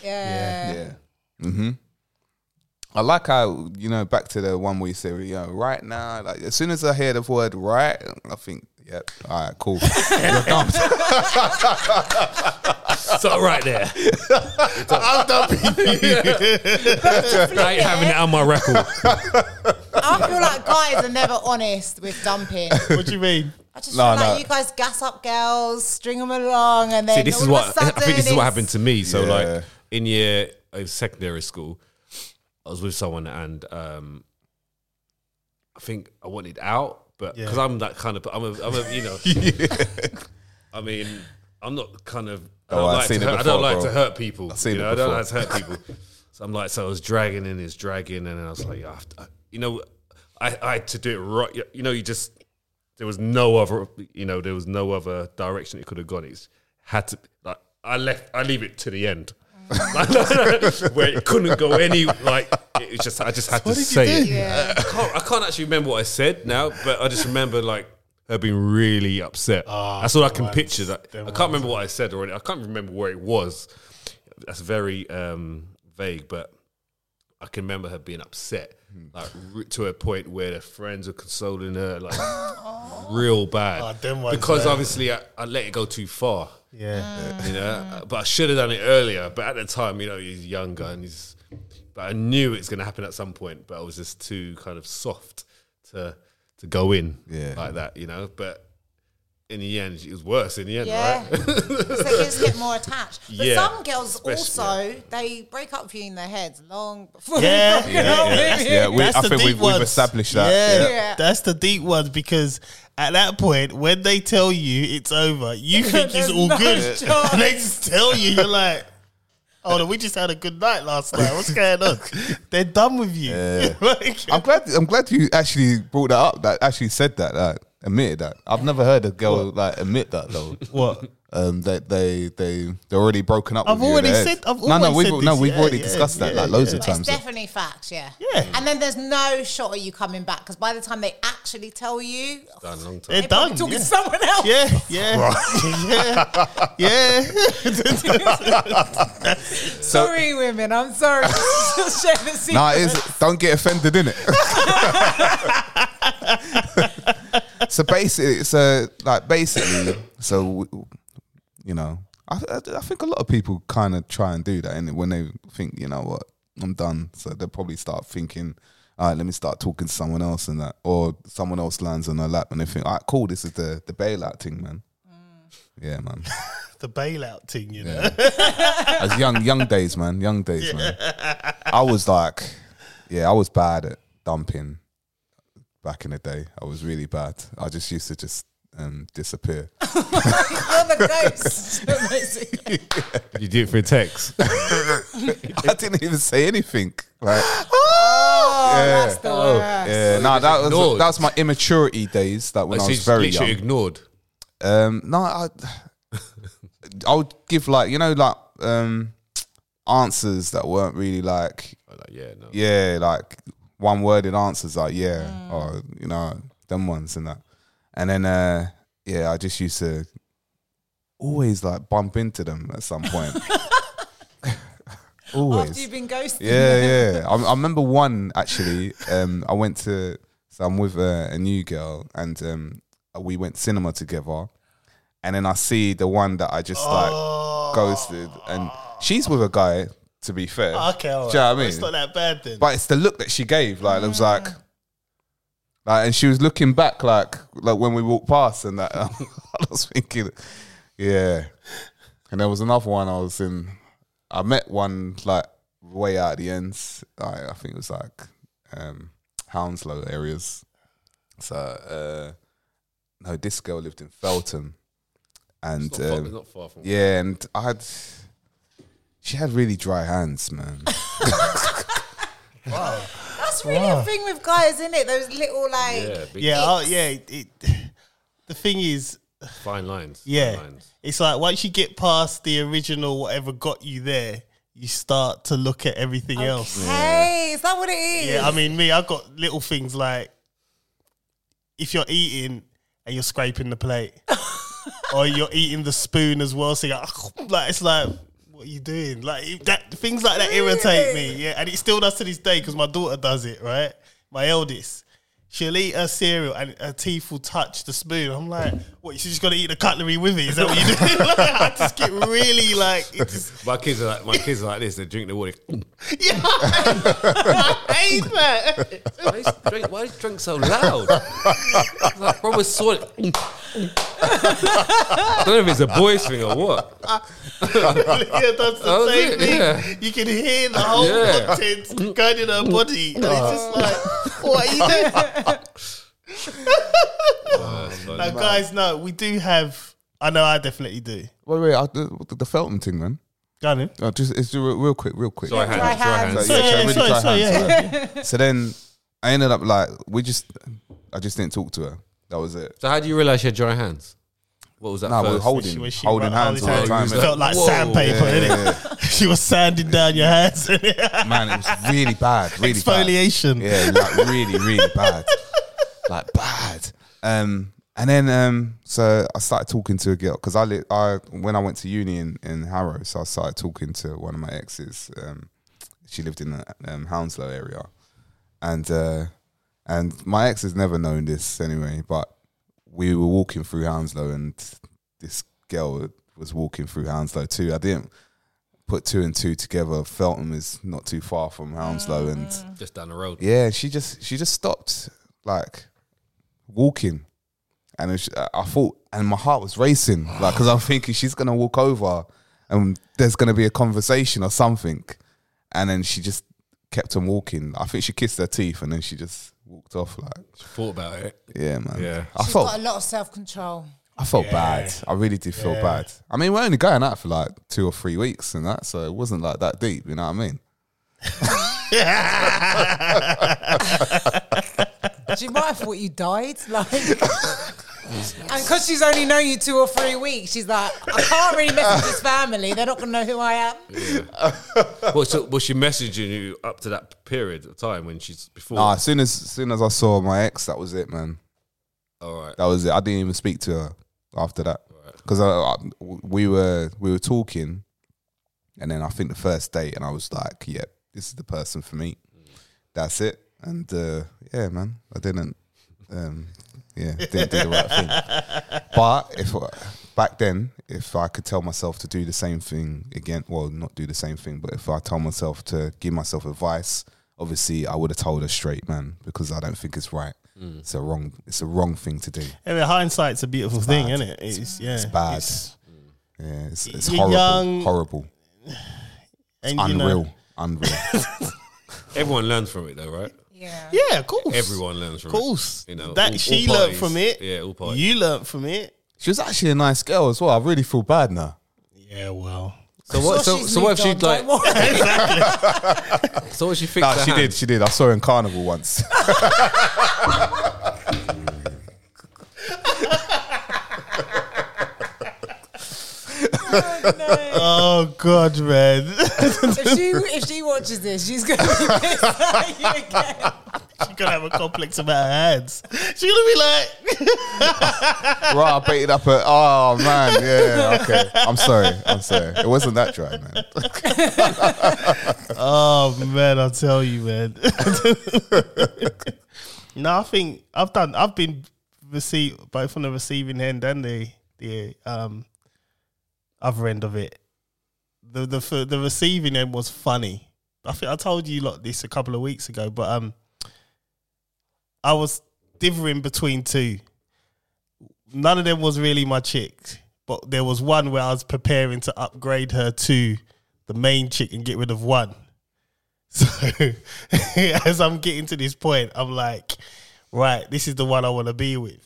Yeah.
yeah. Mm-hmm. I like how you know back to the one where you say, you know, right now. Like as soon as I hear the word right, I think, yep, all right, cool. You're dumped.
Stop right there.
I'm
I ain't having it on my record.
I feel like guys are never honest with dumping. I
What do you mean?
just
No,
feel like
no.
you guys gas up girls, string them along, and then
See, this
all
is what
of a
I think. This is
sudden
what
it's-
happened to me. So
Yeah.
like, in year of secondary school, I was with someone and um, I think I wanted out, but
Yeah.
because I'm that kind of, I'm a, I'm a you know, I mean, I'm not kind of, I
Oh,
don't,
I've
like, to
seen it
hurt, I don't
before,
like
bro.
to hurt people.
seen
you
it
know, I don't
before.
like to hurt people. so I'm like, so I was dragging and it's dragging, and I was like, I have to- you know, I, I had to do it right. You- You know, you just there was no other you know there was no other direction it could have gone it's had to like i left i leave it to the end where it couldn't go any like it was just i just had to
did you
say it
do?
Yeah.
I, can't, I can't actually remember what i said now but i just remember like her being really upset
Ah,
that's all i can
ones.
picture that i
Them
can't remember what i said already i can't remember where it was that's very um vague but I can remember her being upset,
Hmm.
like re- to a point where her friends were consoling her, like real bad.
Oh, them ones,
because
man.
obviously I, I let it go too far,
Yeah.
you know. But I should have done it earlier. But at the time, you know, he's younger and he's. But I knew it's going to happen at some point. But I was just too kind of soft to to go in
Yeah.
like that, you know. But in the end, it was worse. In the end,
Yeah.
right?
so girls get more attached. But
Yeah.
some girls
Especially.
also they break up with you in their heads long before.
Yeah.
you
Yeah,
know what I
yeah,
mean?
yeah, we-
That's
I
the
think
deep
we've, we've
ones.
established that.
Yeah.
Yeah.
Yeah.
that's the deep ones because at that point, when they tell you it's over, you think it's
There's
all
no
good.
chance.
And they just tell you, you're like, "Oh, no, we just had a good night last night. What's going on?" They're done with you. Like-
I'm glad. I'm glad you actually brought that up. That actually said that. That admitted that. I've never heard a girl like admit that though.
what?
Um, that they they they're already broken up.
I've
with you in
already
the head.
said- I've
no, no,
always
we've
said
no,
this.
we've
Yeah,
already
yeah,
discussed that
yeah,
like loads
yeah.
of
But it's
times.
definitely facts, yeah.
Yeah.
And then there's no shot of you coming back because by the time they actually tell you,
Done long time.
They're
they're
done.
probably talking
yeah.
to someone else.
Yeah, yeah, yeah, yeah.
Sorry, women. I'm sorry. Just share the secret.
No, it is. Don't get offended in it. so basically, so like basically, so w- you know, I, I, I think a lot of people kind of try and do that, and when they think, you know what, I'm done, so they'll probably start thinking. All right, let me start talking to someone else and that, or someone else lands on their lap and they think, all right, cool, this is the, the bailout thing, man. Yeah, man.
the bailout thing, you know.
As young young days, man. Young days, man. I was like, yeah, I was bad at dumping back in the day. I was really bad. I just used to just um, disappear.
You're the ghost.
You do it for a text.
I didn't even say anything. Like,
oh, that's the
Oh,
worst.
yeah, no, that was
ignored.
that was my immaturity days. That when
Like,
I
so you
was
just
very
literally
young.
ignored.
Um, no, I I would give like you know like um answers that weren't really like
I was Like, yeah, no.
yeah, like one worded answers like yeah,
Mm.
or you know, them ones and that. And then uh yeah, I just used to always like bump into them at some point.
After
always.
you've been ghosted.
Yeah, yeah. I, I remember one actually. Um, I went to so I'm with a, a new girl and um, we went cinema together, and then I see the one that I just
Oh,
like ghosted, and she's with a guy. To be fair,
Okay, all right.
Do you know what I mean?
it's not that bad then.
But it's the look that she gave. Like it was like, like, and she was looking back, like, like when we walked past, and that I was thinking, yeah. And there was another one I was in. I met one like way out at the ends. Like, I think it was like um, Hounslow areas. So uh, no, this girl lived in Felton, and
It's not, far,
um,
it's not far from.
yeah, and I had. She had really dry hands, man.
That's really a thing with guys, isn't it? Those little like.
Yeah, big
yeah, oh, yeah. It, it- the thing is,
fine lines. fine
yeah,
lines.
it's like once you get past the original whatever got you there, you start to look at everything else.
Hey, is that what it is?
Yeah, I mean, me, I've got little things like if you're eating and you're scraping the plate, or you're eating the spoon as well, so you're like, like it's like. What are you doing? Like it- that, things like that irritate me. Yeah, and it still does to this day because my daughter does it. Right, my eldest, she'll eat her cereal and her teeth will touch the spoon. I'm like, what? She's just gonna eat the cutlery with it? Is that what you do? like, I just get really like, it just,
My kids are like my kids are like this. They drink the water.
yeah, I hate that.
why, is drink, why is drink so loud? It's like, bro, we saw it. I don't know if it's a boys thing or what.
yeah, that's the
was
same
it,
thing.
yeah.
You can hear the whole
Yeah.
contents going in her body, and it's just like, what are you doing? now, guys, no, we do have. I know, I definitely do.
Wait, wait, I, the, the Felton thing, man.
Go on. then.
Uh, just it's just real, real quick, real quick.
Dry hands,
Dry
dry
hands.
hands.
So,
Sorry,
yeah, so I
yeah,
really
sorry,
try
sorry,
hands, So then I ended up like we just I just didn't talk to her. That was it.
So how do you realize you had dry hands? What was that?
No, we were
first?
holding,
She was- she
holding
was-
hands all
Oh,
the
you
time.
was
innit?
Felt like
Whoa.
sandpaper, innit? She was sanding down your hands.
Man, it was really bad, really
Exfoliation.
bad. Yeah, like really, really bad, like bad. Um, and then um, so I started talking to a girl because I li- I when I went to uni in, in Harrow, so I started talking to one of my exes. Um, she lived in the um, Hounslow area, and uh, and my ex has never known this anyway. But we were walking through Hounslow, and this girl was walking through Hounslow too. I didn't put two and two together. Feltham is not too far from Hounslow, and
Just down the road.
yeah, she just she just stopped like walking, and it was, I thought, and my heart was racing, like because I'm thinking she's gonna walk over, and there's gonna be a conversation or something, and then she just kept on walking. I think she kissed her teeth, and then she just walked off. Like,
Thought about it.
yeah, man.
Yeah.
I
She's
felt
got a lot of self control.
I felt bad. I really did feel bad. I mean, we're only going out for like two or three weeks and that, so it wasn't like that deep. You know what I mean?
Do you might have thought you died, like. And because she's only known you two or three weeks, she's like, I can't really message this family. They're not going to know who I am.
Well, so, was she messaging you up to that period of time when she's before?
Nah, as soon as, as soon as I saw my ex, that was it, man.
All right.
That was it. I didn't even speak to her after that because we were we were talking, and then I think the first date, and I was like, "Yeah, this is the person for me." That's it. And uh, yeah, man, I didn't. Um, yeah, didn't do the right thing. But if back then, if I could tell myself to do the same thing again, well, not do the same thing, but if I told myself to give myself advice, obviously I would have told her straight, man, because I don't think it's right. It's a wrong. It's a wrong thing to do.
I mean, hindsight's a beautiful thing, isn't it? It's, yeah,
It's bad. yeah, it's, it's
You're
horrible.
young,
horrible.
and, you know-
Unreal. Unreal.
Everyone learns from it, though, right?
Yeah.
yeah, of course.
Everyone learns from
Of course.
it. You know,
that
all- all
she learnt
parties.
from it.
Yeah, all parties.
You learnt from it.
she was actually a nice girl as well. I really feel bad now.
Yeah, well.
so what? So, so what if she like? So what if she fixed?
Nah,
her
she
hand?
did. She did. I saw her in carnival once.
Oh God, man.
if, she, if she watches this, she's going to be pissed at you again.
She's gonna have a complex about her hands. She's gonna be like,
right, I baited up a. Oh man, yeah. Okay, I'm sorry. I'm sorry. It wasn't that dry, man.
"Oh man, I'll tell you, man." no, I think I've done. I've been receive both on the receiving end and the the um other end of it. The the f- the receiving end was funny. I think I told you lot this a couple of weeks ago, but um, I was dithering between two. None of them was really my chick, but there was one where I was preparing to upgrade her to the main chick and get rid of one. So as I'm getting to this point, I'm like, right, this is the one I want to be with.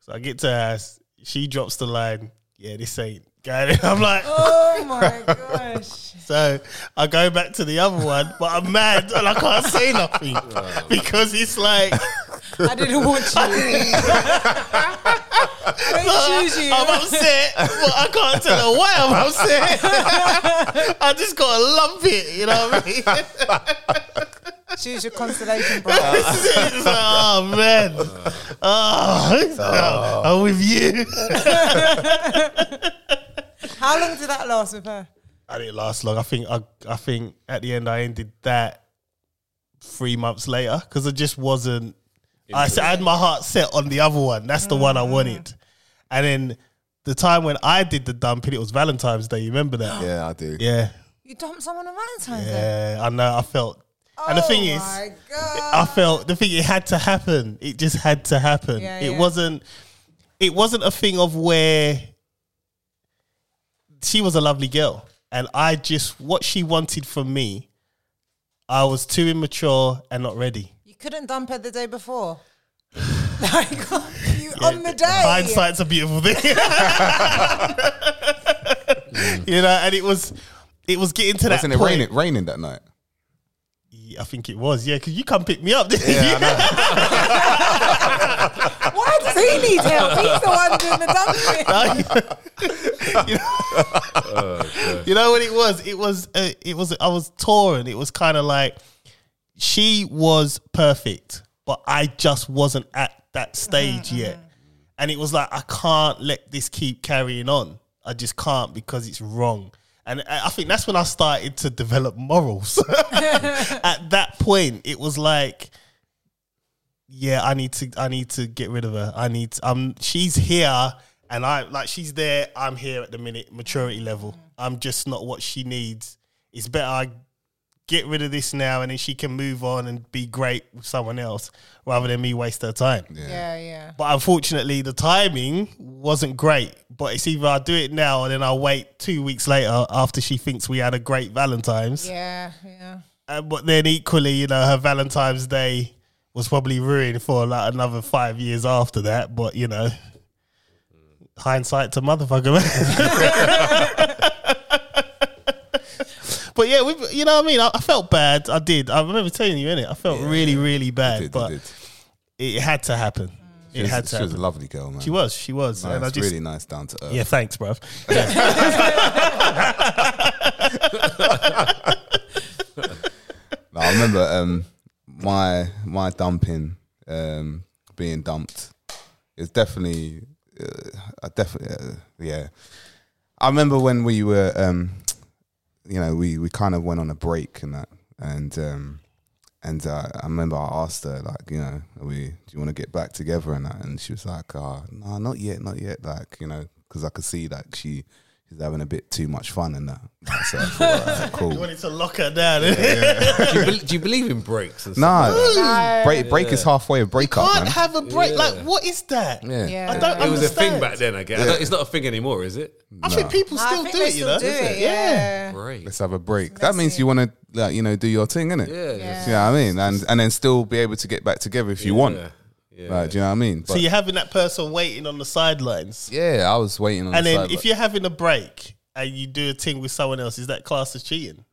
So I get to her house, she drops the line, yeah, this ain't. Got it. I'm like,
Oh my gosh.
so I go back to the other one, but I'm mad and I can't say nothing because it's like
I didn't want you. I didn't choose you.
I'm upset, but I can't tell her why I'm upset. I just gotta lump it, you know what I mean?
Choose your constellation, bro.
It's like, oh man, oh, it's like, I'm with you.
How long did that last with her?
I didn't last long. I think I, I think at the end I ended that three months later because I just wasn't. I, s- I had my heart set on the other one. That's the one I wanted. And then the time when I did the dumping, it was Valentine's Day. You remember that?
Yeah, I do.
Yeah.
You dumped someone on Valentine's Day.
Yeah. I know. I felt. and the thing is,
Oh my God.
I felt the thing. It had to happen. It just had to happen.
Yeah,
it
yeah.
wasn't. it wasn't a thing of where she was a lovely girl, and I just what she wanted from me, I was too immature and not ready.
You couldn't dump her the day before. like you on the day.
Hindsight's a beautiful thing. You know, and it was, it was getting to
Wasn't
that
it
point.
raining, raining that night?
I think it was, yeah, because you come pick me up. didn't you?
Why does he need help? He's the one doing the dumping.
you, know, You know what it was? It was uh, it was I was torn. It was kind of like she was perfect, but I just wasn't at that stage yet. And it was like I can't let this keep carrying on. I just can't because it's wrong. And uh, I I think that's when I started to develop morals. at that point, it was like yeah, I need to I need to get rid of her. I need to, um she's here and I like she's there, I'm here at the minute, maturity level. I'm just not what she needs. It's better I get rid of this now and then she can move on and be great with someone else rather than me waste her time.
Yeah, yeah.
But unfortunately the timing wasn't great. But it's either I do it now and then I wait two weeks later after she thinks we had a great Valentine's.
Yeah, yeah.
Uh, but then equally, you know, her Valentine's Day was probably ruined for like another five years after that. But you know, hindsight to motherfucker. man. but yeah, we, you know what I mean. I, I felt bad. I did. I remember telling you in it. I felt really, really bad.
Did, did,
but
did. Mm.
it had to happen. It
She
had
was,
to
she was a
happen.
lovely girl, man.
She was. She was.
Nice,
and I just
really nice, down to earth.
yeah, thanks, bruv.
No, I remember um, my my dumping, um, being dumped. It's definitely, uh, I definitely, uh, yeah. I remember when we were, um, you know, we we kind of went on a break and that, and um, and uh, I remember I asked her like, you know, are we do you want to get back together and that, and she was like, oh, no, not yet, not yet, like you know, because I could see like she. She's having a bit too much fun and that. So I thought, alright, cool.
Wanted to lock her down. innit?
do, you, bel- do you believe in breaks? And stuff?
Nah, break break is halfway a breakup,
Can't
man.
have a break. Like, what is that?
yeah.
Yeah.
I don't
It was a
understand.
thing back then, I guess. I don't- it's not a thing anymore, is it?
I think people
No, I
still
think
do
they
it. You
still
know,
do it, yeah.
Great.
Let's have a break. That means you want to, like, you know, do your thing, innit?
Yeah.
Yeah.
You know what I mean? And and then still be able to get back together if you want.
Yeah. Yeah.
Like, do you know what I mean?
So
But-
you're having that person waiting on the sidelines,
yeah, I was waiting on.
and
the
then
side,
if
but-
you're having a break and you do a thing with someone else, is that classed as cheating?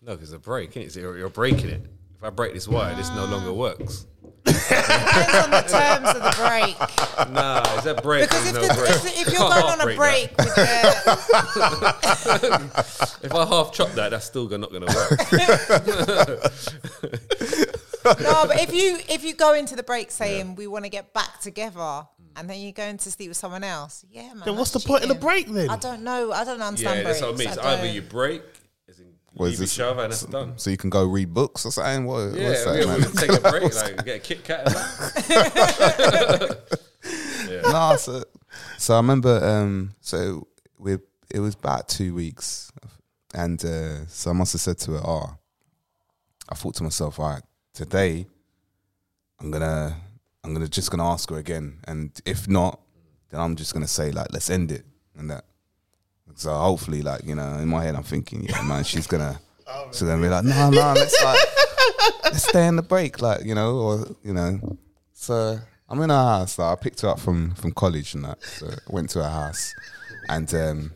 No, because a break, innit? So You're, you're breaking it. If I break this wire, this no longer works.
Depends on the terms of the break.
Nah, it's a break.
Because if,
there's
the,
no break.
if, if
Can't
you're going
half
on a
that.
break, with the,
If I half chop that, that's still not going to work.
no, but if you if you go into the break saying we want to get back together, and then you're going to sleep with someone else, yeah, man.
Then what's
Oh, that's
the point of the
cheating.
break then?
I don't know. I don't understand.
yeah, that's what I mean.
breaks.
It's
I
either
don't-
you break, as in
What is
leave
this?
each other, and that's done.
so you can go read books or something. What,
Yeah,
what's that,
we, we
man?
can take a break, like get a Kit Kat. and that.
nah, so, so I remember. Um, so we it was about two weeks, and uh, so I must have said to her, "Oh, I thought to myself, all right, today I'm gonna I'm gonna just gonna ask her again, and if not, then I'm just gonna say like, let's end it and that." So hopefully, like you know, in my head, I'm thinking, yeah, man, she's gonna, she's gonna be like, no, no, let's like, let's stay in the break, like you know, or you know. So I'm in her house. Like, I picked her up from from college and that. So I went to her house, and um,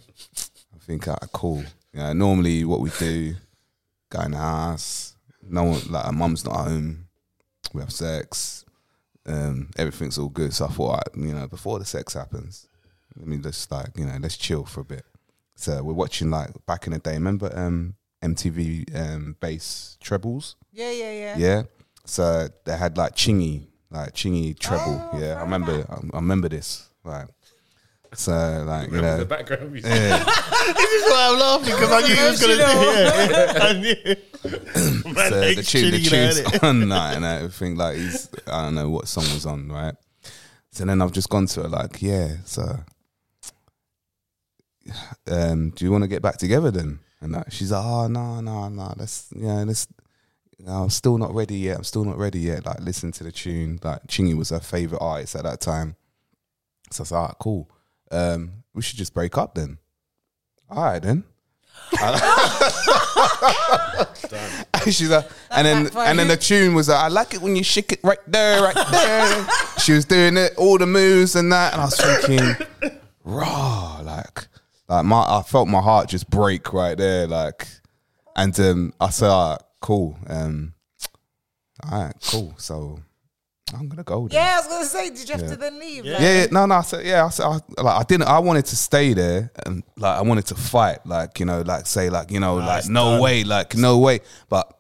I think I I call. You know, normally what we do, go in the house. No one like her mum's not home. We have sex. Um, everything's all good. So I thought, all right, you know, before the sex happens, let me just like you know, let's chill for a bit. So we're watching like back in the day. Remember um, MTV um, bass trebles?
Yeah, yeah, yeah.
Yeah. So they had like chingy, like chingy treble. yeah, I remember. I, I remember this. Right. So like you
the
know,
background music.
This is why I'm laughing because I knew you was gonna do it. I knew. Man,
so the
it's
tune, the
chilly, you know,
tunes
innit?
on that and everything. Like he's, I don't know what song was on, right? So then I've just gone to her like, yeah. So, um, do you want to get back together then? And that, she's like, oh no, no, no. Let's, you know, let's. I'm still not ready yet. I'm still not ready yet. Like, listen to the tune. Like, Chingy was her favorite artist at that time. So I said, all right, cool. Um, we should just break up then. All right then. And she's like, and then
that for
and then
you.
the tune was like, I like it when you shake it right there, right there. she was doing it, all the moves and that, and I was thinking, raw, like, like my, I felt my heart just break right there, like, and um, I said, all right, cool, um, all right, cool, so I'm gonna go. Then.
Yeah, I was gonna say, did you have to then leave? Yeah.
Yeah, yeah, no, no. I said, yeah, I said, I, like, I didn't. I wanted to stay there, and like, I wanted to fight, like, you know, like, say, like, you know, like,
it's
no
done.
way, like, no way. But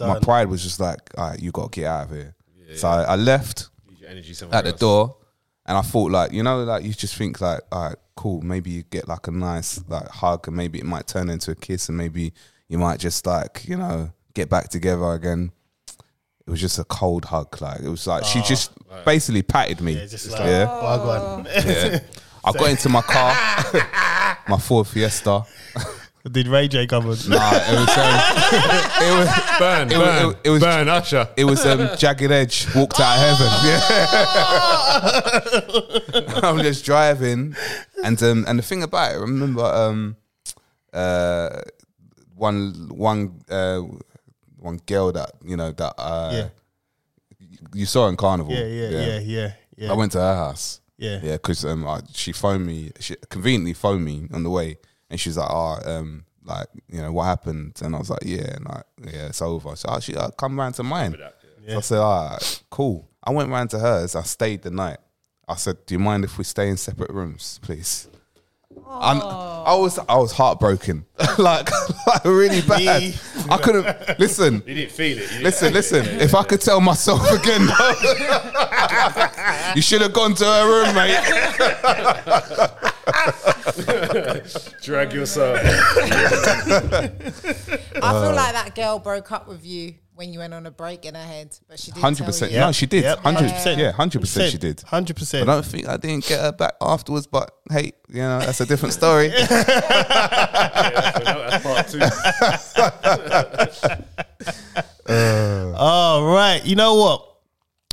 my
Done.
pride was just like, all right, you got to get out of here. so I, I left
Use your energy somewhere
at the
else.
door, and I thought, like, you know, like, you just think, like, all right, cool. Maybe you get like a nice like hug, and maybe it might turn into a kiss, and maybe you might just like, you know, get back together again. It was just a cold hug, like it was like she just basically patted me.
Yeah, just like,
yeah.
Oh.
bug one.
I got into my car, my Ford Fiesta.
Did Ray J come and
Nah, it was um, it was
Burn,
It was-
burn,
it- it was-
burn, Usher.
it was um, jagged edge. Walked out of heaven.
Oh!
Yeah. I'm just driving, and um, and the thing about it, I remember um, uh, one one uh, one girl that you know that uh,
Yeah.
you saw in Carnival.
Yeah, yeah, yeah, yeah, yeah.
I went to her house.
Yeah.
yeah, because um, I, she phoned me. She conveniently phoned me on the way, and she's like, "Oh, um, like you know what happened?" And I was like, "Yeah, and like yeah, it's over." So oh, she uh, come round to mine. So I said, "Ah, cool." I went round to hers. I stayed the night. I said, "Do you mind if we stay in separate rooms, please?" I'm, I was I was heartbroken, like, like really bad.
Me.
I couldn't listen.
You didn't feel it.
Listen, listen. If I could tell myself again, you should have gone to her room, mate.
Drag yourself.
I feel like
Uh,
that girl broke up with you when you went on a break in her head, but she didn't.
Hundred
tell
percent.
you.
No, she did.
Yep.
Hundred percent. Yeah, hundred percent. She did.
Hundred
I
percent.
don't think I didn't get her back afterwards, but hey, you know that's a different story.
That's part two.
All right. You know what?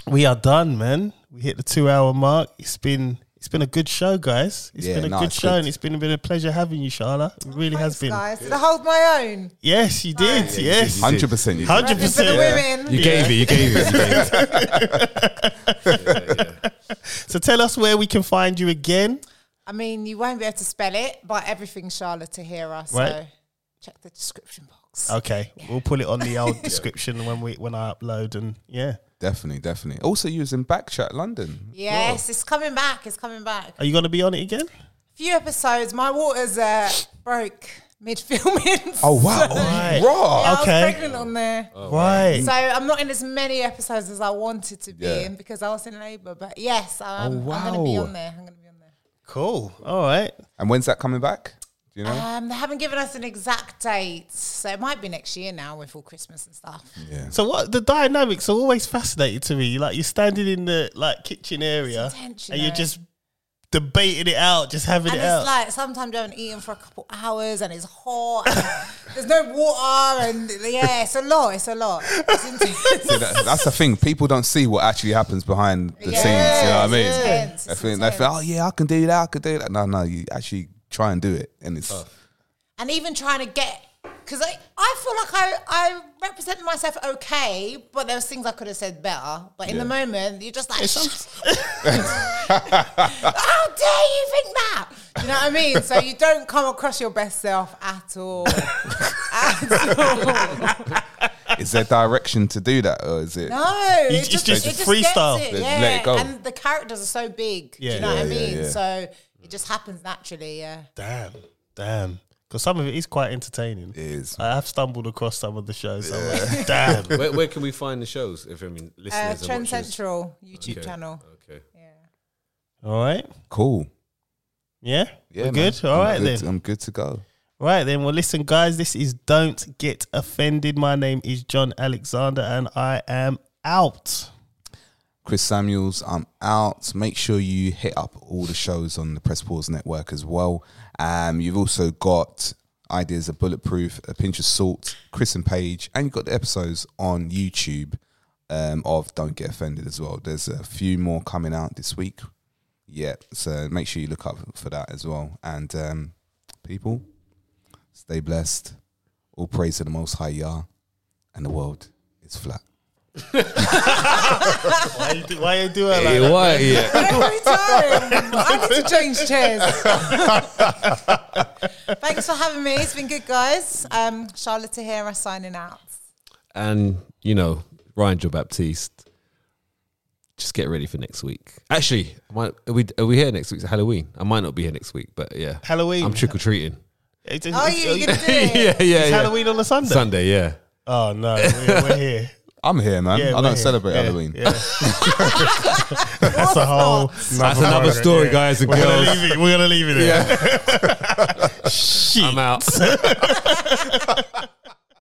We are done, man. We hit the two hour mark. It's been it's been a good show, guys. It's
Yeah,
been a
no,
good
it's
show
good.
and it's been a bit of a pleasure having you, Sharla. It really has been.
Guys, did I hold my own?
Yes, you did. yes.
Hundred percent.
Hundred
Just for the
percent.
women.
You gave it. You gave it. You gave it.
So tell us where we can find you again.
I mean, you won't be able to spell it, but everything's Charlotte to hear us. So
Right.
check the description box.
Okay. We'll put it on the old description when we when I upload and yeah.
Definitely, definitely. Also using Backchat London.
Yes, it's coming back. It's coming back.
Are you gonna be on it again?
few episodes, my waters uh, broke mid filming.
Oh wow,
Right.
raw.
I was
okay.
pregnant on there.
Oh,
right.
So I'm not in as many episodes as I wanted to be
Yeah.
in because I was in labour. But yes, um, I'm,
Oh,
I'm going to be
wow.
on there. I'm going to be on there.
Cool. All right.
And when's that coming back? Do you know?
Um, they haven't given us an exact date, so it might be next year now with all Christmas and stuff.
yeah.
So what the dynamics are always fascinating to me. Like you're standing in the like kitchen area
It's intense, you
and you're
know.
just debating it out, just having
And
it out.
it's like sometimes you haven't eaten for a couple hours and it's hot. And there's no water, and yeah, it's a lot. It's a lot. It's intense.
See, that- that's the thing. People don't see what actually happens behind the
Yes,
scenes. You know what I mean?
it's intense,
They
it's
think, they think,
intense.
oh yeah, I can do that. I can do that. No, no, you actually try and do it, and it's
and even trying to get because I, I feel like I, I represented myself okay, but there was things I could have said better. But in the
Yeah.
moment, you're just like, how dare you think that? You know what I mean? So you don't come across your best self at all. at all.
is there direction to do that, or is it?
No,
You-
it
it's
just,
just
it just
freestyle.
Gets it,
Just
yeah.
let it go.
And the characters are so big. do
Yeah.
you know what I
Yeah, yeah,
mean?
yeah.
So it just happens naturally. Yeah.
Damn, damn. Because some of it is quite entertaining.
is.
I have stumbled across some of the shows. I'm like, damn.
Where, where can we find the shows? If I mean,
Uh,
listeners and
Trend
watchers.
Central YouTube
Okay.
channel.
Okay.
All right.
Cool.
Yeah.
Yeah,
We're
man.
good. All
I'm
right
good-
then.
I'm good to go.
Right then. Well, listen, guys. This is don't get offended. My name is John Alexander, and I am out.
Chris Samuels, I'm out. Make sure you hit up all the shows on the Press Pause Network as well. Um, you've also got ideas of Bulletproof, A Pinch of Salt, Chris and Paige, and you've got the episodes on YouTube um, of Don't Get Offended as well. There's a few more coming out this week. Yeah, so make sure you look up for that as well. And um, people, stay blessed. All praise to the Most High Yah, and the world is flat.
Why you do, why you do it like
Hey, what? Yeah.
Every time. I need to change chairs. Thanks for having me. It's been good, guys. Um, Charlotte Tahira signing out.
and you know Ryan Joe Baptiste. Just get ready for next week. Actually, I might, are we are we here next week? It's Halloween. I might not be here next week, but yeah,
Halloween?
I'm trick or treating.
It's,
Oh,
it's-
you, you're
it's
going to do it?
yeah, yeah, yeah.
Halloween on a Sunday.
Sunday, yeah.
oh no, we're, we're here.
I'm here, man.
Yeah,
I
we're
don't
here.
celebrate
Yeah,
Halloween.
yeah. That's a whole.
That's another story, guys and
We're gonna
girls.
leave it. We're gonna leave it. There.
I'm out.